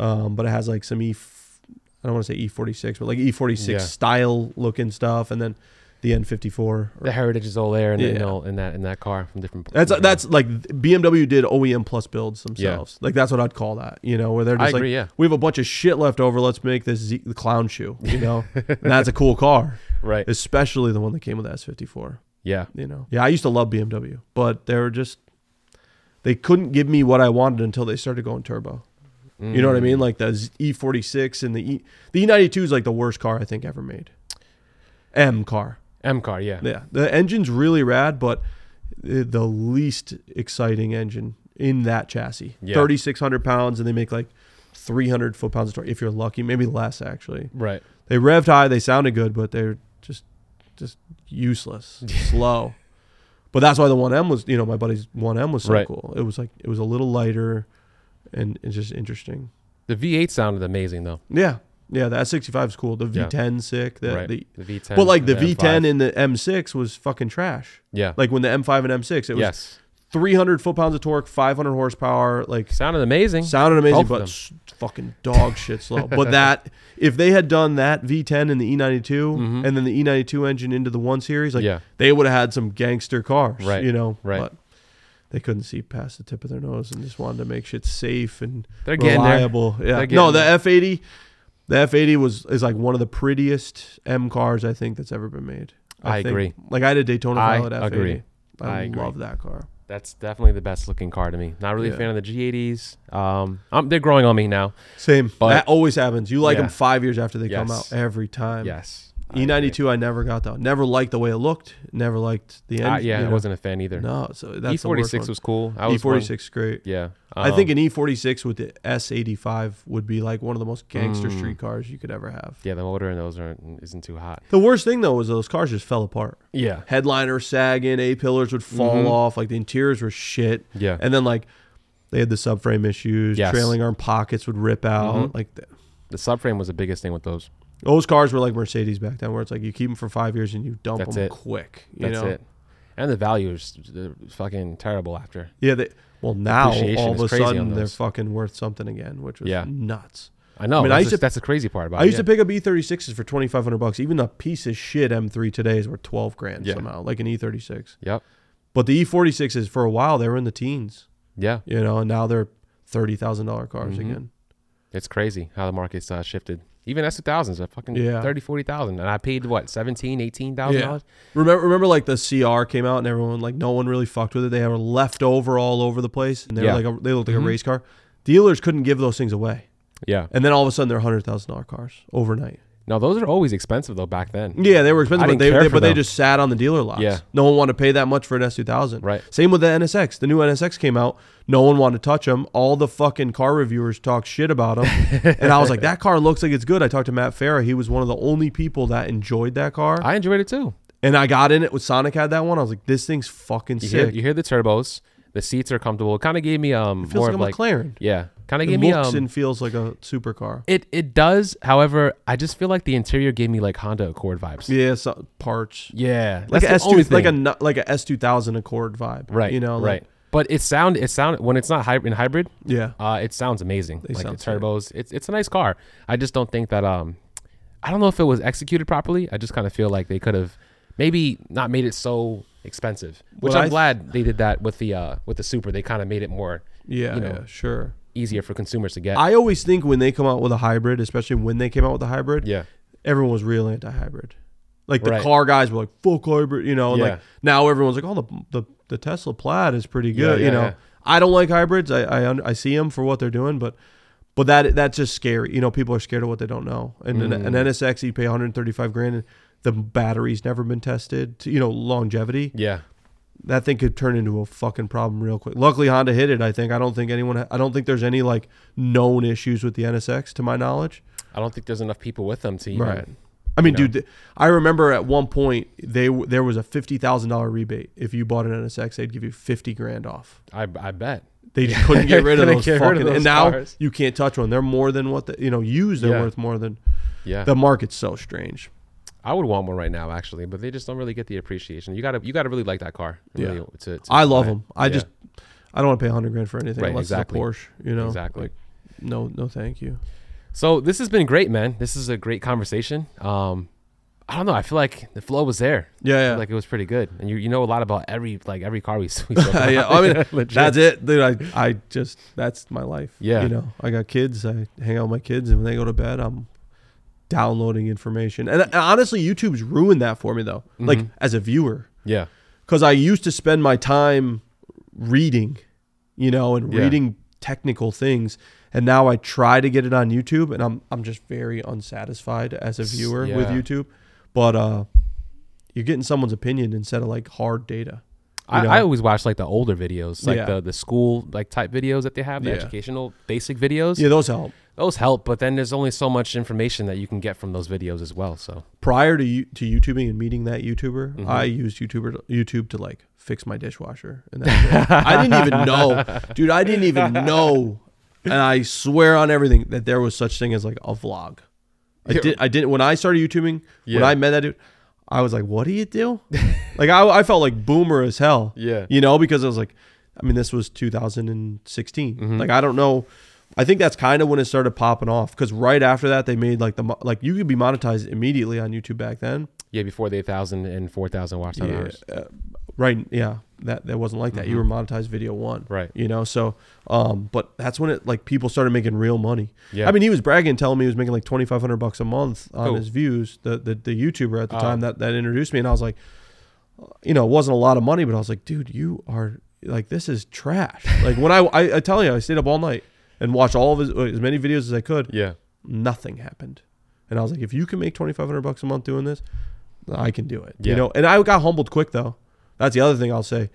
Speaker 2: um, but it has like some E. f- I don't want to say E46, but like E46
Speaker 1: Yeah.
Speaker 2: style looking stuff, and then the N54. or-
Speaker 1: The heritage is all there, and
Speaker 2: Yeah.
Speaker 1: you know, in that in that car from different.
Speaker 2: That's
Speaker 1: you know.
Speaker 2: that's like BMW did OEM plus builds themselves. Like that's what I'd call that. You know, where they're
Speaker 1: I
Speaker 2: just
Speaker 1: agree.
Speaker 2: like,
Speaker 1: yeah.
Speaker 2: we have a bunch of shit left over. Let's make this Z- the clown shoe. You know, and that's a cool car,
Speaker 1: Right.
Speaker 2: especially the one that came with the S54.
Speaker 1: Yeah.
Speaker 2: You know, yeah, I used to love BMW, but they were just they couldn't give me what I wanted until they started going turbo. You
Speaker 1: Mm-hmm.
Speaker 2: know what I
Speaker 1: Mm.
Speaker 2: mean? Like the Z- E46 and the E the E92 is like the worst car I think ever made. M car.
Speaker 1: M car. Yeah.
Speaker 2: Yeah, the engine's really rad, but i- the least exciting engine in that chassis.
Speaker 1: Yeah.
Speaker 2: 3,600 pounds, and they make like 300 foot pounds of torque if you're lucky, maybe less actually.
Speaker 1: Right.
Speaker 2: They revved high, they sounded good, but they're just just useless, slow. But that's why the 1M was, you know, my buddy's 1M was so
Speaker 1: Right.
Speaker 2: cool. It was like it was a little lighter, and it's just interesting.
Speaker 1: The V8 sounded amazing though.
Speaker 2: Yeah, yeah, the S65 is cool. The
Speaker 1: Yeah.
Speaker 2: V10 sick. The,
Speaker 1: right.
Speaker 2: the
Speaker 1: The V10.
Speaker 2: but like the
Speaker 1: and
Speaker 2: V10
Speaker 1: M5.
Speaker 2: and the M6 was fucking trash
Speaker 1: yeah.
Speaker 2: like when the M5 and M6. It was
Speaker 1: yes.
Speaker 2: 300 foot pounds of torque, 500 horsepower. Like
Speaker 1: Sounded amazing.
Speaker 2: sounded
Speaker 1: Both
Speaker 2: amazing,
Speaker 1: of
Speaker 2: but
Speaker 1: them.
Speaker 2: s- fucking dog shit slow. But that if they had done that V10 and the E92
Speaker 1: Mhm.
Speaker 2: and then the E92 engine into the one series, like
Speaker 1: yeah.
Speaker 2: they would have had some gangster cars,
Speaker 1: Right,
Speaker 2: You know,
Speaker 1: right.
Speaker 2: But they couldn't see past the tip of their nose and just wanted to make shit safe and
Speaker 1: They're getting there.
Speaker 2: reliable. Yeah.
Speaker 1: They're getting
Speaker 2: No, the
Speaker 1: there.
Speaker 2: F80, the F80 was is like one of the prettiest M cars I think that's ever been made.
Speaker 1: I
Speaker 2: think-
Speaker 1: agree.
Speaker 2: Like I had a Daytona
Speaker 1: I
Speaker 2: Pilot F80.
Speaker 1: agree.
Speaker 2: I,
Speaker 1: I agree.
Speaker 2: love that car.
Speaker 1: That's definitely the best looking car to me. Not really
Speaker 2: Yeah.
Speaker 1: a fan of the G80s. Um, I'm, they're growing on me now.
Speaker 2: Same.
Speaker 1: But-
Speaker 2: that always happens. You like
Speaker 1: Yeah.
Speaker 2: them five years after they come out
Speaker 1: Yes.
Speaker 2: every time.
Speaker 1: Yes. I agree.
Speaker 2: E92 I, never got though. Never liked the way it looked. Never liked the engine.
Speaker 1: Uh, yeah,
Speaker 2: you
Speaker 1: I
Speaker 2: know.
Speaker 1: wasn't a fan either.
Speaker 2: No, so that's the worst
Speaker 1: E46
Speaker 2: one.
Speaker 1: was cool. I was one-
Speaker 2: E46 is great.
Speaker 1: Yeah.
Speaker 2: I think
Speaker 1: Um,
Speaker 2: an E46 with the S85 would be like one of the most gangster
Speaker 1: Mm.
Speaker 2: street cars you could ever have.
Speaker 1: yeah, the motor in those aren't isn't too hot.
Speaker 2: The worst thing though was those cars just fell apart.
Speaker 1: Yeah.
Speaker 2: Headliner sagging, A pillars would fall
Speaker 1: Mhm.
Speaker 2: off, like the interiors were shit.
Speaker 1: Yeah.
Speaker 2: And then like they had the subframe issues,
Speaker 1: Yes.
Speaker 2: trailing arm pockets would rip out.
Speaker 1: Mhm.
Speaker 2: Like th-
Speaker 1: The subframe was the biggest thing with those.
Speaker 2: those cars were like Mercedes back then, where it's like you keep them for five years and you dump
Speaker 1: That's
Speaker 2: them
Speaker 1: it.
Speaker 2: quick. You
Speaker 1: That's
Speaker 2: know?
Speaker 1: it. And the value is uh, fucking terrible after.
Speaker 2: Yeah. They, well, now
Speaker 1: Depreciation
Speaker 2: all
Speaker 1: is
Speaker 2: of a
Speaker 1: crazy on
Speaker 2: sudden they're
Speaker 1: those.
Speaker 2: fucking worth something again, which was
Speaker 1: Yeah.
Speaker 2: nuts.
Speaker 1: I know.
Speaker 2: I mean, I
Speaker 1: that's,
Speaker 2: used
Speaker 1: the-
Speaker 2: to-
Speaker 1: that's the crazy part about it.
Speaker 2: I used
Speaker 1: yeah.
Speaker 2: to pick up E36s for twenty five hundred bucks. Even the piece of shit M3 today is worth twelve grand
Speaker 1: Yeah.
Speaker 2: somehow, like an E36.
Speaker 1: Yep.
Speaker 2: But the E46s for a while they were in the teens,
Speaker 1: Yeah.
Speaker 2: you know, and now they're thirty thousand dollar cars
Speaker 1: Mhm.
Speaker 2: again.
Speaker 1: It's crazy how the market's uh, shifted. Even S2000s are fucking
Speaker 2: Yeah.
Speaker 1: thirty, forty thousand, 30, 40,000 and I paid what, 17, 18,000
Speaker 2: Yeah.
Speaker 1: dollars?
Speaker 2: Remember, remember, like the CR came out and everyone like no one really fucked with it. They were left over all over the place, and they
Speaker 1: Yeah.
Speaker 2: were like a, they looked like
Speaker 1: Mhm.
Speaker 2: a race car. Dealers couldn't give those things away,
Speaker 1: Yeah.
Speaker 2: and then all of a sudden they're hundred thousand dollar cars overnight.
Speaker 1: No, those are always expensive though back then.
Speaker 2: Yeah, they were
Speaker 1: I
Speaker 2: expensive, but
Speaker 1: didn't
Speaker 2: they,
Speaker 1: care
Speaker 2: they
Speaker 1: for
Speaker 2: but they
Speaker 1: them.
Speaker 2: just sat on the dealer lots.
Speaker 1: Yeah.
Speaker 2: no one wanted to pay that much for an S two thousand.
Speaker 1: Right.
Speaker 2: Same with the NSX. The new NSX came out. No one wanted to touch them. All the fucking car reviewers talked shit about them, and I was like, that car looks like it's good. I talked to Matt Farah. He was one of the only people that enjoyed that car,
Speaker 1: I enjoyed it too.
Speaker 2: and I got in it with Sonic had that one. I was like, this thing's fucking
Speaker 1: You
Speaker 2: sick.
Speaker 1: hear, you hear the turbos. The seats are comfortable. It kind of gave me um
Speaker 2: It feels
Speaker 1: more
Speaker 2: like
Speaker 1: of
Speaker 2: a
Speaker 1: like
Speaker 2: McLaren.
Speaker 1: yeah, kind of
Speaker 2: It
Speaker 1: gave me
Speaker 2: looks
Speaker 1: um
Speaker 2: and feels like a supercar.
Speaker 1: it it does. However, I just feel like the interior gave me like Honda Accord vibes.
Speaker 2: Yeah, so, parts
Speaker 1: Yeah,
Speaker 2: like a
Speaker 1: that's
Speaker 2: S
Speaker 1: the only
Speaker 2: two, like a
Speaker 1: thing.
Speaker 2: nu- like a S two thousand Accord vibe.
Speaker 1: right,
Speaker 2: You know. like-
Speaker 1: right. But it sound it sound when it's not hybrid in hybrid,
Speaker 2: Yeah.
Speaker 1: uh, it sounds amazing.
Speaker 2: They
Speaker 1: like
Speaker 2: sound
Speaker 1: the
Speaker 2: sick.
Speaker 1: turbos, it's it's a nice car. I just don't think that um, I don't know if it was executed properly. I just kind of feel like they could have maybe not made it so expensive. Which
Speaker 2: Well,
Speaker 1: I'm
Speaker 2: I-
Speaker 1: glad they did that with the uh with the super. They kind of made it more
Speaker 2: Yeah.
Speaker 1: you know.
Speaker 2: yeah. Sure.
Speaker 1: easier for consumers to get.
Speaker 2: I always think when they come out with a hybrid, especially when they came out with a hybrid,
Speaker 1: yeah,
Speaker 2: everyone was real anti hybrid. Like the
Speaker 1: Right.
Speaker 2: car guys were like fuck hybrid, you know. And
Speaker 1: Yeah.
Speaker 2: like now everyone's like, oh, the the, the Tesla Plaid is pretty good,
Speaker 1: yeah,
Speaker 2: you know.
Speaker 1: yeah.
Speaker 2: I don't like hybrids. I, I un- I see them for what they're doing, but but that that's just scary. You know, people are scared of what they don't know. And an,
Speaker 1: Mm.
Speaker 2: an NSX, you pay 135 grand, and the battery's never been tested. To, you know, longevity
Speaker 1: Yeah.
Speaker 2: that thing could turn into a fucking problem real quick. Luckily, Honda hit it. I think. I don't think anyone. I don't think there's any like known issues with the NSX to my knowledge.
Speaker 1: I don't think there's enough people with them to even.
Speaker 2: Right. I mean,
Speaker 1: You know.
Speaker 2: dude, th- I remember at one point they w- there was a fifty thousand dollar rebate if you bought an NSX, they'd give you fifty grand off.
Speaker 1: I, I bet.
Speaker 2: They just couldn't get rid of
Speaker 1: Couldn't
Speaker 2: those
Speaker 1: get
Speaker 2: fucking.
Speaker 1: rid of those
Speaker 2: and now
Speaker 1: cars.
Speaker 2: you can't touch one. They're more than what the you know used. They're
Speaker 1: Yeah.
Speaker 2: worth more than
Speaker 1: Yeah.
Speaker 2: the market's so strange.
Speaker 1: I would want one right now, actually, but they just don't really get the appreciation. You gotta, you gotta really like that car.
Speaker 2: Yeah.
Speaker 1: really, to- to
Speaker 2: I love
Speaker 1: buy it.
Speaker 2: them. I
Speaker 1: Yeah.
Speaker 2: just I don't want to pay hundred grand for anything
Speaker 1: Right,
Speaker 2: unless
Speaker 1: exactly.
Speaker 2: it's a Porsche. You know
Speaker 1: Exactly.
Speaker 2: Like, no, no, thank you.
Speaker 1: So this has been great, man. This is a great conversation. Um, I don't know. I feel like the flow was there.
Speaker 2: Yeah,
Speaker 1: I
Speaker 2: yeah.
Speaker 1: feel like it was pretty good, and you you know a lot about every like every car we. we talk
Speaker 2: Uh,
Speaker 1: about.
Speaker 2: yeah, I mean
Speaker 1: Legit.
Speaker 2: that's it, dude. I, I just that's my life.
Speaker 1: Yeah.
Speaker 2: you know, I got kids. I hang out with my kids, and when they go to bed, I'm downloading information. And, and honestly, YouTube's ruined that for me though. Like
Speaker 1: Mhm.
Speaker 2: as a viewer,
Speaker 1: yeah,
Speaker 2: because I used to spend my time reading, you know, and
Speaker 1: Yeah.
Speaker 2: reading technical things, and now I try to get it on YouTube, and I'm I'm just very unsatisfied as a
Speaker 1: S-
Speaker 2: viewer with
Speaker 1: yeah.
Speaker 2: YouTube. But uh, you're getting someone's opinion instead of like hard data. you
Speaker 1: I,
Speaker 2: know?
Speaker 1: I always watch like the older videos, like
Speaker 2: Yeah.
Speaker 1: the the school like type videos that they have, the
Speaker 2: Yeah.
Speaker 1: educational basic videos.
Speaker 2: Yeah, those help.
Speaker 1: Those help, but then there's only so much information that you can get from those videos as well. So
Speaker 2: prior to you, to YouTubing and meeting that YouTuber,
Speaker 1: Mm-hmm.
Speaker 2: I used YouTuber YouTube to like fix my dishwasher, and that's it. I didn't even know, dude. I didn't even know, and I swear on everything that there was such thing as like a vlog. I
Speaker 1: Yeah.
Speaker 2: did. I didn't when I started YouTubing. When
Speaker 1: Yeah.
Speaker 2: I met that dude, I was like, "What do you do?" like I, I felt like boomer as hell.
Speaker 1: Yeah.
Speaker 2: you know, because I was like, I mean, this was 2016. Like I don't know. I think that's kind of when it started popping off because right after that they made like the mo- like you could be monetized immediately on YouTube back then.
Speaker 1: yeah, before the 8,000 and 4,000 watch time hours.
Speaker 2: Uh, right. Yeah. That that wasn't like that. You were monetized video one.
Speaker 1: Mm-hmm. Right.
Speaker 2: You know. So, um, but that's when it like people started making real money.
Speaker 1: Yeah.
Speaker 2: I mean, he was bragging, telling me he was making like twenty five hundred bucks a month on
Speaker 1: Who?
Speaker 2: his views. The, the the YouTuber at the
Speaker 1: Oh.
Speaker 2: time that that introduced me, and I was like, you know, it wasn't a lot of money, but I was like, dude, you are like this is trash. like when I, I I tell you, I stayed up all night and watched all of his uh, as many videos as I could
Speaker 1: Yeah.
Speaker 2: nothing happened. And I was like, if you can make twenty five hundred bucks a month doing this, I can do it.
Speaker 1: Yeah.
Speaker 2: You know, and I got humbled quick though. That's the other thing I'll say.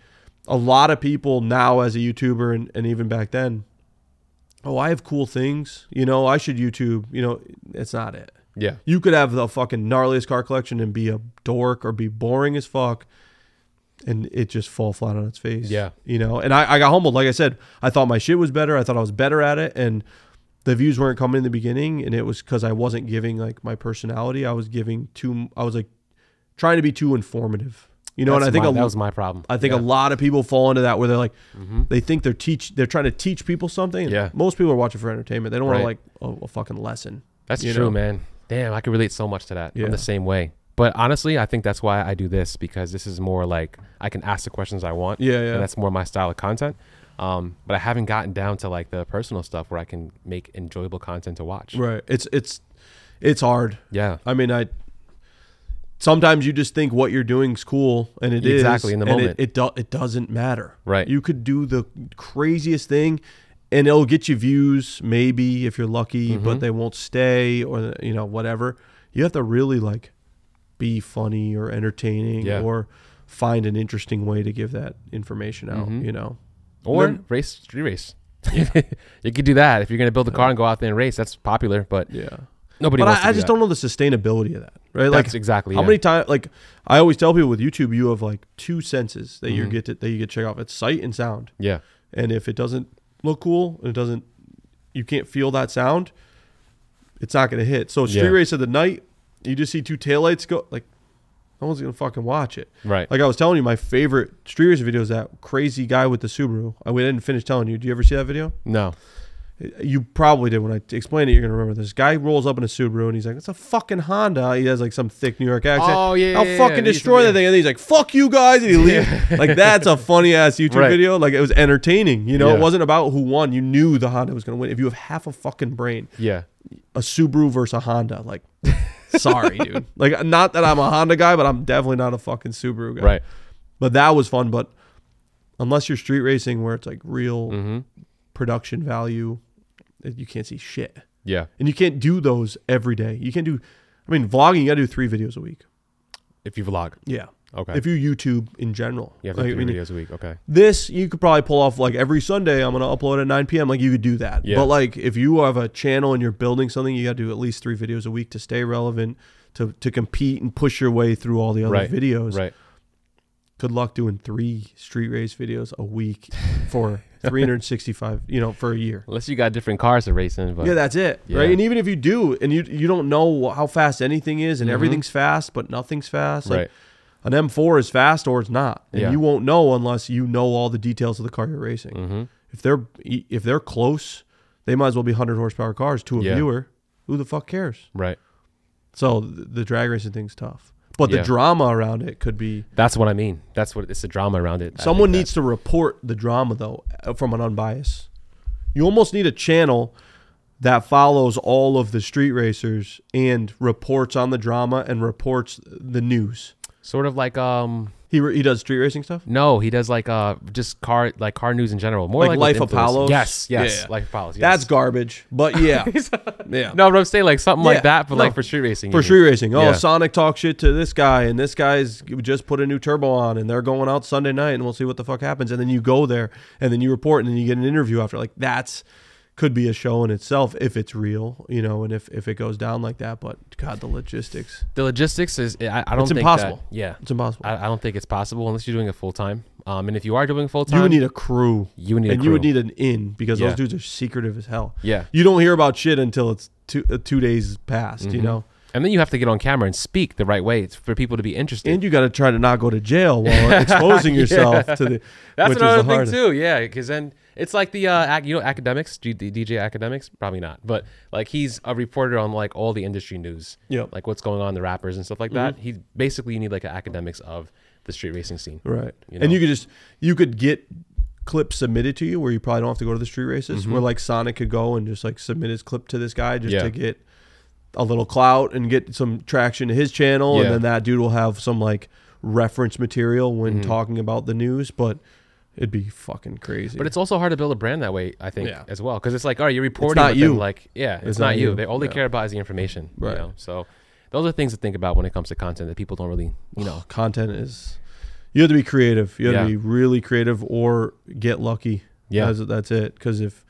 Speaker 2: A lot of people now as a YouTuber and, and even back then, oh, I have cool things. You know, I should YouTube, you know, it's not it.
Speaker 1: Yeah.
Speaker 2: You could have the fucking gnarliest car collection and be a dork or be boring as fuck and it just fall flat on its face.
Speaker 1: Yeah.
Speaker 2: You know, and I, I got humbled. Like I said, I thought my shit was better. I thought I was better at it. And the views weren't coming in the beginning. And it was because I wasn't giving like my personality. I was giving too, I was like trying to be too informative. You know,
Speaker 1: That's
Speaker 2: and I think
Speaker 1: my-
Speaker 2: a,
Speaker 1: that was my problem.
Speaker 2: I think
Speaker 1: yeah. Mm-hmm.
Speaker 2: a lot of people fall into that where they're like, they think they're teach, they're trying to teach people something. and
Speaker 1: Yeah.
Speaker 2: Most people are watching for entertainment. They don't
Speaker 1: Right.
Speaker 2: want to like a, a fucking lesson.
Speaker 1: That's
Speaker 2: you
Speaker 1: true,
Speaker 2: know?
Speaker 1: man. Damn, I can relate so much to that.
Speaker 2: Yeah.
Speaker 1: I'm the same way. But honestly, I think that's why I do this because this is more like I can ask the questions I want.
Speaker 2: Yeah, yeah.
Speaker 1: And that's more my style of content. Um, but I haven't gotten down to like the personal stuff where I can make enjoyable content to watch.
Speaker 2: Right. It's, it's, it's hard.
Speaker 1: Yeah.
Speaker 2: I mean, I sometimes you just think what you're doing's cool, and it is
Speaker 1: Exactly, in the
Speaker 2: and
Speaker 1: moment.
Speaker 2: It it, do, it doesn't matter,
Speaker 1: Right.
Speaker 2: You could do the craziest thing, and it'll get you views, maybe if you're lucky,
Speaker 1: Mm-hmm.
Speaker 2: but they won't stay, or you know, whatever. You have to really like be funny or entertaining,
Speaker 1: Yeah.
Speaker 2: or find an interesting way to give that information out. You know,
Speaker 1: Mm-hmm. Or
Speaker 2: Then-
Speaker 1: race, street race. you could do that if you're going to build a car and go out there and race. That's popular, but
Speaker 2: yeah.
Speaker 1: nobody
Speaker 2: But
Speaker 1: wants to
Speaker 2: I, I
Speaker 1: do
Speaker 2: just
Speaker 1: that.
Speaker 2: don't know the sustainability of that, right?
Speaker 1: That's exactly
Speaker 2: How
Speaker 1: yeah.
Speaker 2: many times? Like I always tell people with YouTube, you have like two senses that
Speaker 1: Mm-hmm.
Speaker 2: you get to, that you get to check off. It's sight and sound.
Speaker 1: Yeah.
Speaker 2: And if it doesn't look cool and it doesn't, you can't feel that sound. It's not going to hit. So street
Speaker 1: Yeah.
Speaker 2: race of the night, you just see two taillights go. Like no one's going to fucking watch it.
Speaker 1: Right.
Speaker 2: Like I was telling you, my favorite street race video is that crazy guy with the Subaru. I we didn't finish telling you. Do you ever see that video? Eh,
Speaker 1: no.
Speaker 2: You probably did. When I explained it, you're gonna remember this. Guy rolls up in a Subaru and he's like, "It's a fucking Honda." He has like some thick New York accent.
Speaker 1: Oh, yeah,
Speaker 2: I'll
Speaker 1: yeah,
Speaker 2: fucking
Speaker 1: yeah. He's-
Speaker 2: destroy
Speaker 1: yeah.
Speaker 2: that thing. And then he's like, "Fuck you guys," and he leaves. Like that's a funny ass YouTube
Speaker 1: Right.
Speaker 2: video. Like it was entertaining. You know,
Speaker 1: Yeah.
Speaker 2: it wasn't about who won. You knew the Honda was gonna win. If you have half a fucking brain,
Speaker 1: Yeah.
Speaker 2: a Subaru versus a Honda, like Sorry, dude. Like, not that I'm a Honda guy, but I'm definitely not a fucking Subaru guy.
Speaker 1: Right.
Speaker 2: But that was fun. But unless you're street racing, where it's like real
Speaker 1: Mm-hmm.
Speaker 2: production value, you can't see shit,
Speaker 1: Yeah.
Speaker 2: and you can't do those every day. You can't do. I mean, vlogging, you gotta do three videos a week.
Speaker 1: If you vlog,
Speaker 2: Yeah.
Speaker 1: okay.
Speaker 2: If you YouTube in general,
Speaker 1: you have
Speaker 2: Like,
Speaker 1: like,
Speaker 2: I
Speaker 1: three
Speaker 2: mean,
Speaker 1: videos a week. Okay.
Speaker 2: this you could probably pull off like every Sunday. I'm gonna upload at 9 p.m. Like you could do that.
Speaker 1: Yeah.
Speaker 2: But like if you have a channel and you're building something, you got to do at least three videos a week to stay relevant, to to compete and push your way through all the other
Speaker 1: Right.
Speaker 2: videos.
Speaker 1: Right.
Speaker 2: Good luck doing three street race videos a week for 365. You know, for a year.
Speaker 1: Unless you got different cars to race in, but
Speaker 2: Yeah, that's it.
Speaker 1: Yeah.
Speaker 2: Right. And even if you do, and you you don't know how fast anything is,
Speaker 1: Mm-hmm.
Speaker 2: and everything's fast, but nothing's fast. Like,
Speaker 1: right.
Speaker 2: an M4 is fast or it's not, and
Speaker 1: Yeah.
Speaker 2: you won't know unless you know all the details of the car you're racing.
Speaker 1: Mm-hmm.
Speaker 2: If they're if they're close, they might as well be hundred horsepower cars to a
Speaker 1: Yeah.
Speaker 2: viewer. Who the fuck cares?
Speaker 1: Right.
Speaker 2: So the, the drag racing thing's tough, but
Speaker 1: Yeah.
Speaker 2: the drama around it could be.
Speaker 1: That's what I mean. That's what it's the drama around it. I
Speaker 2: someone
Speaker 1: think that-
Speaker 2: needs to report the drama though uh, from an unbiased. You almost need a channel that follows all of the street racers and reports on the drama and reports the news.
Speaker 1: sort of like um
Speaker 2: He re- he does street racing stuff.
Speaker 1: no he does like uh just car like car news in general more like,
Speaker 2: Like
Speaker 1: with
Speaker 2: Life
Speaker 1: influencers.
Speaker 2: Apollos?
Speaker 1: Yes. Yes.
Speaker 2: Yeah.
Speaker 1: Life Apollos. Yes.
Speaker 2: That's garbage, but yeah, yeah.
Speaker 1: no, but I'm saying like something
Speaker 2: Yeah,
Speaker 1: like that, but like
Speaker 2: no.
Speaker 1: for street racing.
Speaker 2: for
Speaker 1: you
Speaker 2: street
Speaker 1: mean.
Speaker 2: racing. Oh,
Speaker 1: Mm-hmm. Yeah.
Speaker 2: Sonic talks shit to this guy, and this guy's just put a new turbo on, and they're going out Sunday night, and we'll see what the fuck happens. And then you go there, and then you report, and then you get an interview after. Like that's could be a show in itself if it's real, you know, and if if it goes down like that. But God, the logistics,
Speaker 1: the logistics is I, I don't
Speaker 2: It's
Speaker 1: think
Speaker 2: impossible.
Speaker 1: That, yeah,
Speaker 2: it's impossible.
Speaker 1: I, I don't think it's possible unless you're doing it full time. Um, and if you are doing full time,
Speaker 2: you would need a crew,
Speaker 1: you would need a
Speaker 2: and you would
Speaker 1: crew.
Speaker 2: need an in because
Speaker 1: Yeah.
Speaker 2: those dudes are secretive as hell.
Speaker 1: yeah,
Speaker 2: You don't hear about shit until it's two uh, two days past,
Speaker 1: Mm-hmm.
Speaker 2: you know.
Speaker 1: and then you have to get on camera and speak the right way for people to be interested.
Speaker 2: And you got to try to not go to jail while exposing yourself to the.
Speaker 1: That's
Speaker 2: which is
Speaker 1: another
Speaker 2: the
Speaker 1: thing
Speaker 2: hardest.
Speaker 1: too. Yeah, because then it's like the uh, ac- you know academics, G- the DJ academics, probably not, but like he's a reporter on like all the industry news.
Speaker 2: Yep.
Speaker 1: like what's going on the rappers and stuff like that.
Speaker 2: Mm-hmm.
Speaker 1: He basically you need like an academics of the street racing scene.
Speaker 2: Right.
Speaker 1: You
Speaker 2: And
Speaker 1: know?
Speaker 2: you could just you could get clips submitted to you where you probably don't have to go to the street races. Where like Sonic could go and just like submit his clip to this guy just
Speaker 1: Mm-hmm. Yeah.
Speaker 2: to get a little clout and get some traction to his channel,
Speaker 1: Yeah.
Speaker 2: and then that dude will have some like reference material when
Speaker 1: Mm-hmm.
Speaker 2: talking about the news. But it'd be fucking crazy.
Speaker 1: But it's also hard to build a brand that way, I think,
Speaker 2: Yeah.
Speaker 1: as well, because it's like, all right, you're reporting.
Speaker 2: not
Speaker 1: but then,
Speaker 2: you.
Speaker 1: Like, yeah, it's, not, you. They all they
Speaker 2: Yeah.
Speaker 1: care about is the information.
Speaker 2: Right.
Speaker 1: You know? So, those are things to think about when it comes to content that people don't really, you know.
Speaker 2: content is you have to be creative. You have
Speaker 1: Yeah.
Speaker 2: to be really creative or get lucky.
Speaker 1: Yeah.
Speaker 2: that's, that's it. Because if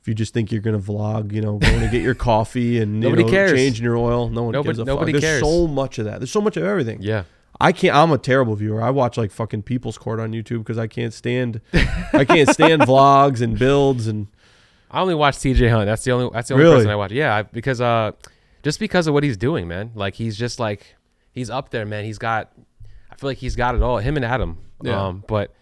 Speaker 2: if you just think you're gonna vlog, you know, going to get your coffee and
Speaker 1: Nobody
Speaker 2: you know,
Speaker 1: cares.
Speaker 2: changing your oil, no one
Speaker 1: Nobody-
Speaker 2: gives a
Speaker 1: nobody
Speaker 2: fuck.
Speaker 1: cares.
Speaker 2: There's so much of that. There's so much of everything.
Speaker 1: Yeah.
Speaker 2: I can't. I'm a terrible viewer. I watch like fucking People's Court on YouTube because I can't stand I can't stand vlogs and builds and
Speaker 1: I only watch T.J. Hunt. That's the only. That's the only
Speaker 2: Really?
Speaker 1: person I watch. Yeah, I- because uh, just because of what he's doing, man. Like he's just like he's up there, man. He's got. I feel like he's got it all. Him and Adam.
Speaker 2: Yeah.
Speaker 1: Um, but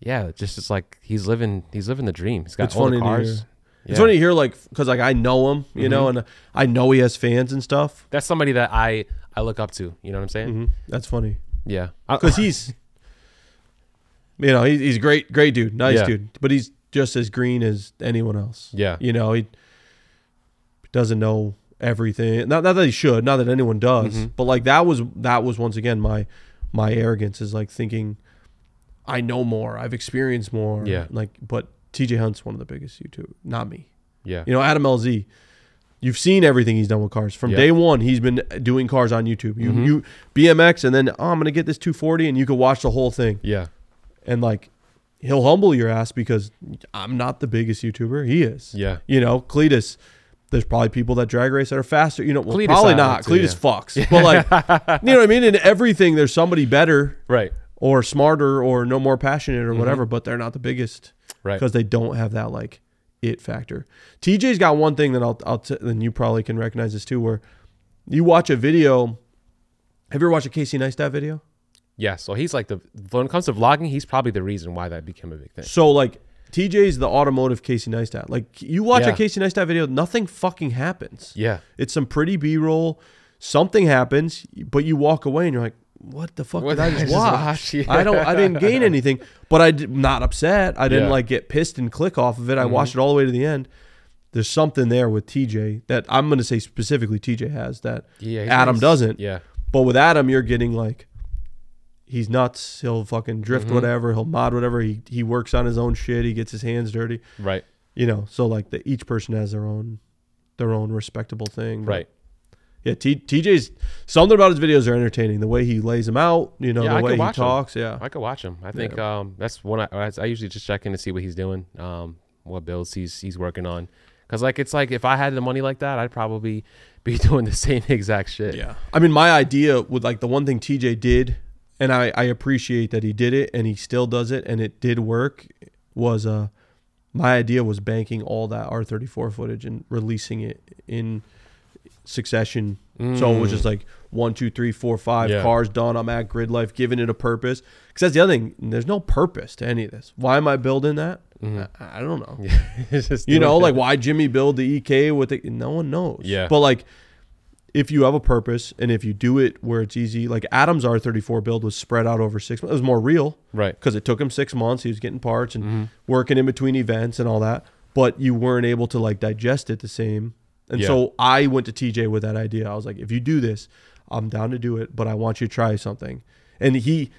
Speaker 1: yeah, just it's like he's living. He's living the dream. He's got
Speaker 2: It's
Speaker 1: all
Speaker 2: funny
Speaker 1: the
Speaker 2: to
Speaker 1: cars.
Speaker 2: hear. it's
Speaker 1: Yeah. Mm-hmm.
Speaker 2: funny to hear like because like I know him, you know, and I know he has fans and stuff. Mm-hmm.
Speaker 1: That's somebody that I I look up to. You know what I'm saying?
Speaker 2: That's funny.
Speaker 1: Yeah. I-
Speaker 2: because he's you know he's, he's great great dude nice
Speaker 1: Yeah.
Speaker 2: dude but he's just as green as anyone else
Speaker 1: Yeah.
Speaker 2: you know he doesn't know everything not, not that he should not that anyone does
Speaker 1: Mm-hmm.
Speaker 2: but like that was that was once again my my arrogance is like thinking i know more i've experienced more
Speaker 1: Yeah.
Speaker 2: like but tj hunt's one of the biggest youtube not me
Speaker 1: yeah.
Speaker 2: you know, Adam LZ, you've seen everything he's done with cars. From
Speaker 1: Yeah. Mm-hmm.
Speaker 2: day one, he's been doing cars on YouTube. You, you BMX, and then oh, I'm gonna get this 240, and you can watch the whole thing.
Speaker 1: Yeah.
Speaker 2: And like, he'll humble your ass because I'm not the biggest YouTuber. He is.
Speaker 1: Yeah.
Speaker 2: You know, Cletus. There's probably people that drag race that are faster. You know, well,
Speaker 1: Cletus
Speaker 2: probably
Speaker 1: I
Speaker 2: not.
Speaker 1: would
Speaker 2: Cletus
Speaker 1: say,
Speaker 2: fucks, but like, you know what I mean. In everything, there's somebody better
Speaker 1: Right.
Speaker 2: or smarter or no more passionate
Speaker 1: Mm-hmm.
Speaker 2: or whatever, but they're not the biggest
Speaker 1: Right.
Speaker 2: because they don't have that like it factor. TJ's got one thing that I'll I'll t- and you probably can recognize this too, where you watch a video. Have you ever watched a Casey Neistat video?
Speaker 1: Yeah. So he's like the when it comes to vlogging, he's probably the reason why that became a big thing.
Speaker 2: So like TJ's the automotive Casey Neistat. Like you watch
Speaker 1: Yeah.
Speaker 2: a Casey Neistat video, nothing fucking happens.
Speaker 1: Yeah.
Speaker 2: It's some pretty B roll. Something happens, but you walk away and you're like, "What the fuck
Speaker 1: What
Speaker 2: did I
Speaker 1: did I
Speaker 2: just
Speaker 1: just
Speaker 2: watch?
Speaker 1: watch? Yeah.
Speaker 2: I don't. I didn't gain anything, but I'm not upset. I didn't
Speaker 1: Yeah. Mm-hmm.
Speaker 2: like get pissed and click off of it. I watched it all the way to the end. there's something there with TJ that I'm going to say specifically TJ has that
Speaker 1: Yeah, he's
Speaker 2: Adam
Speaker 1: nice.
Speaker 2: doesn't.
Speaker 1: Yeah.
Speaker 2: But with Adam, you're getting like he's nuts. He'll fucking
Speaker 1: Mm-hmm.
Speaker 2: drift whatever. He'll mod whatever. He he works on his own shit. He gets his hands dirty.
Speaker 1: Right.
Speaker 2: You know. So like the, each person has their own their own respectable thing. But,
Speaker 1: Right.
Speaker 2: Yeah. T, TJ's something about his videos are entertaining. The way he lays them out. You know.
Speaker 1: Yeah,
Speaker 2: the
Speaker 1: I could
Speaker 2: way he
Speaker 1: watch 'em.
Speaker 2: talks. Yeah.
Speaker 1: I could watch him. I think um, that's one. I- I, I usually just check in to see what he's doing, um, what builds he's he's working on. Cause like it's like if I had the money like that, I'd probably be doing the same exact shit.
Speaker 2: Yeah. I mean, my idea with like the one thing TJ did, and I, I appreciate that he did it and he still does it and it did work, was uh my idea was banking all that R thirty four footage and releasing it in succession. So it was just like one, two, three, four, five
Speaker 1: Mm. Yeah.
Speaker 2: cars done. I'm at grid life, giving it a purpose. Because that's the other thing. There's no purpose to any of this. Why am I building that?
Speaker 1: Mm-hmm.
Speaker 2: I, I don't know.
Speaker 1: It's just
Speaker 2: You
Speaker 1: doing
Speaker 2: know,
Speaker 1: shit.
Speaker 2: like why Jimmy build the EK with it? No one knows.
Speaker 1: Yeah.
Speaker 2: But like, if you have a purpose and if you do it where it's easy, like Adam's R34 build was spread out over six months. It was more real
Speaker 1: right.
Speaker 2: because it took him six months. He was getting parts and
Speaker 1: Mm-hmm.
Speaker 2: working in between events and all that. But you weren't able to like digest it the same. And
Speaker 1: Yeah.
Speaker 2: so I went to TJ with that idea. I was like, if you do this, I'm down to do it, but I want you to try something. And he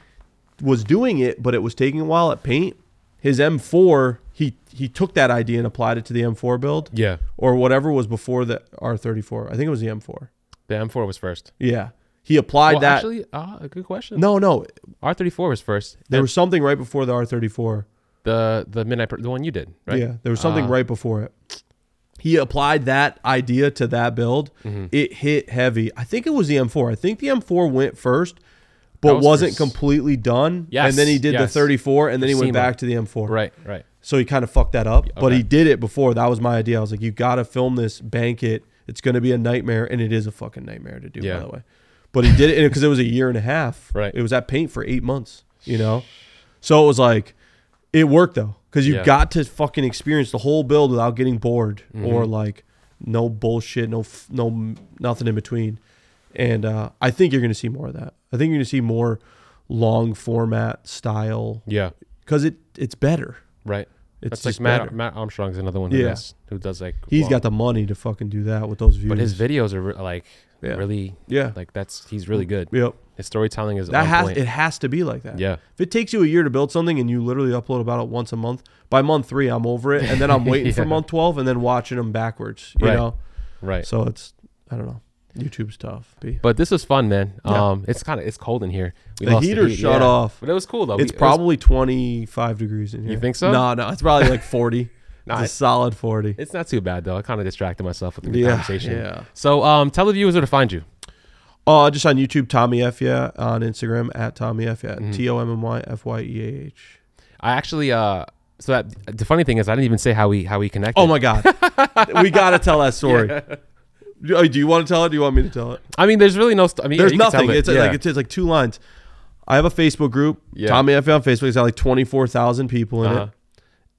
Speaker 2: was doing it, but it was taking a while at paint. His M4, he he took that idea and applied it to the M4 build
Speaker 1: Yeah.
Speaker 2: or whatever was before the R34. I think it was the M4.
Speaker 1: The M4 was first.
Speaker 2: Yeah. He applied
Speaker 1: well,
Speaker 2: that.
Speaker 1: actually, uh, good question.
Speaker 2: no, no.
Speaker 1: R34 was first.
Speaker 2: There was something right before the R34.
Speaker 1: the the midnight Pr- the one you did right.
Speaker 2: Yeah, there was something
Speaker 1: Ah.
Speaker 2: right before it. He applied that idea to that build.
Speaker 1: Mm-hmm.
Speaker 2: It hit heavy. I think it was the M4. I think the M4 went first,
Speaker 1: That
Speaker 2: but
Speaker 1: was for
Speaker 2: wasn't
Speaker 1: s-
Speaker 2: completely done.
Speaker 1: Yes,
Speaker 2: and then he did
Speaker 1: yes.
Speaker 2: the 34, and then he went
Speaker 1: SEMA. back
Speaker 2: back to the M4.
Speaker 1: Right. Right.
Speaker 2: So he kind of fucked that up. But
Speaker 1: okay.
Speaker 2: he did it before. That was my idea. I was like, you got to film this, bank it. It's going to be a nightmare. And it is a fucking nightmare to do,
Speaker 1: Yeah.
Speaker 2: by the way. But he did it because it was a year and a half.
Speaker 1: Right.
Speaker 2: It was at paint for eight months, you know? So it was like, it worked though. Because you
Speaker 1: Yeah.
Speaker 2: got to fucking experience the whole build without getting bored
Speaker 1: Mm-hmm.
Speaker 2: or like no bullshit, no, f- no, m- nothing in between. And uh, I think you're going to see more of that. I think you're going to see more long format style
Speaker 1: Yeah.
Speaker 2: because it, it's better.
Speaker 1: Right.
Speaker 2: It's
Speaker 1: That's like
Speaker 2: just
Speaker 1: Matt,
Speaker 2: better.
Speaker 1: Matt Armstrong's another one who,
Speaker 2: Yeah.
Speaker 1: does, who does like
Speaker 2: He's
Speaker 1: well,
Speaker 2: got the money to fucking do that with those views.
Speaker 1: but his videos are re- like
Speaker 2: Yeah. Mm.
Speaker 1: really
Speaker 2: yeah,
Speaker 1: like that's he's really good.
Speaker 2: yep.
Speaker 1: His storytelling is
Speaker 2: That
Speaker 1: on
Speaker 2: has
Speaker 1: point.
Speaker 2: it has to be like that.
Speaker 1: yeah.
Speaker 2: If it takes you a year to build something and you literally upload about it once a month, by month three I'm over it, and then I'm waiting for
Speaker 1: Yeah.
Speaker 2: month twelve and then watching them backwards. You
Speaker 1: Right.
Speaker 2: know,
Speaker 1: Right.
Speaker 2: so it's I don't know. YouTube's tough. B.
Speaker 1: but this was fun, man.
Speaker 2: Yeah.
Speaker 1: Um, it's kind of it's cold in here. We
Speaker 2: The
Speaker 1: lost
Speaker 2: heater
Speaker 1: heat,
Speaker 2: shut
Speaker 1: yeah.
Speaker 2: off.
Speaker 1: but it was cool though. We- it
Speaker 2: It's
Speaker 1: was-
Speaker 2: probably 25 degrees in here.
Speaker 1: think so?
Speaker 2: No, no, it's probably like 40.
Speaker 1: Nah,
Speaker 2: it's a solid 40.
Speaker 1: it's not too bad though. I kind of distracted myself with the
Speaker 2: yeah,
Speaker 1: conversation.
Speaker 2: yeah.
Speaker 1: So, um, tell the viewers where to find you.
Speaker 2: Uh, just on YouTube, Tommy F. Yeah, on Instagram at Tommy F. Yeah,
Speaker 1: Mm-hmm.
Speaker 2: T O M M Y F Y E A H.
Speaker 1: I actually uh, so that the funny thing is I didn't even say how we how we connected.
Speaker 2: Oh my god, we gotta tell that story. Oh, Do you want to tell it? Do you want me to tell it?
Speaker 1: I mean, there's really no. St- I mean,
Speaker 2: There's
Speaker 1: you can tell
Speaker 2: nothing.
Speaker 1: it.
Speaker 2: It's
Speaker 1: Yeah.
Speaker 2: like it's, it's like two lines. I have a Facebook group.
Speaker 1: Yeah.
Speaker 2: Tommy F on Facebook. It's got like twenty four thousand people in
Speaker 1: Uh-huh.
Speaker 2: it.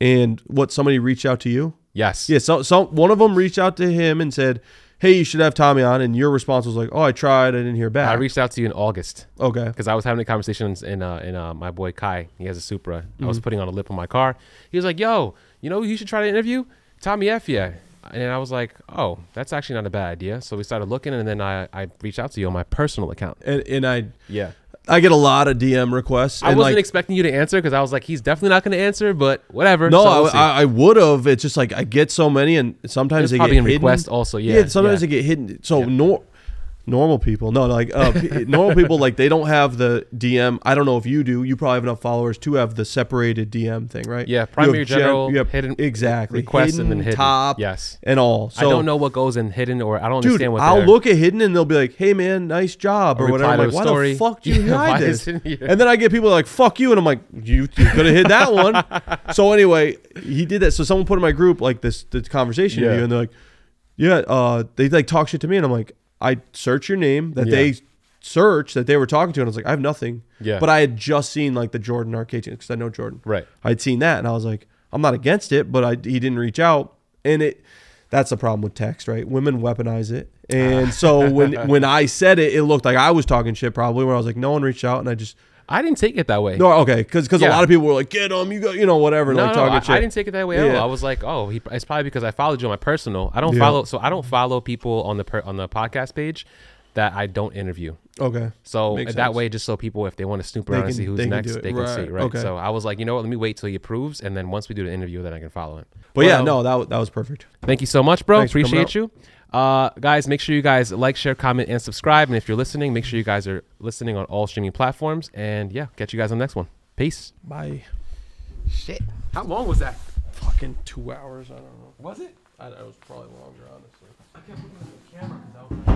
Speaker 2: And what somebody reached out to you?
Speaker 1: yes.
Speaker 2: Yeah. So so one of them reached out to him and said, "Hey, you should have Tommy on." And your response was like, "Oh, I tried. I didn't hear back."
Speaker 1: I reached out to you in August.
Speaker 2: okay.
Speaker 1: because I was having a conversation in uh, in uh, my boy Kai. He has a Supra. I
Speaker 2: Mm-hmm.
Speaker 1: was putting on a lip on my car. He was like, "Yo, you know, who you should try to interview Tommy Effia." And I was like, "Oh, that's actually not a bad idea." So we started looking, and then I, I reached out to you on my personal account.
Speaker 2: And and I
Speaker 1: Yeah,
Speaker 2: I get a lot of DM requests.
Speaker 1: I
Speaker 2: and,
Speaker 1: wasn't
Speaker 2: like,
Speaker 1: expecting you to answer because I was like, "He's definitely not going to answer," but whatever.
Speaker 2: No,
Speaker 1: So we'll see.
Speaker 2: I, I, I would have. It's just like I get so many, and sometimes
Speaker 1: It's
Speaker 2: they
Speaker 1: probably
Speaker 2: get
Speaker 1: in
Speaker 2: hidden.
Speaker 1: request also, yeah,
Speaker 2: sometimes
Speaker 1: yeah.
Speaker 2: they get hidden. So nor, normal people, no, like uh, p- normal people, like they don't have the DM. I don't know if you do. You probably have enough followers to have the separated DM thing, right?
Speaker 1: Yeah,
Speaker 2: You have
Speaker 1: primary,
Speaker 2: gen-
Speaker 1: general,
Speaker 2: you have-
Speaker 1: hidden-
Speaker 2: exactly
Speaker 1: request, and
Speaker 2: hidden,
Speaker 1: then hidden.
Speaker 2: top,
Speaker 1: Yes.
Speaker 2: and all. So
Speaker 1: I don't know what goes in hidden, or I don't
Speaker 2: Dude,
Speaker 1: understand what.
Speaker 2: I'll
Speaker 1: they're-
Speaker 2: look at hidden and they'll be like, "Hey man, nice job" or,
Speaker 1: Or
Speaker 2: whatever.
Speaker 1: reply
Speaker 2: I'm
Speaker 1: to
Speaker 2: like,
Speaker 1: a
Speaker 2: "Why
Speaker 1: story."
Speaker 2: the fuck do you
Speaker 1: Yeah, why
Speaker 2: hide this?"
Speaker 1: isn't it?
Speaker 2: And then I get people like, "Fuck you," and I'm like, "You, you could have hid that one." so anyway, he did that. So someone put in my group like this, this conversation
Speaker 1: Yeah.
Speaker 2: of you, and they're like, "Yeah," uh, they like talk shit to me, and I'm like, "I search your name that
Speaker 1: Yeah.
Speaker 2: they search that they were talking to," and I was like, "I have nothing."
Speaker 1: Yeah.
Speaker 2: But I had just seen like the Jordan arcade because I know Jordan.
Speaker 1: Right.
Speaker 2: I'd seen that and I was like, I'm not against it, but I, he didn't reach out. And it that's the problem with text, right? Women weaponize it. And so when when I said it, it looked like I was talking shit probably when I was like, no one reached out and I just
Speaker 1: I didn't take it that way.
Speaker 2: No, okay, because a
Speaker 1: Yeah.
Speaker 2: lot of people were like, "Get him," you got, you know, whatever,
Speaker 1: No,
Speaker 2: like
Speaker 1: no,
Speaker 2: talking
Speaker 1: I,
Speaker 2: shit.
Speaker 1: I didn't take it that way at
Speaker 2: Yeah.
Speaker 1: all. I was like, oh, he, it's probably because I followed you on my personal. I don't
Speaker 2: Yeah.
Speaker 1: follow, so I don't follow people on the per, on the podcast page that I don't interview.
Speaker 2: okay,
Speaker 1: So
Speaker 2: Makes
Speaker 1: that
Speaker 2: sense.
Speaker 1: way, just so people, if they want to snoop around
Speaker 2: can-
Speaker 1: and see who's
Speaker 2: they can
Speaker 1: next,
Speaker 2: do it.
Speaker 1: they can see.
Speaker 2: Right.
Speaker 1: Right.
Speaker 2: Okay.
Speaker 1: So I was like, you know what? Let me wait till he approves, and then once we do the interview, then I can follow him.
Speaker 2: but yeah,
Speaker 1: Well,
Speaker 2: no, that wa- that was perfect.
Speaker 1: Thank you so much, bro.
Speaker 2: Thanks for coming
Speaker 1: Appreciate you. Uh, guys, make sure you guys like, share, comment, and subscribe. And if you're listening, make sure you guys are listening on all streaming platforms. And yeah, catch you guys on the next one. Peace.
Speaker 2: Bye.
Speaker 3: Shit.
Speaker 1: How long was that?
Speaker 2: Fucking two hours. I don't know.
Speaker 1: Was it?
Speaker 2: I, I was probably longer, honestly.
Speaker 1: I can't put it on the camera because I was like.